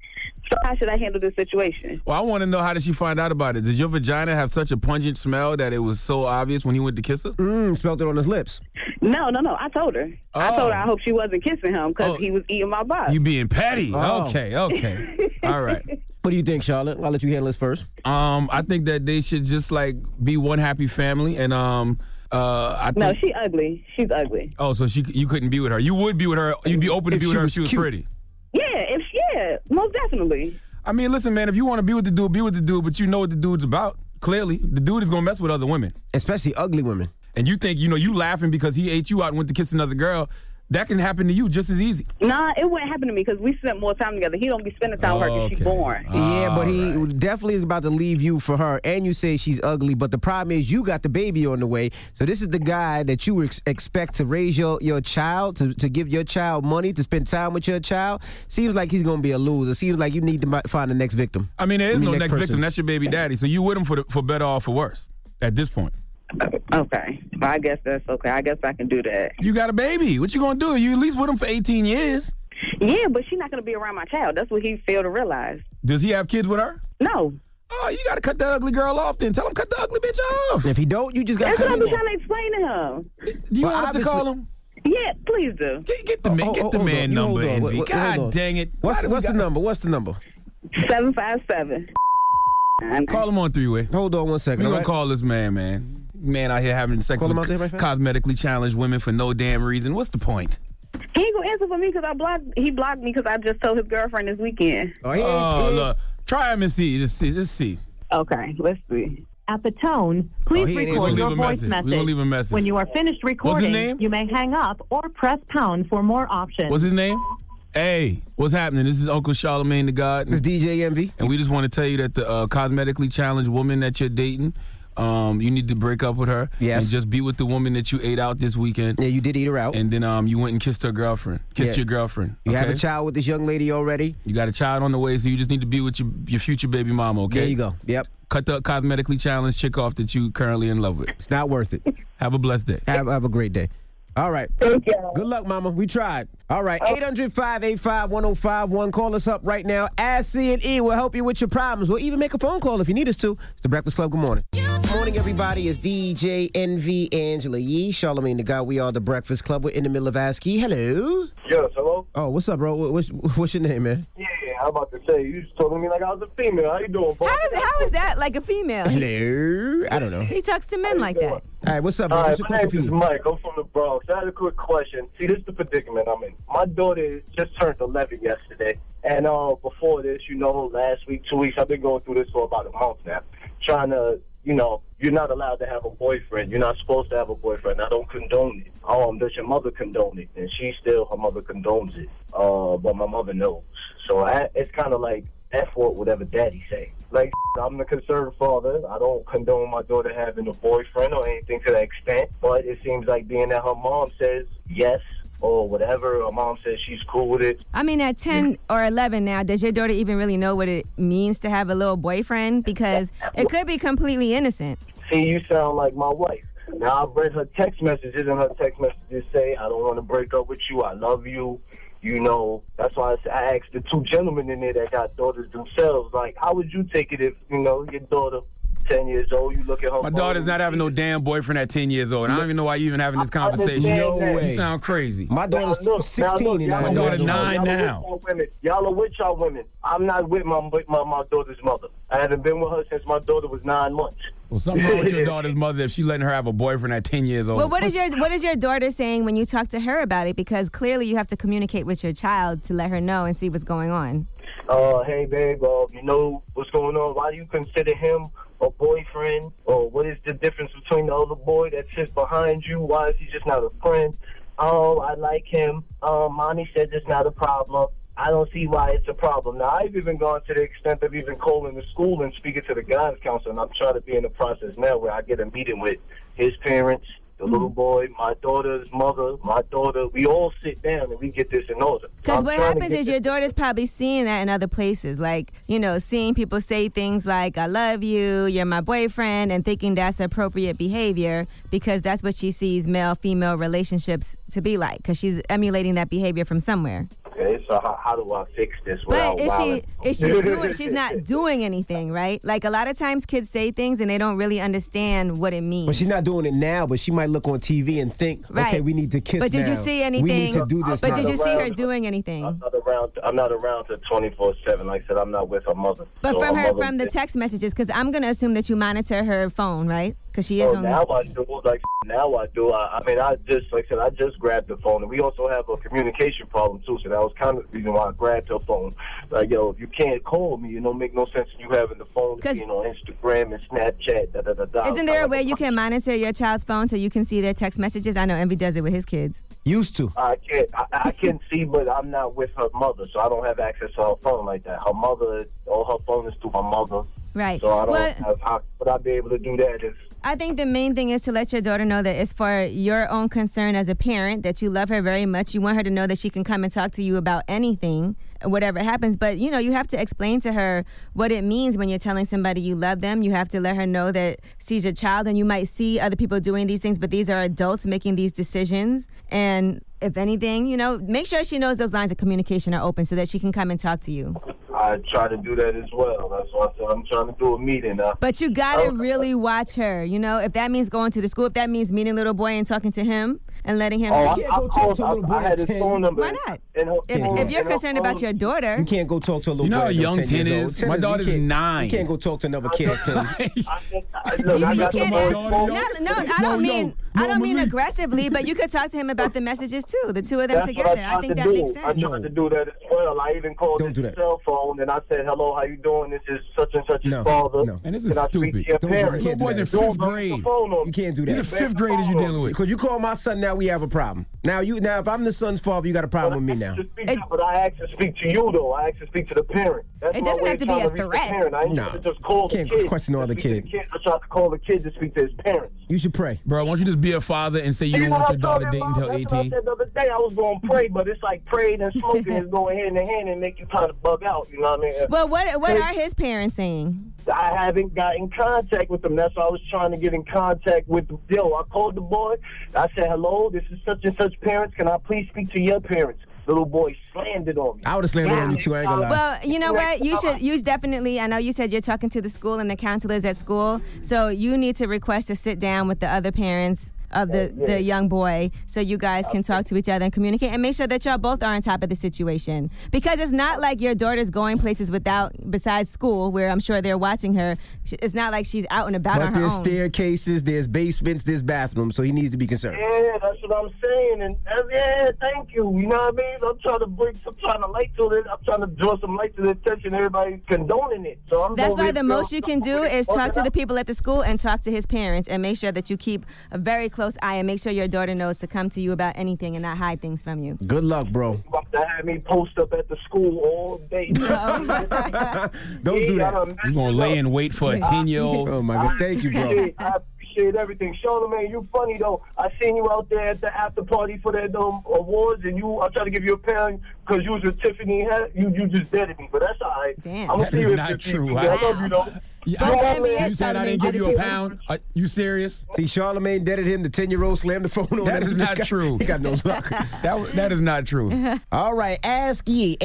Speaker 19: So how should I handle this situation?
Speaker 9: Well, I want to know how did she find out about it? Did your vagina have such a pungent smell that it was so obvious when he went to kiss her?
Speaker 6: Mm, smelled it on his lips.
Speaker 19: No, no, no. I told her. I
Speaker 9: Oh.
Speaker 19: told her I hope she wasn't kissing him because he was eating my box.
Speaker 9: You being petty.
Speaker 6: Oh.
Speaker 9: Okay, okay. All right.
Speaker 6: What do you think, Charlotte? I'll let you handle this first.
Speaker 9: Um, I think that they should just like be one happy family, and um, uh, I think.
Speaker 19: no, she ugly. She's ugly.
Speaker 9: oh, so she you couldn't be with her. You would be with her. You'd be open to
Speaker 19: If
Speaker 9: be with
Speaker 19: she
Speaker 9: her if
Speaker 19: was
Speaker 9: she was
Speaker 19: cute.
Speaker 9: pretty.
Speaker 19: Yeah, if yeah, most definitely.
Speaker 9: I mean, listen, man. If you want to be with the dude, be with the dude. But you know what the dude's about. Clearly, the dude is gonna mess with other women,
Speaker 6: especially ugly women.
Speaker 9: And you think you know you laughing because he ate you out and went to kiss another girl. That can happen to you just as easy.
Speaker 19: Nah, it wouldn't happen to me because we spent more time together. He don't be spending time with her because she's born.
Speaker 6: yeah, but he definitely is about to leave you for her, and you say she's ugly. But the problem is, you got the baby on the way, so this is the guy that you ex- expect to raise your, your child, to, to give your child money, to spend time with your child. Seems like he's gonna be a loser. Seems like you need to mi- find the next victim.
Speaker 9: I mean, there is no next,
Speaker 6: person.
Speaker 9: victim. That's your baby daddy. So you with him for the, for better or for worse at this point.
Speaker 19: Okay, but I guess that's okay. I guess I can do that.
Speaker 9: You got a baby. What you gonna do? You at least with him for 18 years.
Speaker 19: Yeah, but she's not gonna be around my child. That's what he failed to realize.
Speaker 9: Does he have kids with her?
Speaker 19: No.
Speaker 9: Oh, you gotta cut that ugly girl off then. Tell him cut the ugly bitch off.
Speaker 6: If he don't, you just
Speaker 19: That's
Speaker 9: gotta
Speaker 19: what
Speaker 9: cut him
Speaker 19: I was
Speaker 9: off.
Speaker 19: trying to explain to him.
Speaker 9: Do you want us to call him?
Speaker 19: Yeah, please do.
Speaker 9: Get, get the
Speaker 6: Oh,
Speaker 9: man, get the man number, Envy. God dang it.
Speaker 6: What's the, what's the number? What's the number?
Speaker 19: Seven five seven.
Speaker 9: Call him on three way.
Speaker 6: Hold on one
Speaker 9: We
Speaker 6: second.
Speaker 9: gonna
Speaker 6: all right?
Speaker 9: call this man, man. Man out here having sex
Speaker 6: Call him
Speaker 9: with
Speaker 6: out there right fast.
Speaker 9: cosmetically challenged women for no damn reason. What's the point?
Speaker 19: He ain't gonna answer for me because I blocked. He blocked me because I just told his girlfriend this weekend.
Speaker 9: Oh, look. Try him and see. Just see. Just see.
Speaker 19: Okay, let's see.
Speaker 20: At the tone, please
Speaker 9: Oh, he ain't
Speaker 20: record
Speaker 9: answering.
Speaker 20: your
Speaker 9: Leave a
Speaker 20: voice
Speaker 9: message.
Speaker 20: message.
Speaker 9: We gonna leave a message.
Speaker 20: When you are finished recording,
Speaker 9: name?
Speaker 20: you may hang up or press pound for more options.
Speaker 9: What's his name? Hey, what's happening? This is Uncle Charlemagne the God. It's
Speaker 6: DJ Envy.
Speaker 9: And we just want to tell you that the uh, cosmetically challenged woman that you're dating, um, you need to break up with her.
Speaker 6: Yes.
Speaker 9: And just be with the woman that you ate out this weekend.
Speaker 6: Yeah, you did eat her out.
Speaker 9: And then um, you went and kissed her girlfriend. Kissed
Speaker 6: Yeah.
Speaker 9: your girlfriend.
Speaker 6: You have a
Speaker 9: okay?
Speaker 6: child with this young lady already.
Speaker 9: You got a child on the way, so you just need to be with your, your future baby mama, okay?
Speaker 6: There you go. Yep.
Speaker 9: Cut the cosmetically challenged chick off that you currently in love with.
Speaker 6: It's not worth it.
Speaker 9: Have a blessed day.
Speaker 6: Have, have a great day. All right.
Speaker 19: Thank you.
Speaker 6: Good luck, Mama. We tried. All right. 800 585 1051. Call us up right now. Ask C and E. We'll help you with your problems. We'll even make a phone call if you need us to. It's the Breakfast Club. Good morning. Good morning, everybody. It's DJ NV Angela Yee, Charlemagne the Guy. We are the Breakfast Club. We're in the middle of Ask Yee. Hello.
Speaker 21: Yes, hello?
Speaker 6: Oh, what's up, bro? What- What's, what's your name, man?
Speaker 21: Yeah, I'm about to say, you just told me like I was a female. How you doing, boy?
Speaker 8: How, does, how is that like a female?
Speaker 6: Hello. I don't know.
Speaker 8: He talks to men like that.
Speaker 6: All right, what's up, bro?
Speaker 21: All
Speaker 6: What's
Speaker 21: right, my
Speaker 6: your question for
Speaker 21: name is
Speaker 6: you?
Speaker 21: Mike. I'm from the Bronx. I had a quick question. See, this is the predicament I'm in. My daughter just turned 11 yesterday, and uh, before this, you know, last week, two weeks, I've been going through this for about a month now, trying to, you know, you're not allowed to have a boyfriend. You're not supposed to have a boyfriend. I don't condone it. Um, does your mother condone it? And she still, her mother condones it. Uh, but my mother knows. So I, it's kind of like f what whatever daddy say. Like, I'm the concerned father. I don't condone my daughter having a boyfriend or anything to that extent. But it seems like being that her mom says yes or whatever, her mom says she's cool with it.
Speaker 8: I mean, at 10 or 11 now, does your daughter even really know what it means to have a little boyfriend? Because it could be completely innocent.
Speaker 21: See, you sound like my wife. Now I've read her text messages, and her text messages say, "I don't want to break up with you. I love you." You know, that's why I, s- I asked the two gentlemen in there that got daughters themselves. Like, how would you take it if you know your daughter, ten years old, you look at her?
Speaker 13: My
Speaker 21: phone-
Speaker 13: daughter's not having no damn boyfriend at 10 years old. I don't even know why you even having this conversation.
Speaker 21: understand that.
Speaker 13: You sound crazy.
Speaker 6: My
Speaker 21: Now, look, now, look, y'all
Speaker 13: My
Speaker 21: are
Speaker 13: daughter
Speaker 21: with y'all-
Speaker 13: nine
Speaker 21: y'all are
Speaker 13: now.
Speaker 21: with y'all women. Y'all are with y'all women. I'm not with my with my, my daughter's mother. I haven't been with her since my daughter was nine months.
Speaker 13: Well, something wrong with your daughter's mother if she letting her have a boyfriend at 10 years old.
Speaker 8: Well, what is your what is your daughter saying when you talk to her about it? Because clearly you have to communicate with your child to let her know and see what's going on.
Speaker 21: uh, hey, babe, uh, you know what's going on? Why do you consider him a boyfriend? Or what is the difference between the other boy that sits behind you? Why is he just not a friend? Oh, I like him. Um, mommy says it's not a problem. I don't see why it's a problem. Now, I've even gone to the extent of even calling the school and speaking to the guidance counselor, and I'm trying to be in the process now where I get a meeting with his parents, the
Speaker 8: Mm.
Speaker 21: little boy, my daughter's mother, my daughter. We all sit down and we get this in order.
Speaker 8: Because
Speaker 21: I'm
Speaker 8: what
Speaker 21: trying to
Speaker 8: happens
Speaker 21: get
Speaker 8: is
Speaker 21: this-
Speaker 8: your daughter's probably seeing that in other places, like you know, seeing people say things like "I love you," "You're my boyfriend," and thinking that's appropriate behavior because that's what she sees male-female relationships to be like. Because she's emulating that behavior from somewhere.
Speaker 21: Okay, so how, how do I fix this
Speaker 8: But
Speaker 21: without
Speaker 8: is she
Speaker 21: wilding?
Speaker 8: is she doing? She's not doing anything, right? Like a lot of times, kids say things and they don't really understand what it means.
Speaker 6: But she's not doing it now, but she might look on TV and think,
Speaker 8: Right.
Speaker 6: okay, we need to kiss
Speaker 8: But did you
Speaker 6: now.
Speaker 8: see anything?
Speaker 6: We need to do this
Speaker 8: But
Speaker 6: now.
Speaker 8: did you see her doing anything?
Speaker 21: I'm not around. I'm not around to 24 seven. Like I said, I'm not with her mother.
Speaker 8: But
Speaker 21: So
Speaker 8: from her,
Speaker 21: mother-
Speaker 8: from the text messages, because I'm gonna assume that you monitor her phone, right? Because she is
Speaker 21: Oh,
Speaker 8: on.
Speaker 21: now I do. Like now I do. I, I mean, I just like I said, I just grabbed the phone, and we also have a communication problem too. So that was kind of the reason why I grabbed her phone. Like yo, if you can't call me, it don't make no sense you having the phone being on Instagram and Snapchat. Da da da da.
Speaker 8: Isn't there a way you can monitor your child's phone so you can see their text messages? I know Envy does it with his kids.
Speaker 6: Used to.
Speaker 21: I can't. I, I can see, but I'm not with her mother, so I don't have access to her phone like that. Her mother, all her phone is through my mother.
Speaker 8: Right.
Speaker 21: So I don't.
Speaker 8: Well-
Speaker 21: have, how would I be able to do that? If
Speaker 8: I think the main thing is to let your daughter know that it's for your own concern as a parent that you love her very much. You want her to know that she can come and talk to you about anything, whatever happens. But you know, you have to explain to her what it means when you're telling somebody you love them. You have to let her know that she's a child, and you might see other people doing these things, but these are adults making these decisions. And if anything, you know, make sure she knows those lines of communication are open so that she can come and talk to you.
Speaker 21: I try to do that as well. That's why I said I'm trying to do a meeting. Uh,
Speaker 8: But you gotta really watch her. You know, if that means going to the school, if that means meeting little boy and talking to him and letting him.
Speaker 21: oh, I, I, called, I, I had his phone number.
Speaker 8: Why not?
Speaker 21: And her,
Speaker 8: If,
Speaker 21: phone-
Speaker 8: if you're
Speaker 21: and her
Speaker 8: concerned about
Speaker 21: phone-
Speaker 8: your daughter,
Speaker 6: You can't go talk to a little
Speaker 9: You know
Speaker 6: boy
Speaker 9: how
Speaker 6: that's
Speaker 9: young
Speaker 6: 10
Speaker 9: 10
Speaker 6: years old.
Speaker 9: is?
Speaker 6: 10
Speaker 9: My
Speaker 6: you
Speaker 9: daughter's
Speaker 6: can't-
Speaker 9: nine.
Speaker 6: You can't go talk to another kid at 10.
Speaker 21: Look, I
Speaker 8: you
Speaker 21: got the
Speaker 8: can't
Speaker 21: boy's
Speaker 8: ask.
Speaker 21: phone.
Speaker 8: No, no, I don't mean I don't mean aggressively, but you could talk to him about the messages too, the two of them
Speaker 21: That's what
Speaker 8: together.
Speaker 21: I,
Speaker 8: I
Speaker 21: tried
Speaker 8: think
Speaker 21: to
Speaker 8: that
Speaker 21: do.
Speaker 8: makes
Speaker 21: I
Speaker 8: sense.
Speaker 21: tried to do that as well. I even called his cell phone and I said, "Hello, how you doing? This is such and such
Speaker 13: No,
Speaker 21: father.
Speaker 13: no. And this is
Speaker 21: Can I speak
Speaker 13: stupid.
Speaker 21: to your
Speaker 13: Don't do that.
Speaker 21: parents?"
Speaker 13: Little boy's in
Speaker 21: Don't
Speaker 13: fifth
Speaker 21: bring
Speaker 13: grade.
Speaker 21: The phone on
Speaker 6: You can't do
Speaker 21: me.
Speaker 6: that.
Speaker 13: graders you're dealing with.
Speaker 6: Because you call my son now, we have a problem. Now you now if I'm the son's father, you got a problem with me now.
Speaker 21: Speak to- but I asked to speak to you though. I asked to speak to the parent. That's
Speaker 8: It
Speaker 21: my
Speaker 8: doesn't
Speaker 21: way
Speaker 8: have
Speaker 21: of
Speaker 8: to be
Speaker 21: trying
Speaker 8: a
Speaker 21: reach the
Speaker 8: threat.
Speaker 21: Parent. I ain't
Speaker 6: No.
Speaker 21: to just call
Speaker 6: Can't
Speaker 21: the kid.
Speaker 6: question no
Speaker 21: to
Speaker 6: other
Speaker 21: speak to the
Speaker 6: kid.
Speaker 21: I tried to call the kid to speak to his parents.
Speaker 6: You should pray.
Speaker 13: Bro, why don't you just be a father and say you don't
Speaker 21: know
Speaker 13: want
Speaker 21: what
Speaker 13: your
Speaker 21: I
Speaker 13: daughter
Speaker 21: told
Speaker 13: dating
Speaker 21: him,
Speaker 13: until
Speaker 21: Mom? That's what I
Speaker 13: 18?
Speaker 21: said the other day I was going to pray, but it's like praying and smoking is going hand in hand and make you kind of bug out. You know what I mean?
Speaker 8: Well, what what are his parents saying?
Speaker 21: I haven't got in contact with them. That's why I was trying to get in contact with them. Yo, I called the boy. I said, hello, this is such and such parents. Can I please speak to your parents? Little boy slandered on me.
Speaker 6: I would have slammed it on you too, I ain't gonna lie.
Speaker 8: Well, you know what? You should you definitely I know you said you're talking to the school and the counselors at school, so you need to request to sit down with the other parents of the,
Speaker 21: Yeah, yeah.
Speaker 8: the young boy so you guys can talk to each other and communicate and make sure that y'all both are on top of the situation because it's not like your daughter's going places without besides school where i'm sure they're watching her Sh- it's not like she's out and about
Speaker 6: But
Speaker 8: on her
Speaker 6: there's
Speaker 8: own
Speaker 6: staircases, there's basements, there's bathrooms, so he needs to be concerned.
Speaker 21: Yeah, that's what I'm saying. And uh, yeah, thank you. You know what I mean? I'm trying to bring some kind of light to it. I'm trying to draw some light to the attention. Everybody's condoning it. So I'm
Speaker 8: That's
Speaker 21: over
Speaker 8: why
Speaker 21: here
Speaker 8: the
Speaker 21: feeling
Speaker 8: most you can do is talk to
Speaker 21: Okay.
Speaker 8: the people at the school and talk to his parents and make sure that you keep a very close eye and make sure your daughter knows to come to you about anything and not hide things from you.
Speaker 6: Good luck, bro.
Speaker 21: that had me post up at the school all day.
Speaker 13: Don't do that.
Speaker 9: You gonna lay in wait for a ten year old?
Speaker 6: Oh my god! Thank you,
Speaker 21: Appreciate- I appreciate everything. Charlamagne, you funny though. I seen you out there at the after party for that um, awards, and you. I tried to give you a pound because you was with Tiffany. Had- You you just deaded me, but that's all right.
Speaker 13: Damn.
Speaker 21: I'm gonna
Speaker 13: That
Speaker 21: see
Speaker 13: is
Speaker 21: you in
Speaker 13: not
Speaker 21: 15
Speaker 13: true.
Speaker 21: years. I love you though.
Speaker 9: You,
Speaker 21: You're my man.
Speaker 9: you said I didn't give you a pound. Are you serious?
Speaker 6: See, Charlemagne deaded him. The ten-year-old slammed the phone on.
Speaker 9: That
Speaker 6: him.
Speaker 9: is
Speaker 6: This
Speaker 9: not
Speaker 6: guy-
Speaker 9: true.
Speaker 6: He got no luck.
Speaker 9: that that is not true.
Speaker 6: All right, ask Yee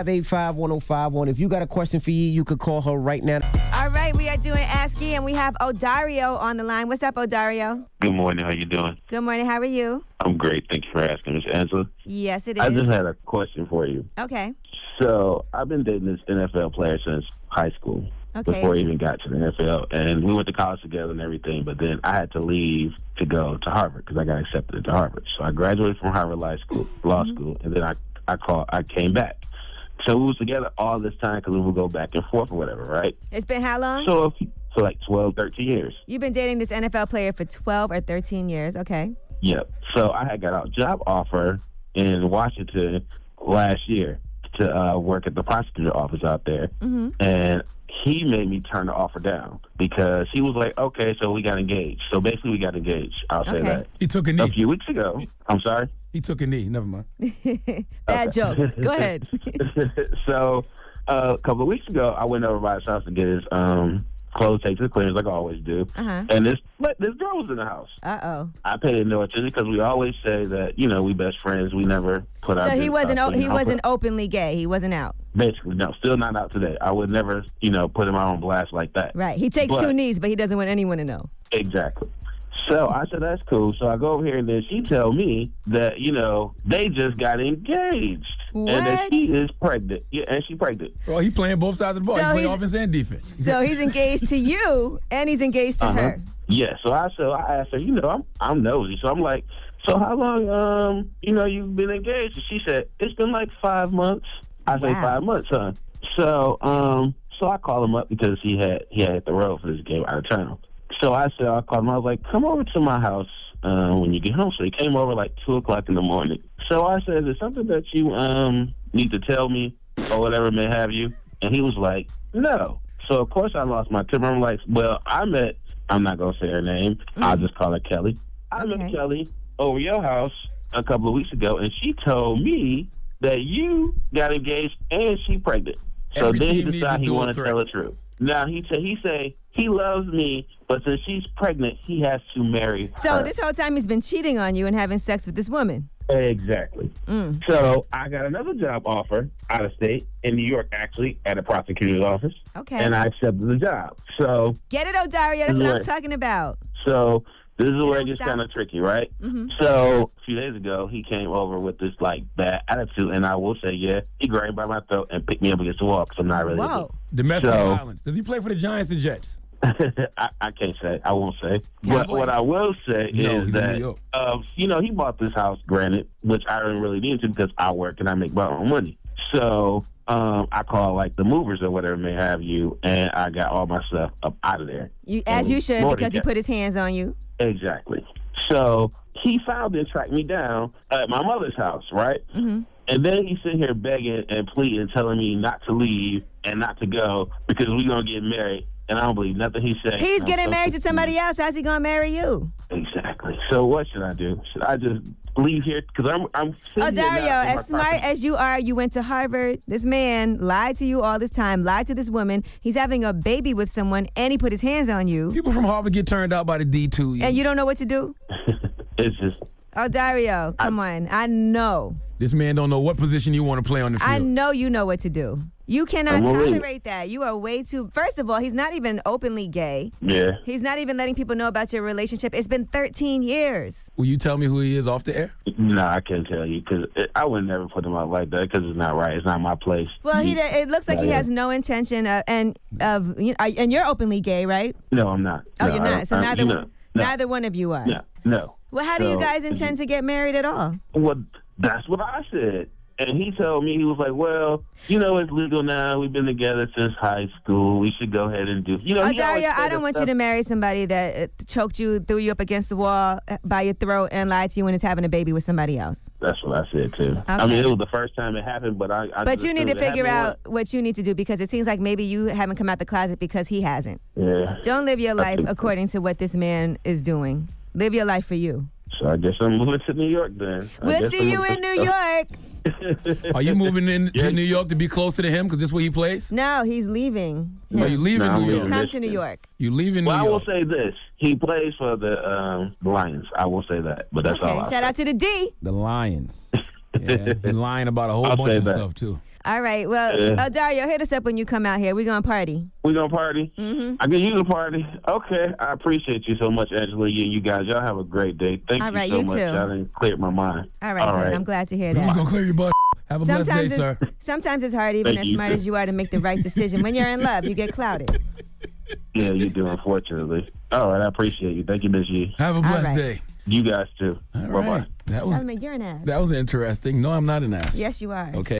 Speaker 6: 800-585-1051. If you got a question for Yee, you could call her right now.
Speaker 8: All right, we are doing Ask Yee, and we have Odario on the line. What's up, Odario?
Speaker 22: Good morning. How you doing?
Speaker 8: Good morning. How are you?
Speaker 22: I'm great. Thank you for asking, Miss Angela.
Speaker 8: Yes, it is.
Speaker 22: I just had a question for you.
Speaker 8: okay.
Speaker 22: So I've been dating this NFL player since high school,
Speaker 8: Okay.
Speaker 22: before I even got to the NFL, and we went to college together and everything. But then I had to leave to go to Harvard because I got accepted to Harvard. So I graduated from Harvard Law School, law
Speaker 8: Mm-hmm.
Speaker 22: school, and then I I called, I came back. So we was together all this time because we would go back and forth or whatever, right?
Speaker 8: It's been how long?
Speaker 22: So if, for like 12, 13 years.
Speaker 8: You've been dating this NFL player for 12 or 13 years. Okay.
Speaker 22: Yep. So I had got a job offer in Washington last year to uh, work at the prosecutor office out there,
Speaker 8: Mm-hmm.
Speaker 22: and he made me turn the offer down because he was like, "Okay, so we got engaged." So basically, we got engaged. I'll say
Speaker 8: Okay.
Speaker 22: that.
Speaker 9: He took a knee
Speaker 22: a few weeks ago. I'm sorry.
Speaker 9: He took a knee. Never mind.
Speaker 8: Bad joke. Go ahead.
Speaker 22: so uh, a couple of weeks ago, I went over by his house to get his um, clothes taken to the cleaners, like I always do.
Speaker 8: Uh-huh.
Speaker 22: And this this girl was in the house.
Speaker 8: Uh
Speaker 22: I paid no attention because we always say that you know we best friends. We never put
Speaker 8: oh.
Speaker 22: our
Speaker 8: So he
Speaker 22: business
Speaker 8: wasn't
Speaker 22: out
Speaker 8: o-
Speaker 22: there, you
Speaker 8: he
Speaker 22: know,
Speaker 8: wasn't openly gay. He wasn't out.
Speaker 22: but basically no, still not out today. I would never you know put him out on blast like that.
Speaker 8: Right. He takes
Speaker 22: But-
Speaker 8: two knees, but he doesn't want anyone to know.
Speaker 22: Exactly. So I said that's cool. So I go over here and then she tell me that you know they just got engaged and that
Speaker 8: What?
Speaker 22: she is pregnant. Yeah, and she pregnant.
Speaker 9: Well, he playing both sides of the ball.
Speaker 8: So
Speaker 9: he playing
Speaker 8: he's-
Speaker 9: offense and defense.
Speaker 8: So he's engaged to you, and he's engaged to
Speaker 22: Uh-huh.
Speaker 8: her.
Speaker 22: Yeah, so I so I asked her, you know, I'm I'm nosy, so I'm like, so how long, um, you know, you've been engaged? And she said, it's been like five months. I say
Speaker 23: Wow.
Speaker 22: five months, huh? So, um, so I call him up because he had he had hit the road for this game out of town. So I said, I called him. I was like, come over to my house uh, when you get home. So he came over like two o'clock in the morning. So I said, is there something that you um need to tell me or whatever may have you? And he was like, no. So of course I lost my temper. I'm like, well, I met. I'm not gonna say her name. I'll
Speaker 8: Mm-hmm.
Speaker 22: just call her Kelly. I met Kelly over your house a couple of weeks ago, and she told me that you got engaged and she pregnant. So
Speaker 9: Every
Speaker 22: then he
Speaker 9: team needs a
Speaker 22: decided he
Speaker 9: dual
Speaker 22: wanted to
Speaker 9: threat.
Speaker 22: tell the truth. Now he said he say he loves me, but since she's pregnant, he has to marry
Speaker 8: So
Speaker 22: her.
Speaker 8: this whole time he's been cheating on you and having sex with this woman.
Speaker 22: Exactly.
Speaker 8: Mm.
Speaker 22: So I got another job offer out of state in New York, actually, at a prosecutor's office.
Speaker 8: Okay.
Speaker 22: And I accepted the job. So,
Speaker 8: Get it, Odario. That's what I'm
Speaker 22: Right.
Speaker 8: talking about.
Speaker 22: so this is where it
Speaker 8: don't
Speaker 22: gets
Speaker 8: stop.
Speaker 22: kind of tricky, right?
Speaker 8: Mhm.
Speaker 22: So a few days ago, he came over with this like bad attitude, and I will say, yeah, he grabbed by my throat and picked me up against the wall because I'm not really.
Speaker 9: Whoa.
Speaker 22: Domestic
Speaker 9: Violence. Does he play for the Giants and Jets?
Speaker 22: I, I can't say. I won't say. But
Speaker 9: voice.
Speaker 22: what I will say
Speaker 9: No, he's
Speaker 22: is
Speaker 9: in New
Speaker 22: that,
Speaker 9: York.
Speaker 22: um, you know, he bought this house, granted, which I didn't really need to because I work and I make my own money. So um, I call like the movers or whatever may have you, and I got all my stuff up out of there.
Speaker 8: You, as
Speaker 22: And
Speaker 8: you should,
Speaker 22: more
Speaker 8: because he
Speaker 22: together.
Speaker 8: put his hands on you.
Speaker 22: Exactly. So he found and tracked me down at my mother's house, right?
Speaker 9: Mm-hmm.
Speaker 8: Mhm.
Speaker 22: And then he's sitting here begging and pleading, telling me not to leave and not to go because we're going to get married. And I don't believe nothing he said.
Speaker 8: He's
Speaker 22: I'm
Speaker 8: getting
Speaker 22: so
Speaker 8: married to somebody else. How's he gonna marry you?
Speaker 22: Exactly. So what should I do? Should I just leave here? Because I'm I'm sitting
Speaker 8: Oh,
Speaker 22: here now
Speaker 8: Dario,
Speaker 22: in my
Speaker 8: as smart
Speaker 22: property.
Speaker 8: as you are, you went to Harvard. This man lied to you all this time, lied to this woman. He's having a baby with someone, and he put his hands on you.
Speaker 9: People from Harvard get turned out by the D two.
Speaker 8: And you don't know what to do?
Speaker 22: It's just
Speaker 8: Oh, Dario, come on. I know.
Speaker 9: this man don't know what position you want to play on the field.
Speaker 8: I know you know what to do. You cannot
Speaker 22: Uh,
Speaker 9: I'm gonna read it.
Speaker 8: tolerate that. You are way too. First of all, he's not even openly gay.
Speaker 9: Yeah.
Speaker 8: He's not even letting people know about your relationship. It's been 13 years.
Speaker 22: Will you tell me who he is off the air? No, I can't tell you because I would never put him out like that because it's not right. It's not my place.
Speaker 8: Well,
Speaker 22: Mm.
Speaker 8: he it looks like he
Speaker 22: Yeah.
Speaker 8: has no intention of and of you know, and you're openly gay, right?
Speaker 22: No, I'm not.
Speaker 8: Oh,
Speaker 22: No,
Speaker 8: you're
Speaker 22: I
Speaker 8: not.
Speaker 22: don't-
Speaker 8: So
Speaker 22: I-
Speaker 8: neither
Speaker 22: you
Speaker 8: one,
Speaker 22: know, no,
Speaker 8: neither one of you are.
Speaker 22: no, no.
Speaker 8: Well, how do you
Speaker 22: So- mm-hmm.
Speaker 8: guys intend to get married at all?
Speaker 22: Well, that's what I said. And he told me, he was like, well, you know, it's legal now. We've been together since high school. We should go ahead and do, you know, he always
Speaker 8: Daria,
Speaker 22: said
Speaker 8: I don't
Speaker 22: that
Speaker 8: want
Speaker 22: stuff.
Speaker 8: you to marry somebody that uh, choked you, threw you up against the wall uh, by your throat, and lied to you when is having a baby with somebody else.
Speaker 22: That's what I said, too. I
Speaker 8: Okay.
Speaker 22: mean, it was the first time it happened, but I. I
Speaker 8: but
Speaker 22: just
Speaker 8: you need to
Speaker 22: assumed it
Speaker 8: figure
Speaker 22: happened
Speaker 8: out what you need to do because it seems like maybe you haven't come out the closet because he hasn't.
Speaker 22: once. Yeah.
Speaker 8: Don't live your life according to what this man is doing. Live your life for you.
Speaker 22: So I guess I'm moving to New York then. I
Speaker 8: We'll
Speaker 22: guess
Speaker 8: see
Speaker 22: I'm
Speaker 8: you in
Speaker 22: moving-
Speaker 8: New York.
Speaker 13: Are you moving in to New York to be closer to him? Because this is where he plays.
Speaker 8: No, he's leaving.
Speaker 13: Are you leaving
Speaker 22: No, I'm
Speaker 13: New
Speaker 22: leaving
Speaker 13: York?
Speaker 8: Come to New York.
Speaker 13: You leaving
Speaker 22: well,
Speaker 13: New York?
Speaker 22: I will say this: he plays for the um, Lions. I will say that, but that's all.
Speaker 8: Okay, shout out to the D.
Speaker 9: The Lions. Yeah, been lying about a whole
Speaker 22: I'll
Speaker 9: bunch
Speaker 22: say
Speaker 9: of
Speaker 22: that.
Speaker 9: stuff too.
Speaker 8: All right. Well,
Speaker 22: Yeah.
Speaker 8: oh, Dario, hit us up when you come out here. We're going to party.
Speaker 22: We gonna party? Mm-hmm. I can use a party. Okay, I appreciate you so much, Angela. You and you guys, y'all have a great day. Thank
Speaker 8: All
Speaker 22: you
Speaker 8: right,
Speaker 22: so
Speaker 8: you
Speaker 22: much.
Speaker 8: too.
Speaker 22: Y'all done cleared my mind.
Speaker 8: All right, good. I'm glad to hear that.
Speaker 9: clear your butt. Have
Speaker 22: a blessed
Speaker 8: sometimes
Speaker 22: day,
Speaker 8: it's,
Speaker 22: sir.
Speaker 8: Sometimes it's hard, even
Speaker 22: Thank
Speaker 8: as
Speaker 22: you,
Speaker 8: smart
Speaker 22: sir.
Speaker 8: as you are, to make the right decision. when you're in love, you get clouded.
Speaker 22: Yeah, you do. Unfortunately. All right, I appreciate you. Thank you, Miss G.
Speaker 13: Have a
Speaker 8: All blessed right.
Speaker 13: day.
Speaker 22: You guys too.
Speaker 13: All right. That was
Speaker 8: Charlamagne, you're an ass.
Speaker 13: that was interesting. No, I'm not an ass.
Speaker 8: Yes, you are.
Speaker 13: Okay.